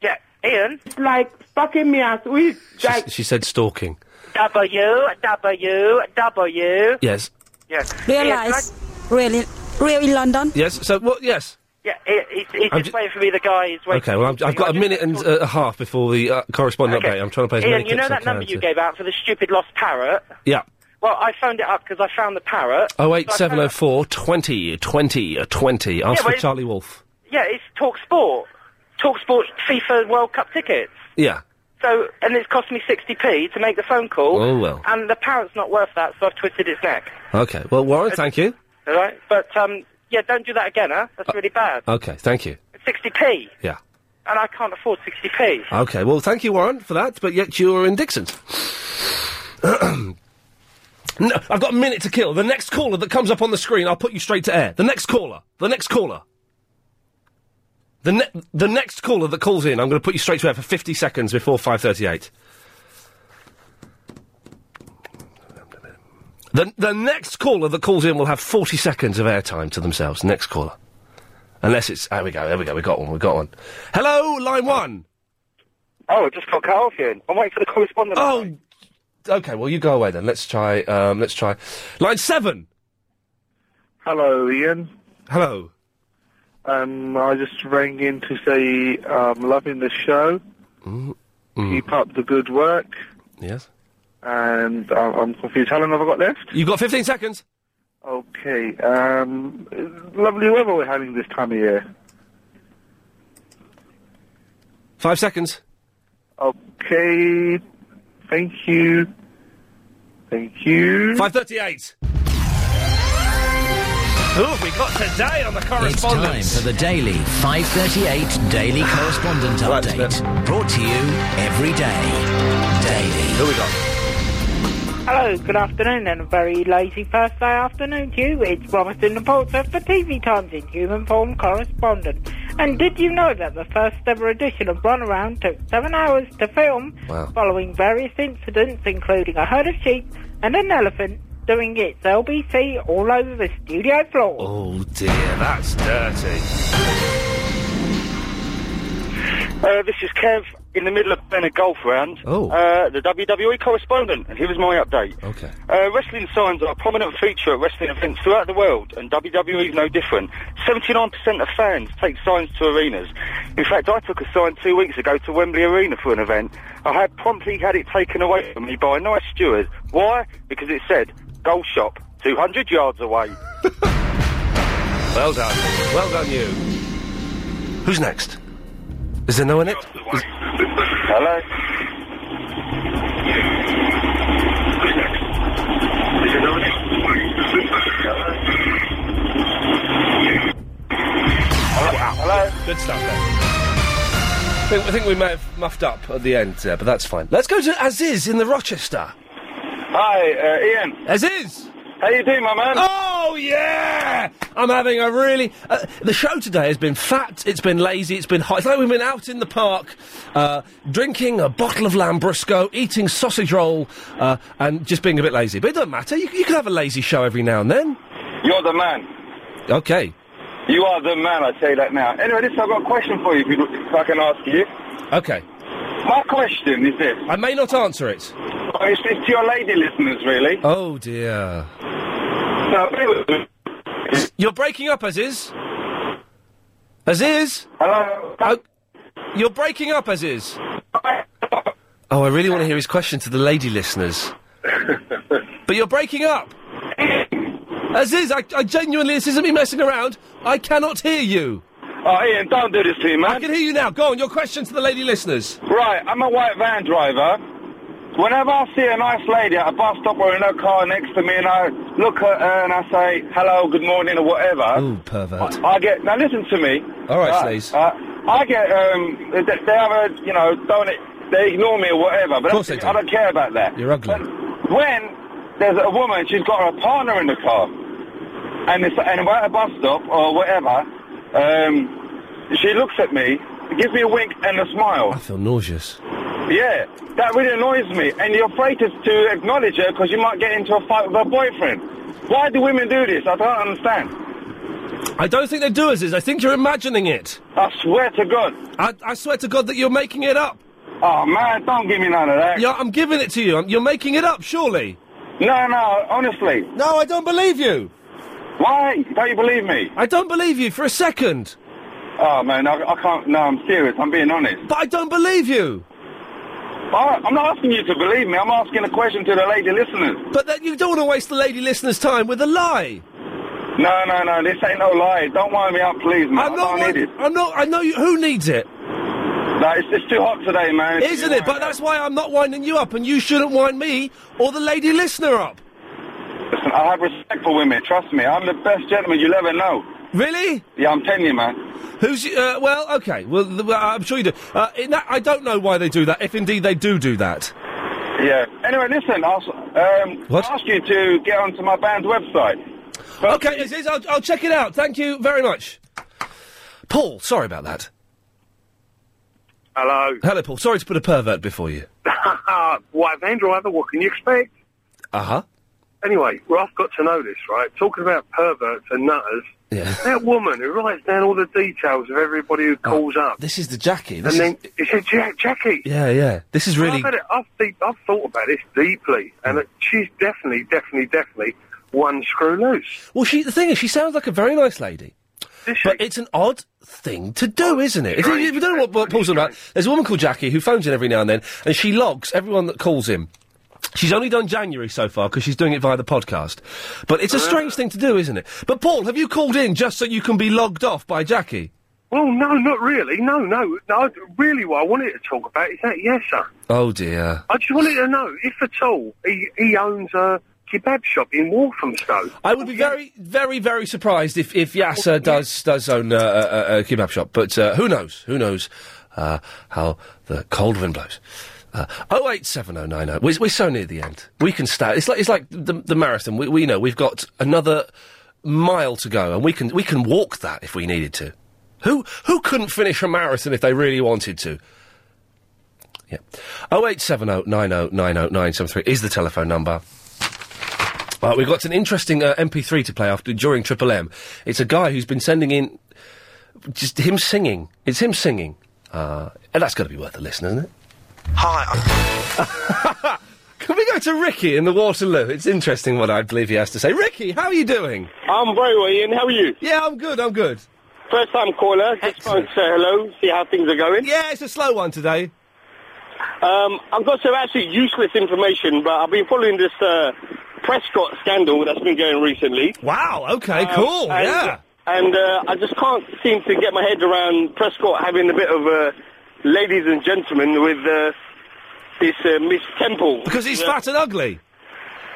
Yeah, Ian?
It's like fucking me as we like
She said stalking.
W, W, W.
Yes.
Yeah.
Realise. Really, really London.
Yes. So what? Yes.
Yeah, he- he's, he's
I'm
just waiting for me. The guy is waiting.
Okay. Well, I'm, I've got a minute and uh, a half before the uh, correspondent
Okay.
update. I'm trying to play as
Ian,
many
you know
clips
that
as I can
number you
to-
gave out for the stupid lost parrot?
Yeah.
Well, I phoned it up because I found the parrot.
Oh eight
So I
seven
found-
oh four twenty twenty uh, twenty. Ask
Yeah,
for
well,
Charlie Wolf.
Yeah, it's Talk Sport. Talk Sport FIFA World Cup tickets.
Yeah.
So, and it's cost me 60p to make the phone call.
Oh, well.
And the parrot's not worth that, so I've twisted its neck.
Okay. Well, Warren, thank you.
All right? But, um, yeah, don't do that again, huh? That's really bad.
Uh, Okay. Thank you.
It's 60p,
Yeah.
and I can't afford 60p.
Okay. Well, thank you, Warren, for that. But yet you are in Dixon's. no, I've got a minute to kill. The next caller that comes up on the screen, I'll put you straight to air. The next caller. The next caller. The ne- the next caller that calls in, I'm going to put you straight to air for 50 seconds before 5:38. The the next caller that calls in will have 40 seconds of airtime to themselves. Next caller. Unless it's there we go, there we go, we got one, we got one. Hello, line one.
Oh, I just got cut off here. I'm waiting for the correspondent.
Oh, okay. Well, you go away then. Let's try. Um, let's try line seven.
Hello, Ian.
Hello.
Um, I just rang in to say um, loving the show.
Mm,
Keep up the good work.
Yes.
And I- I'm confused. How long have I got left?
You've got 15 seconds.
Okay. Um, lovely weather we're having this time of year.
Five seconds.
Okay. Thank you. Thank you.
Five thirty-eight. Who have we got today on the correspondence?
It's time for the daily 538 Daily Correspondent Update. Brought to you every day. Daily.
Who we got?
Hello, good afternoon, and a very lazy Thursday afternoon to you. It's Robertson Porter for TV Times in human form correspondent. And did you know that the first ever edition of Run Around took seven hours to film,
Wow.
following various incidents, including a herd of sheep and an elephant doing its LBC all over the studio floor?
Oh dear, that's dirty.
Uh, this is Kev in the middle of being a golf round.
Oh.
Uh, the
E
WWE correspondent, and here is my update.
Okay.
E
Uh, wrestling signs are a prominent feature at wrestling events throughout the world, and WWE is no different.
Seventy-nine percent of fans take signs to arenas. In fact, I took a sign two weeks ago to Wembley Arena for an event. I had promptly had it taken away from me by a nice steward. Why? Because it said "Goal Shop, 200 yards away."
Well done. Well done, you. Who's next? Is there no one in it? Is-
Hello. Hello.
Good stuff. I think, I think we may have muffed up at the end there, but that's fine. Let's go to Aziz in the Rochester.
Hi, uh, Ian.
Aziz.
How you doing, my man?
Oh yeah! I'm having a really. Uh, the show today has been fat. It's been lazy. It's been hot. It's like we've been out in the park, uh, drinking a bottle of Lambrusco, eating sausage roll, uh, and just being a bit lazy. But it doesn't matter. You, you can have a lazy show every now and then.
You're the man.
Okay.
You are the man, I tell you that now. Anyway, listen, I've got a question for you, if, you, if I can ask you.
Okay.
My question is this. Oh,
I may not answer it.
It's, it's to your lady listeners, really.
Oh dear.
Now, bear with me.
You're breaking up, Aziz. Aziz. Hello. you're breaking up, Aziz. Oh, I really want to hear his question to the lady listeners. but you're breaking up. Aziz, I, I genuinely, this isn't me messing around. I cannot hear you.
Oh, Ian, don't do this to me, man.
I can hear you now. Go on, your question to the lady listeners.
Right, I'm a white van driver. Whenever I see a nice lady at a bus stop or in her car next to me and I look at her and I say hello, good morning or whatever,
Ooh, Oh, pervert.
I get, now listen to me.
All right,
Uh,
Sleaze.
uh, I get, um, they, they have a, you know, don't, they ignore me or whatever, but
course
that's-
they do.
I don't care about that.
You're ugly.
When there's a woman, she's got her partner in the car, and, it's, and we're at a bus stop or whatever, um, she looks at me, gives me a wink and a smile.
I feel nauseous.
Yeah, that really annoys me. And you're afraid to, to acknowledge her because you might get into a fight with her boyfriend. Why do women do this? I don't understand.
I don't think they do, Aziz. I think you're imagining it.
I swear to God.
I, I swear to God that you're making it up.
Oh, man, don't give me none of that.
Yeah, I'm giving it to you. I'm, you're making it up, surely.
No, no, honestly.
No, I don't believe you.
Why don't you believe me?
I don't believe you for a second.
Oh, man, I, I can't. No, I'm serious. I'm being honest.
But I don't believe you.
I, I'm not asking you to believe me. I'm asking a question to the lady listeners.
But then you don't want to waste the lady listener's time with a lie.
No, no, no, this ain't no lie. Don't wind me up, please, man.
I'm
I
not.
don't need it.
I'm not. I know you. Who needs it?
No, it's just too hot today, man. It's
Isn't
too
it? But that's why I'm not winding you up, and you shouldn't wind me or the lady listener up.
Listen, I have respect for women. Trust me, I'm the best gentleman you'll ever know.
Really?
Yeah, I'm telling you, man.
Who's? Uh, well, okay. Well, th- well, I'm sure you do. Uh, in that, I don't know why they do that. If indeed they do do that.
Yeah. Anyway, listen, I'll s- um,
What?
ask you to get onto my band's website.
okay, Aziz, I'll, I'll check it out. Thank you very much, Paul. Sorry about that.
Oh.
Hello.
Hello, Paul. Sorry to put a pervert before you.
White van driver, what can you expect?
Uh huh.
Anyway, well, I've got to know this, right? Talking about perverts and nutters,
Yeah.
that woman who writes down all the details of everybody who calls up.
Oh, This is the Jackie.
and
This
then
is,
it says, Jack, Jackie.
yeah, yeah. This is really.
Oh,
Hmm.
I've, had it, I've, deep, I've thought about this deeply, and it, she's definitely, definitely, definitely one screw loose.
Well, she. The thing is, she sounds like a very nice lady. But it's an odd thing to do, isn't it? If you, if you don't know what, what Paul's on about, there's a woman called Jackie who phones in every now and then, and she logs everyone that calls in. She's only done January so far because she's doing it via the podcast. But it's a strange thing to do, isn't it? But Paul, have you called in just so you can be logged off by Jackie?
Well, no, not really. No, no, no. Really, what I wanted to talk about is that yes, sir.
Oh dear.
I just wanted to know if at all he, he owns a kebab shop in Walthamstow.
I would be very, very, very surprised if if Yasser does does own uh, a, a, a kebab shop, but uh, who knows? Who knows uh, how the cold wind blows? Oh eight seven oh nine oh. We're we're so near the end. We can start. It's like it's like the, the marathon. We we know we've got another mile to go, and we can we can walk that if we needed to. Who who couldn't finish a marathon if they really wanted to? Yeah. Oh eight seven oh nine oh nine oh nine seven three is the telephone number. Uh, we've got an interesting uh, MP3 to play after during Triple M. It's a guy who's been sending in just him singing. It's him singing. Uh, and that's got to be worth a listen, isn't it?
Hi.
Can we go to Ricky in the Waterloo? It's interesting what I believe he has to say. Ricky, how are you doing?
I'm very well, Ian. How are you?
Yeah, I'm good. I'm good.
First time caller. Just wanted to say hello, see how things are going.
Yeah, it's a slow one today.
Um, I've got some absolutely useless information, but I've been following this uh, Prescott scandal that's been going recently. Um,
Wow. Okay. cool.
And,
yeah.
And uh, I just can't seem to get my head around Prescott having a bit of uh, ladies and gentlemen with uh, this uh, Miss Temple.
Because he's
Uh,
fat and ugly.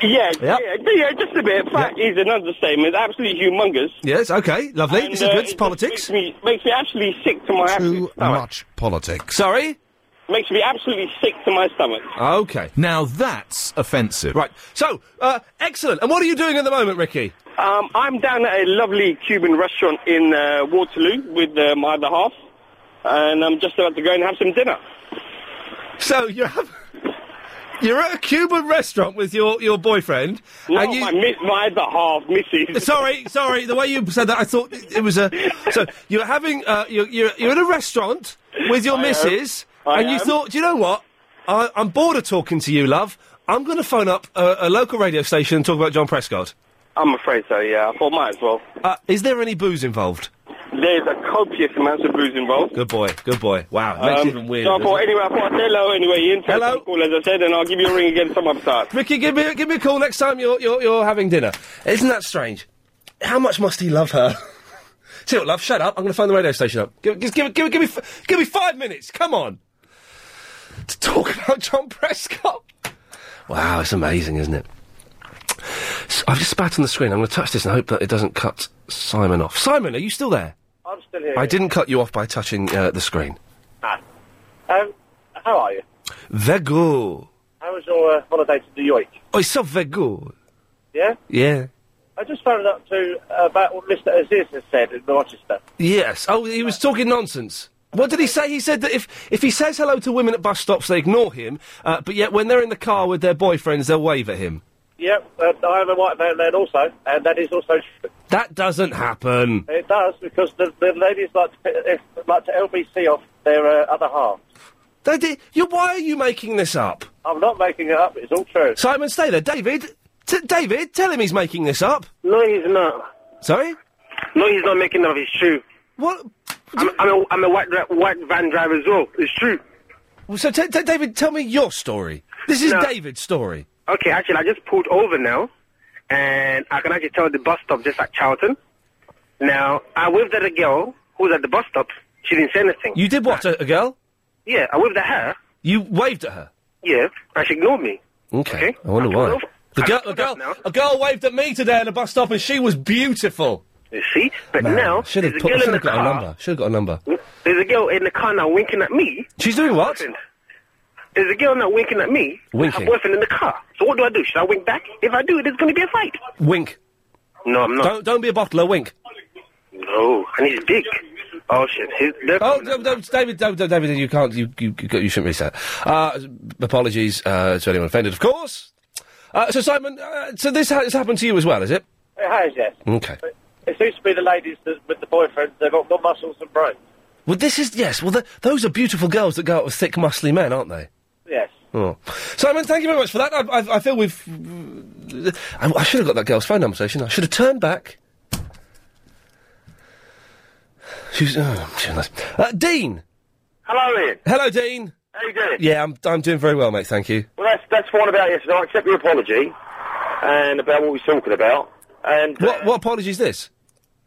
Yeah,
Yep.
yeah, yeah, just a bit. Fat is an understatement. Absolutely humongous.
Yes. Okay. Lovely.
And,
this is
uh,
good.
it
It's
just
politics.
Makes me, makes me absolutely sick to my absolute stomach.
Much politics.
Sorry.
Makes me absolutely sick to my stomach.
Okay.
Now that's offensive.
Right. So, uh, excellent. And what are you doing at the moment, Ricky?
Um, I'm down at a lovely Cuban restaurant in uh, Waterloo with uh, my other half, and I'm just about to go and have some dinner.
So you have you're at a Cuban restaurant with your, your boyfriend, and you my,
my other half, Missy.
Sorry, sorry. The way you said that, I thought it, it was a. So you're having uh, you're, you're you're in a restaurant with your
I am.
missus,
I
and you
am.
thought, "Do you know what? I, I'm bored of talking to you, love. I'm going to phone up a, a local radio station and talk about John Prescott.
I'm afraid so, yeah. I thought might as well.
Uh, is there any booze involved?
There's a copious amount of booze involved.
Good boy, good boy. Wow, makes
Um,
it even weird.
So I thought, anyway, I thought I'd say hello anyway, Ian. Hello. Call, as I said, and I'll give you a ring again some other time.
Ricky, give me a, give me a call next time you're, you're you're having dinner. Isn't that strange? How much must he love her? See what, love? Shut up! I'm going to phone the radio station up. Give, just give, give, give me f- give me five minutes. Come on. To talk about John Prescott. Wow, it's amazing, isn't it? S- I've just spat on the screen. I'm going to touch this and hope that it doesn't cut Simon off. Simon, are you still there?
I'm still here.
I didn't cut you off by touching uh, the screen.
Ah. Um, how are you?
Very good.
How was your uh, holiday to New York?
Oh, it's so very good.
Yeah?
Yeah.
I just phoned up to uh, about what Mr. Aziz has said in Rochester.
Yes. Oh, he was talking nonsense. What did he say? He said that if, if he says hello to women at bus stops, they ignore him, uh, but yet when they're in the car with their boyfriends, they'll wave at him.
Yep, uh, I am a white man then also, and that is also true.
That doesn't happen.
It does, because the, the ladies like to, eh, like to LBC off their uh, other half.
They did, you, why are you making this up?
I'm not making it up, it's all true.
Simon, stay there. David, t- David, tell him he's making this up.
No, he's not.
Sorry?
No, he's not making it up, it's true.
What?
I'm, I'm, a, I'm a white, dri- white van driver as well, Oh, it's true.
Well, so, t- t- David, tell me your story. This is
No.
David's story.
Okay, actually, I just pulled over now, and I can actually tell the bus stop just at Charlton. Now, uh, I waved at a girl who was at the bus stop. She didn't say anything.
You did what to a girl?
Yeah, I waved at her.
You waved at her?
Yeah, and she ignored me.
Okay. I wonder why. The girl, a, girl, a girl waved at me today at a bus stop and she was beautiful.
You see? But
Man,
now,
should have
there's a
put-
girl in
should have
the
got a
car.
number. Should have got a number.
There's a girl in the car now winking at me.
She's doing what?
There's a girl now winking at me. with
Winking.
Her boyfriend in the car. So what do I do? Should I wink back? If I do, there's going to be a fight.
Wink.
No, I'm not.
Don't don't be a bottler. Wink.
No, I need a dick. Oh shit! He's
Oh, no, no, David, no, no, David, you can't. You you you, you shouldn't reset. Uh, apologies uh, to anyone offended, of course. Uh, so Simon, uh, so this ha- has happened to you as well, is it?
It has, yes.
Okay.
It seems to be the ladies that, with the boyfriends, they've got more muscles than brains.
Well, this is yes. Well, th those are beautiful girls that go out with thick, muscly men, aren't they?
Yes.
Oh. Simon, thank you very much for that. I, I, I feel we've. I, I should have got that girl's phone number, so shouldn't I? I should have turned back. She's. Oh, she was- uh, Dean!
Hello, Ian.
Hello, Dean.
How you doing?
Yeah, I'm, I'm doing very well, mate, thank you.
Well, that's that's one about yesterday. I accept your apology and about what we were talking about. And uh,
What, what apology is this?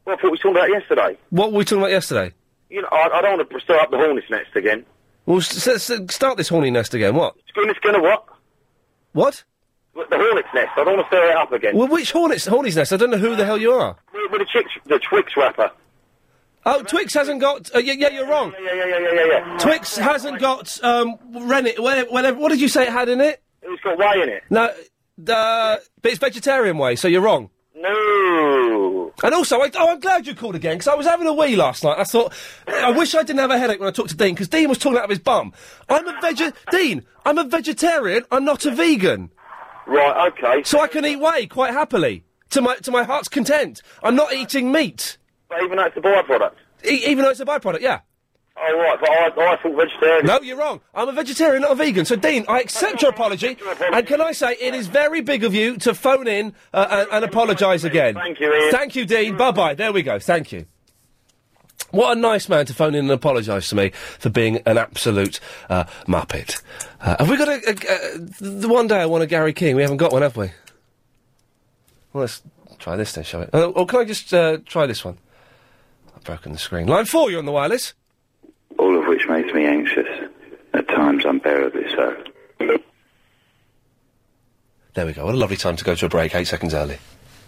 well, what we were talking about yesterday.
What were we talking about yesterday?
You know, I, I don't want to stir up the hornet's nest again.
Well, s- s- s- start this horny nest again, what?
It's going to what?
What?
The hornet's nest. I don't want to stir it up again.
Well, which hornet's, horny's nest? I don't know who the hell you are.
With the chicks, the Twix wrapper.
Oh, Twix hasn't got. Uh, yeah, yeah, you're wrong.
Yeah, yeah, yeah, yeah, yeah, yeah.
Twix hasn't got um, rennet. wha- Whatever. What did you say it had in it?
It's got whey in it.
No, uh, but it's vegetarian way, so you're wrong.
No.
And also, I, oh, I'm glad you called again because I was having a wee last night. I thought, I wish I didn't have a headache when I talked to Dean because Dean was talking out of his bum. I'm a veg. Dean, I'm a vegetarian. I'm not a vegan.
Right. Okay.
So I can eat whey quite happily to my to my heart's content. I'm not eating meat,
But even though it's a byproduct.
e- even though it's a byproduct. Yeah.
All right, but I, I thought vegetarian.
No, you're wrong. I'm a vegetarian, not a vegan. So, Dean, I accept your apology. And can I say, it is very big of you to phone in uh, and, and apologise again. Thank
you, Ian.
Thank you, Dean. Bye bye. There we go. Thank you. What a nice man to phone in and apologise to me for being an absolute uh, muppet. Uh, have we got a, a, a the one day I want a Gary King? We haven't got one, have we? Well, let's try this then, shall we? Uh, or can I just uh, try this one? I've broken the screen. Line four, you're on the wireless.
all of which makes me anxious, at times unbearably so.
There we go. What a lovely time to go to a break. Eight seconds early.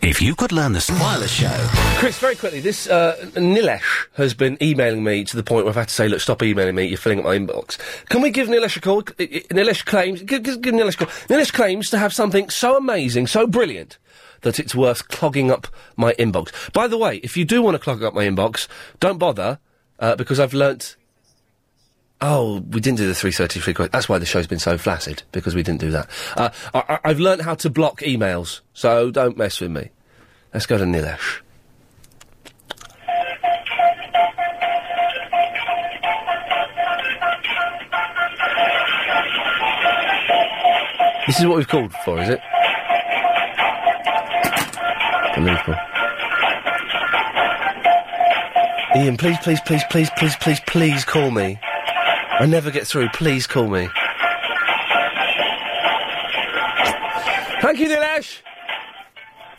If you could learn the wireless show.
Chris, very quickly, this uh, Nilesh has been emailing me to the point where I've had to say, look, stop emailing me, you're filling up my inbox. Can we give Nilesh a call? C- i- i- Nilesh claims, give, give, give Nilesh a call. Nilesh claims to have something so amazing, so brilliant, that it's worth clogging up my inbox. By the way, if you do want to clog up my inbox, don't bother, uh, because I've learnt... Oh, we didn't do the 333 question. That's why the show's been so flaccid, because we didn't do that. Uh, I, I- I've learnt how to block emails, so don't mess with me. Let's go to Nilesh. This is what we've called for, is it? Unbelievable. Ian, please, please, please, please, please, please, please call me. I never get through. Please call me. Thank you, Nilesh.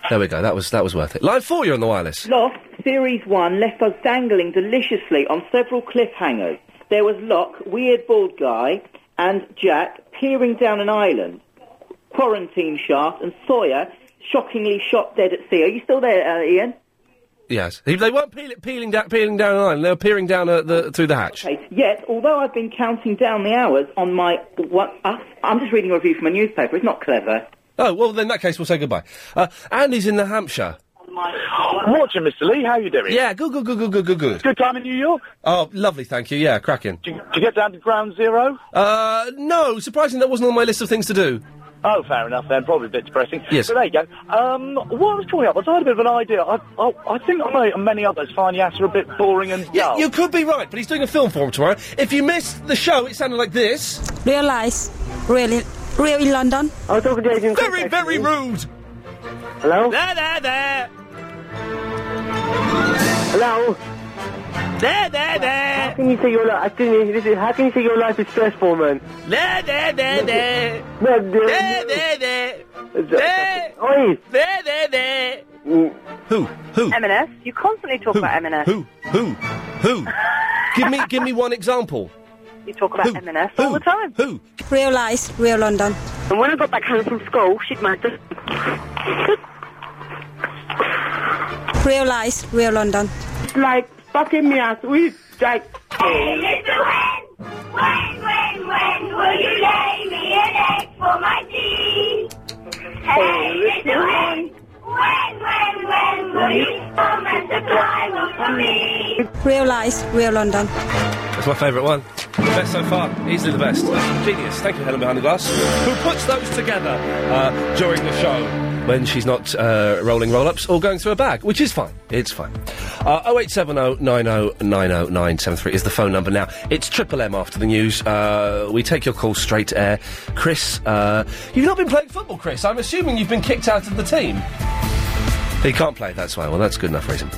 There we go. That was that was worth it. Line four, you're on the wireless.
Lost Series 1 left us dangling deliciously on several cliffhangers. There was Locke, weird bald guy, and Jack peering down an island. Quarantine shaft and Sawyer shockingly shot dead at sea. Are you still there, uh, Ian?
Yes, He- they weren't peel, peeling down peeling down the line. They were peering down uh, the through the hatch.
Okay. Yet, although I've been counting down the hours on my... What, uh, I'm just reading a review from a newspaper. It's not clever.
Oh well, then in that case, we'll say goodbye. Uh, Andy's in the Hampshire.
Watching Mr. Lee, how you doing?
Yeah, good, good, good, good, good, good, good.
Good time in New York.
Oh, lovely, thank you. Yeah, cracking.
Did you get down to ground zero?
Uh, no, surprisingly, that wasn't on my list of things to do.
Oh, fair enough then. Probably a bit depressing.
Yes.
But uh, there you go. Um, what I was calling up was I had a bit of an idea. I, I, I think I and many others find Yasser a bit boring and dull.
You could be right, but he's doing a film for him tomorrow. If you missed the show, it sounded like this.
Real lies. Really, really London. I was talking to Adrian.
Very, very rude.
Hello?
There, there, there.
Hello?
There, there, there.
How can you say your life? How can you say your life is stressful, man?
There, there, there, there.
No, no,
There,
no.
there, there.
There. Oi.
There, there, there. Who? Who?
M&S. You constantly talk about M&S.
Who? Who? Who? give me, give me one example.
You talk about M&S all the time.
Who?
Real lies, real London. And when I got back home from school, she'd made the...
Real lies. Real London.
It's like fucking me as we like.
Hey, Mr. When, when, when, when will you lay me an egg for my tea?
Oh,
Hey, Mr. When, when, when, when will you come and supply one for me?
Real lies. Real London.
That's my favourite one. Best so far, easily the best. Genius. Thank you, Helen Behind the Glass, who puts those together uh, during the show when she's not uh, rolling roll ups or going through a bag, which is fine. It's fine. Uh, 0870 90 90 973 is the phone number now. It's Triple M after the news. Uh, we take your call straight to air. Chris, uh, you've not been playing football, Chris. I'm assuming you've been kicked out of the team. He can't play, that's why. Well, that's good enough reason.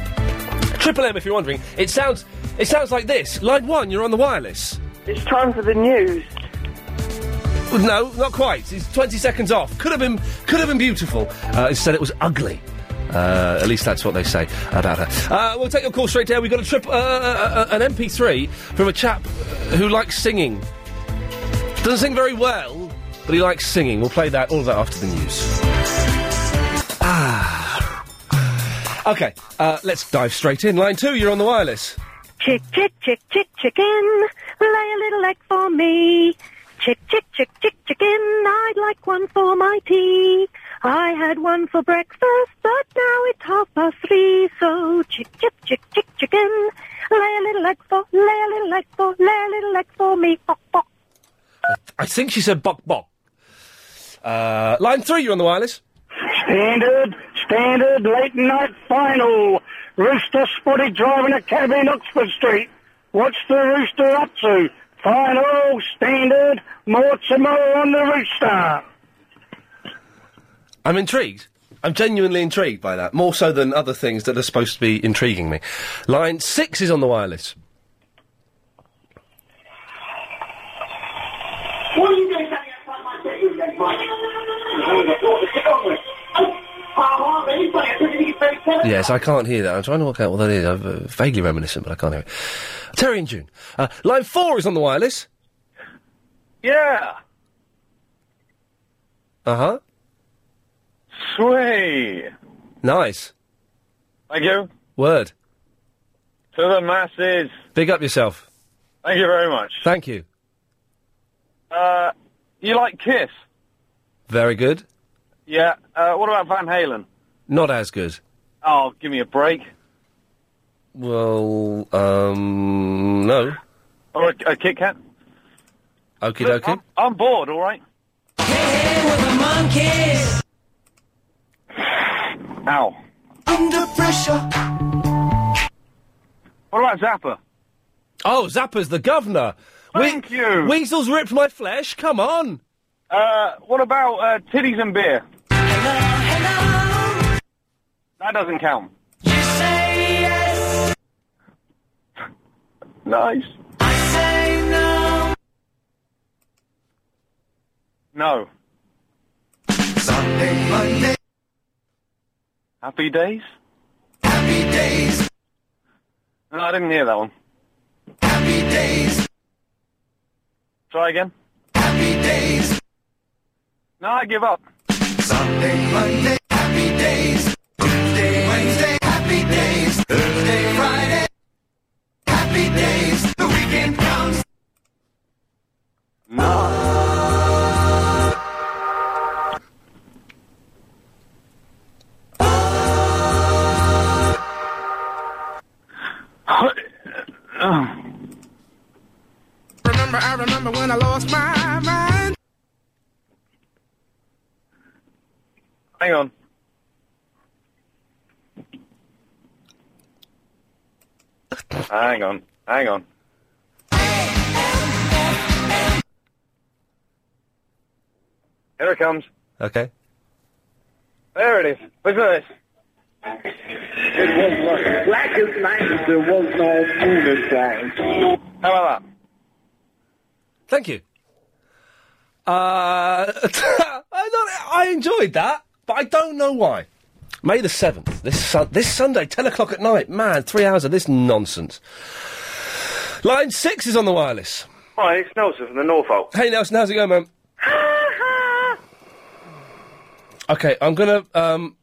Triple M, if you're wondering, it sounds it sounds like this. Line one, you're on the wireless.
It's time for the news.
No, not quite. It's 20 seconds off. Could have been could have been beautiful. Uh, instead, it was ugly. Uh, at least that's what they say about her. Uh, we'll take your call straight there. We've got a trip, uh, uh, uh, an MP3 from a chap uh, who likes singing. Doesn't sing very well, but he likes singing. We'll play that all of that after the news. Ah. Okay, uh, let's dive straight in. Line two, you're on the wireless.
Chick, chick, chick, chick, chicken, lay a little egg for me. Chick, chick, chick, chick, chicken, I'd like one for my tea. I had one for breakfast, but now it's half past three. So chick, chick, chick, chick, chicken, lay a little egg for, lay a little egg for, lay a little egg for me. Bok, bok.
I think she said bok bok. Uh, line three, you're on the wireless.
Standard, standard, late night final. Rooster spotted driving a cab in Oxford Street. What's the rooster up to? Final standard, Mortimer on the rooster.
I'm intrigued. I'm genuinely intrigued by that, more so than other things that are supposed to be intriguing me. Line six is on the wireless.
What are you doing standing outside my bedroom then, Mike?
Yes, I can't hear that. I'm trying to work out what that is. I'm uh, vaguely reminiscent, but I can't hear it. Terry and June. Uh, line four is on the wireless.
Yeah.
Uh huh.
Sway!
Nice.
Thank you.
Word.
To the masses.
Big up yourself.
Thank you very much.
Thank you.
Uh, you like Kiss?
Very good.
Yeah. Uh, what about Van Halen?
Not as good.
Oh, give me a break.
Well, um, no.
Or a, a Kit Kat?
Okie
Look,
dokie.
I'm, I'm bored, all right?
Monkeys.
Ow.
Under pressure.
What about Zappa?
Oh, Zappa's the governor.
Thank you.
Weasels ripped my flesh. Come on.
Uh, what about uh, titties and beer? That doesn't count. Nice. No. Happy days? Happy days. No, I didn't hear that one. Happy days. Try again. Happy days. No, I give up. Sunday, Monday, happy days. Tuesday, Wednesday, happy days. Thursday, Friday, happy days. The weekend comes.
Remember, I remember when I lost my mind.
Hang on. Hang on. Hang on. Here it comes.
Okay.
There it is. Listen to this.
It was like blackest night. There was no moon inside.
How about that?
Thank you. Uh, I, don't, I enjoyed that, but I don't know why. May the seventh, this sun, this Sunday, ten o'clock at night. Man, three hours of this nonsense. Line six is on the wireless.
Hi, it's Nelson from the Norfolk.
Hey Nelson, how's it going, man? okay, I'm gonna um,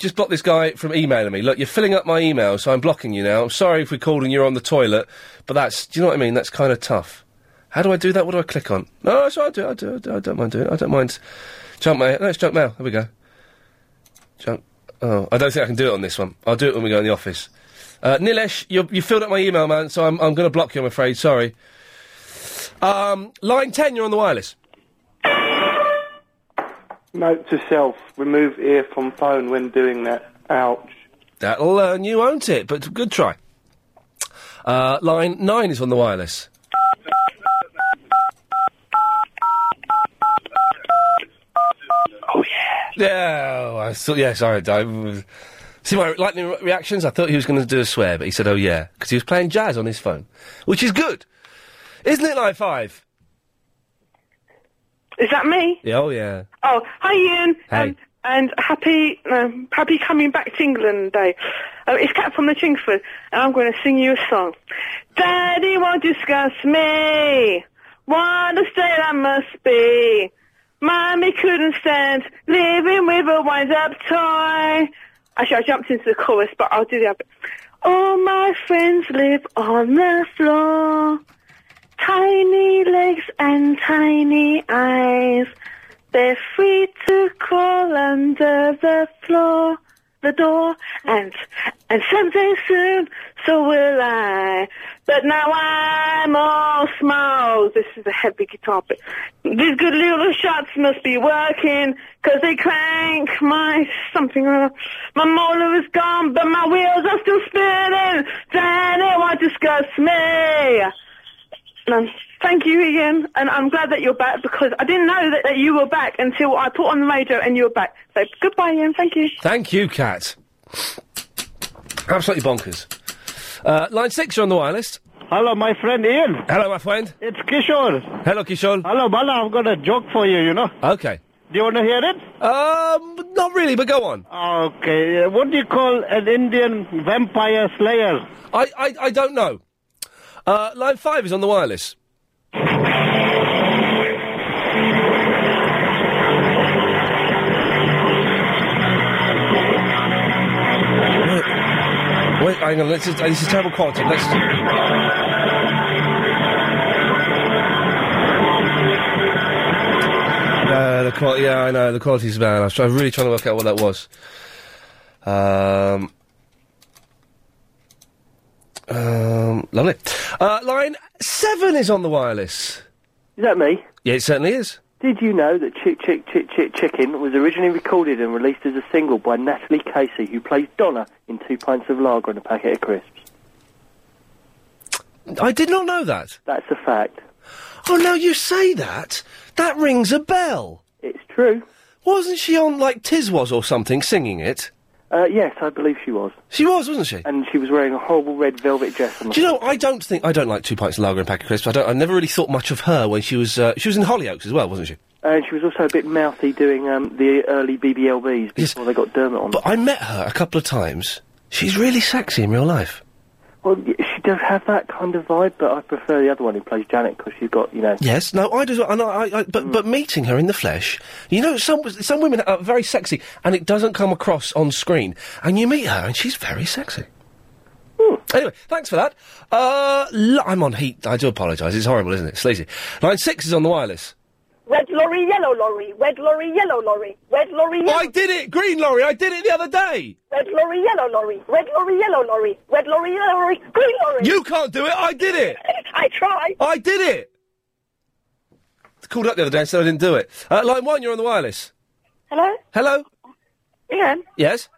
just block this guy from emailing me. Look, you're filling up my email, so I'm blocking you now. I'm sorry if we called and you're on the toilet, but that's do you know what I mean? That's kind of tough. How do I do that? What do I click on? No, so I do. I do. I, do, I don't mind doing it. I don't mind. Junk mail. No, it's junk mail. There we go. Junk. Oh, I don't think I can do it on this one. I'll do it when we go in the office. Uh, Nilesh, you you filled up my email, man. So I'm I'm going to block you. I'm afraid. Sorry. Um, line ten. You're on the wireless.
Note to self: remove ear from phone when doing that. Ouch.
That'll learn you, won't it? But good try. Uh, line nine is on the wireless. Oh yeah. Yeah, I thought yes. I, I was- see my lightning re- reactions. I thought he was going to do a swear, but he said, "Oh yeah," because he was playing jazz on his phone, which is good, isn't it? Line five.
Is that me?
Yeah, oh yeah.
Oh, hi Ian.
Hey.
Um, and happy, um, happy coming back to England Day. Um, it's Cat from the Chingford, and I'm going to sing you a song. Daddy won't discuss me. What a state I must be. Mommy couldn't stand living with a wind-up toy. Actually, I jumped into the chorus, but I'll do the other. All my friends live on the floor. Tiny legs and tiny eyes. They're free to crawl under the floor, the door, and and someday soon, so will I. But now I'm all smiles. This is a heavy guitar bit. These good little shots must be working, 'cause they crank my something. or other. My motor is gone, but my wheels are still spinning. Danny won't discuss me. Um, thank you again, and I'm glad that you're back because I didn't know that, that you were back until I put on the radio and you were back. So goodbye, Ian. Thank you.
Thank you, Kat. Absolutely bonkers. Uh, line six, you're on the wireless.
Hello, my friend Ian.
Hello, my friend.
It's Kishore.
Hello, Kishore.
Hello, Bala. I've got a joke for you, you know.
Okay.
Do you want to hear it?
Um, not really, but go on.
Okay. uh, What do you call an Indian vampire slayer?
I, I, I don't know. Uh, line five is on the wireless. Wait, wait, hang on. This is, this is terrible quality. Let's. No, the quality. Yeah, I know the quality's bad. I was try- really trying to work out what that was. Um. Um, lovely. Uh, line seven is on the wireless.
Is that me?
Yeah, it certainly is.
Did you know that Chick Chick Chick Chick Chicken was originally recorded and released as a single by Natalie Casey, who plays Donna in Two Pints of Lager and a Packet of Crisps?
I did not know that.
That's a fact.
Oh, now you say that, that rings a bell.
It's true.
Wasn't she on like Tiz was or something singing it?
Uh, yes, I believe she was.
She was, wasn't she?
And she was wearing a horrible red velvet dress. And
Do you know? I don't think I don't like two pints of lager and packet of crisps. I don't. I never really thought much of her when she was. Uh, she was in Hollyoaks as well, wasn't she?
And she was also a bit mouthy doing um, the early BBLBs before they got Dermot on.
But I met her a couple of times. She's really sexy in real life.
Well, y- she does have that kind of vibe, but I prefer the other one who plays Janet because she's got, you know.
Yes. No, I do. And I, I, I but but meeting her in the flesh, you know, some some women are very sexy, and it doesn't come across on screen. And you meet her, and she's very sexy. Anyway, thanks for that. Uh, l- I'm on heat. I do apologise. It's horrible, isn't it? Sleazy. Line six is on the wireless.
Red lorry, yellow lorry. Red lorry, yellow lorry. Red lorry, yellow.
I did it, green lorry. I did it the other day.
Red lorry, yellow lorry. Red lorry, yellow lorry. Red lorry, yellow lorry. Green lorry.
You can't do it. I did it.
I try.
I did it. Called up the other day and said I didn't do it. Uh, line one, you're on the wireless.
Hello,
Hello.
Ian.
Yes.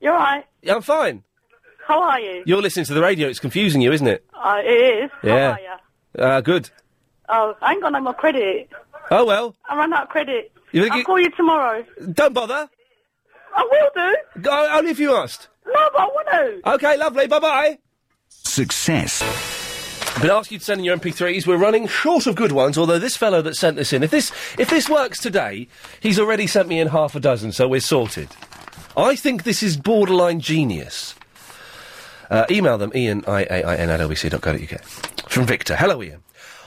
You're right.
Yeah, I'm fine.
How are you?
You're listening to the radio. It's confusing you, isn't it?
Uh, it is.
Yeah.
How are you?
Uh, good.
Oh, I ain't got no more credit.
Oh well.
I ran out of credit.
You think
I'll
you-
call you tomorrow.
Don't bother.
I will do.
Go, only if you must.
No, but I want to.
Okay, lovely. Bye bye.
Success.
I've been asking you to send in your MP3s. We're running short of good ones, although this fellow that sent this in, if this if this works today, he's already sent me in half a dozen, so we're sorted. I think this is borderline genius. Uh, email them, ian, I-A-I-N, at lbc.co.uk. From Victor. Hello, Ian.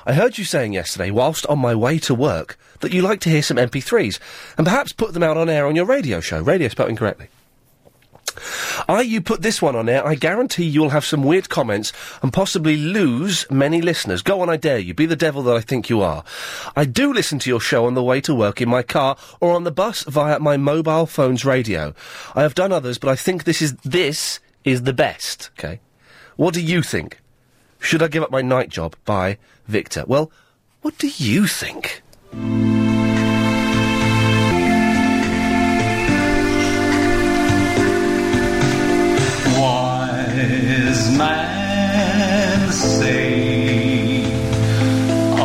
I heard you saying yesterday, whilst on my way to work, that you like to hear some MP3s, and perhaps put them out on air on your radio show. Radio spelled incorrectly. I, you put this one on air, I guarantee you'll have some weird comments and possibly lose many listeners. Go on, I dare you. Be the devil that I think you are. I do listen to your show on the way to work in my car or on the bus via my mobile phone's radio. I have done others, but I think this is, this is the best. Okay. What do you think? Should I give up my night job? By Victor. Well, what do you think?
Wise man say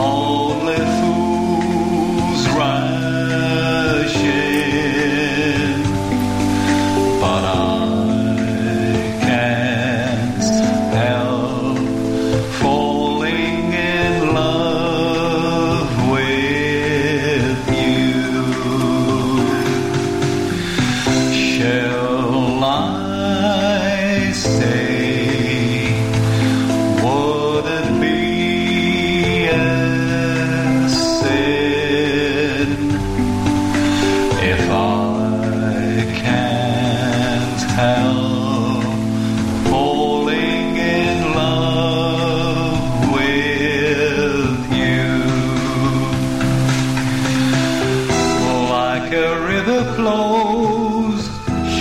only fools rush in, but I can't help falling in love with you. Shall I stay? Would it be a sin if I can't help falling in love with you? Like a river flows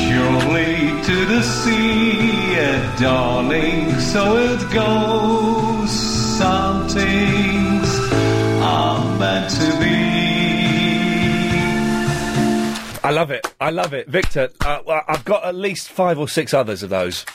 surely to the sea, yeah, darling, so it goes. Some things are meant to be.
I love it. I love it. Victor, uh, well, I've got at least five or six others of those.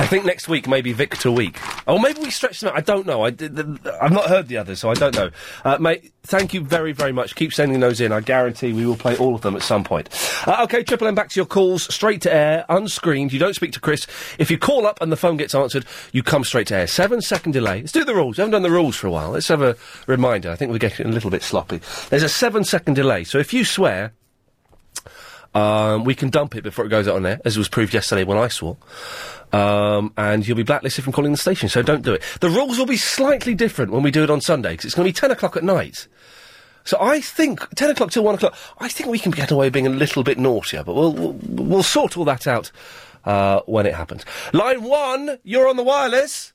I think next week maybe Victor Week. Or maybe we stretch them out. I don't know. I did, th- th- I've not heard the others, so I don't know. Uh, mate, thank you very, very much. Keep sending those in. I guarantee we will play all of them at some point. Uh, okay, Triple M, back to your calls. Straight to air, unscreened. You don't speak to Chris. If you call up and the phone gets answered, you come straight to air. Seven second delay. Let's do the rules. We haven't done the rules for a while. Let's have a reminder. I think we're getting a little bit sloppy. There's a seven second delay. So if you swear, um, we can dump it before it goes out on air, as was proved yesterday when I swore. Um, and you'll be blacklisted from calling the station, so don't do it. The rules will be slightly different when we do it on Sunday, because it's going to be 10 o'clock at night. So I think 10 o'clock till 1 o'clock, I think we can get away with being a little bit naughtier, but we'll, we'll, we'll sort all that out uh, when it happens. Line one, you're on the wireless.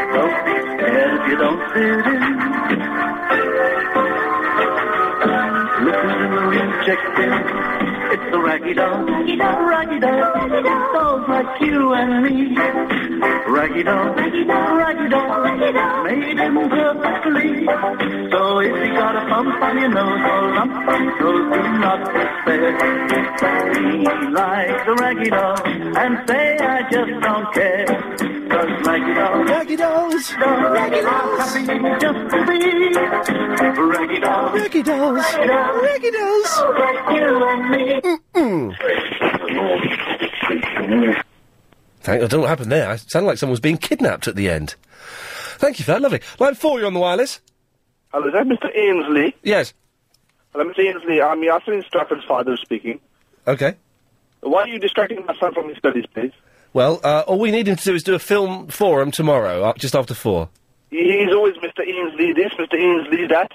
you don't fit in. Looking in the room, checked in. It's the raggy doll, raggy doll, raggy doll, raggy doll, dolls like you and me. Raggy doll, raggy doll, raggy doll, raggy doll, made him perfectly. So if you got a bump on your nose or lump on your throat, do not despair. Be like the raggy doll and say I just don't care. 'Cause raggy doll,
raggy dolls,
raggy dolls, happy just to be. Raggy doll,
raggy dolls,
raggy dolls, dolls like you and me.
Thank, I don't know what happened there. I sounded like someone was being kidnapped at the end. Thank you for that. Lovely. Line four, you're on the wireless.
Hello, is that Mr. Uh, Ainsley?
Yes.
Hello, Mr. Ainsley. I'm Yasin Strafford's father speaking.
Okay.
Why are you distracting my son from his studies, please?
Well, uh, all we need him to do is do a film forum tomorrow, uh, just after four.
He- He's always Mr. Ainsley this, Mr. Ainsley that.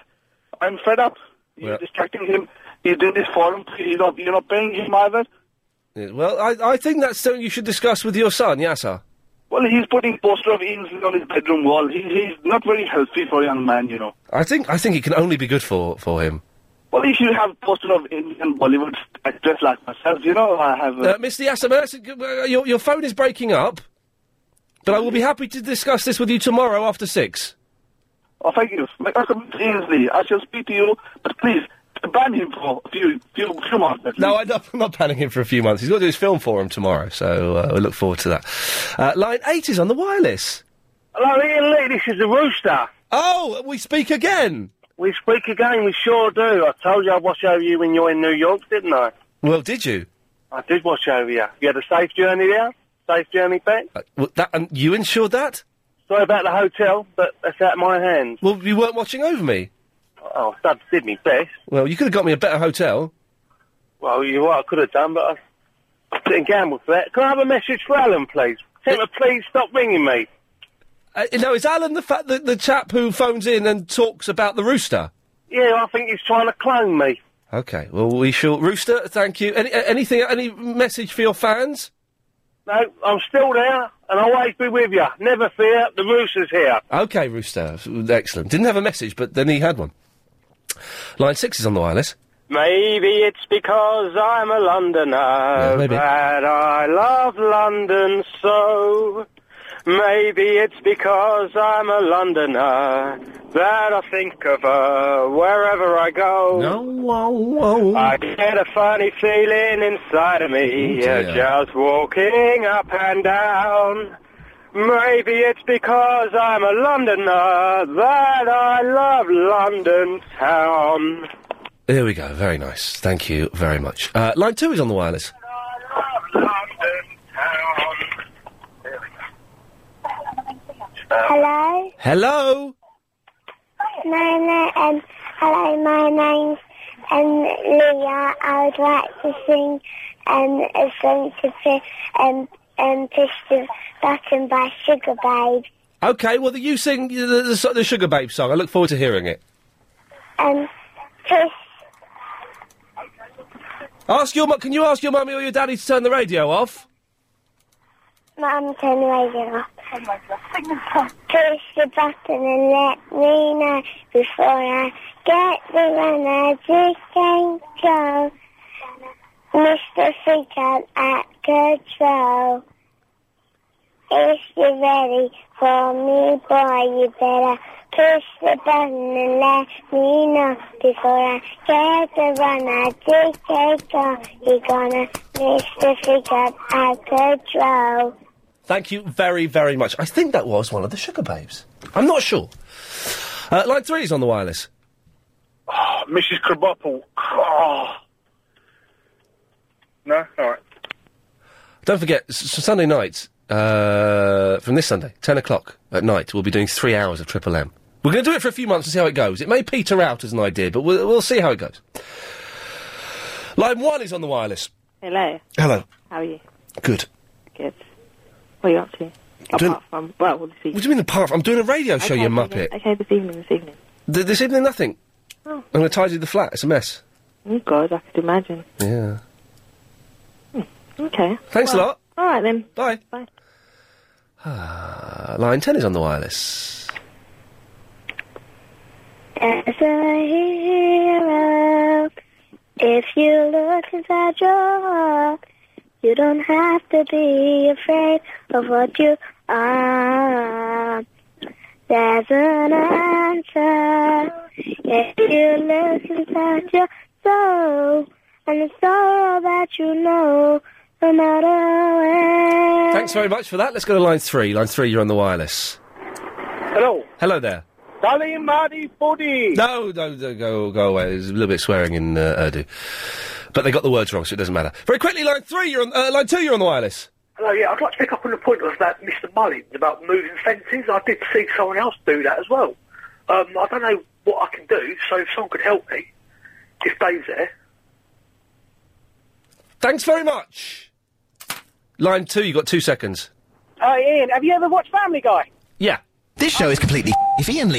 I'm fed up. You're
Yeah.
distracting him. He's doing this forum. You're not, you're not paying him either.
Yeah, Well, I, I think that's something you should discuss with your son, Yasser.
Well, he's putting poster of Ainsley on his bedroom wall. He, he's not very healthy for a young man, you know.
I think I think it can only be good for, for him.
Well, if you have poster of Indian Bollywood actress like myself, you know, I have...
Uh, Mr. Yasser, may I ask- uh, your, your phone is breaking up, but I will be happy to discuss this with you tomorrow after six.
Oh, thank you. My- uh, Mr. Ainsley, I shall speak to you, but please, ban him for a few, few, few months. at
No, I, am not banning him for a few months. He's got to do his film forum tomorrow, so uh, we look forward to that. Uh, line eight is on the wireless.
Hello, Ian Lee, this is the Rooster.
Oh, we speak again.
We speak again, we sure do. I told you I'd watch over you when you were in New York, didn't I?
Well, did you?
I did watch over you. You had a safe journey there? Safe journey back?
Well, that, and you insured that?
Sorry about the hotel, but that's out of my hands.
Well, you weren't watching over me.
Oh, I did me best.
Well, you could have got me a better hotel.
Well, you know what I could have done, but I didn't gamble for that. Can I have a message for Alan, please? Tell him to please stop ringing me.
Uh, no, is Alan the, fa- the the chap who phones in and talks about the rooster?
Yeah, I think he's trying to clone me.
Okay, well, we shall. Rooster, Uh, thank you. Any, a- anything, any message for your fans?
No, I'm still there, and I'll always be with you. Never fear, the rooster's here.
Okay, Rooster, excellent. Didn't have a message, but then he had one. Line six is on the wireless.
Maybe it's because I'm a Londoner
maybe.
that I love London so. Maybe it's because I'm a Londoner that I think of her wherever I go. I get a funny feeling inside of me
Oh,
uh,
dear.
just walking up and down. Maybe it's because I'm a Londoner that I love London town.
There we go. Very nice. Thank you very much. Uh, line two is on the wireless.
Hello?
Hello.
My name, um, hello, my name's um, Leah. I would like to sing um, a song to pi um, um, Push the Button by Sugar Babe.
Okay, well, you sing the, the, the, the Sugar Babe song. I look forward to hearing it.
Um, push,
Ask your mu- can you ask your mummy or your daddy to turn the radio off?
Mum, turn the radio off. Push the button and let me know before I get the one I just can't go. Mr. Freakout at control. If you're ready for me, boy, you better push the button and let me know before I get the run. I just can't go. You're gonna miss the freakout at control.
Thank you very, very much. I think that was one of the Sugar Babes. I'm not sure. Uh, line three is on the wireless.
Oh, Mrs. Krabappel. Oh. No? All right.
Don't forget, s- s- Sunday night, uh, from this Sunday, 10 o'clock at night, we'll be doing three hours of Triple M. We're going to do it for a few months and see how it goes. It may peter out as an idea, but we'll, we'll see how it goes. Line one is on the wireless.
Hello.
Hello.
How are you?
Good.
Good. What are you up to? Apart
Doing-
from well, we'll see.
What do you mean apart from? I'm doing a radio show, you
this
muppet.
evening- Okay, this evening, this evening.
Th- this evening, nothing.
Oh.
I'm going to tidy the flat. It's a mess.
Oh God, I could imagine. Hmm.
Yeah.
Okay.
Thanks a
Well,
lot.
All right then.
Bye.
Bye.
Uh, line 10 is on the wireless.
As a hero, if you look inside your heart, you don't have to be afraid of what you are. There's an answer if you look inside your soul, and it's all that you know, no matter where.
Thanks very much for that. Let's go to line three. Line three, you're on the wireless.
Hello.
Hello there.
Dali Madi Buddy.
No, no, no, go go away. There's a little bit of swearing in uh, Urdu, but they got the words wrong, so it doesn't matter. Very quickly, line three, you're on uh, line two, you're on the wireless.
Hello, yeah, I'd like to pick up on the point of that Mr. Mullins about moving fences. I did see someone else do that as well. Um, I don't know what I can do, so if someone could help me, if Dave's there.
Thanks very much. Line two, you got two seconds.
Hi, Ian. Have you ever watched Family Guy?
Yeah.
This show is completely iffy and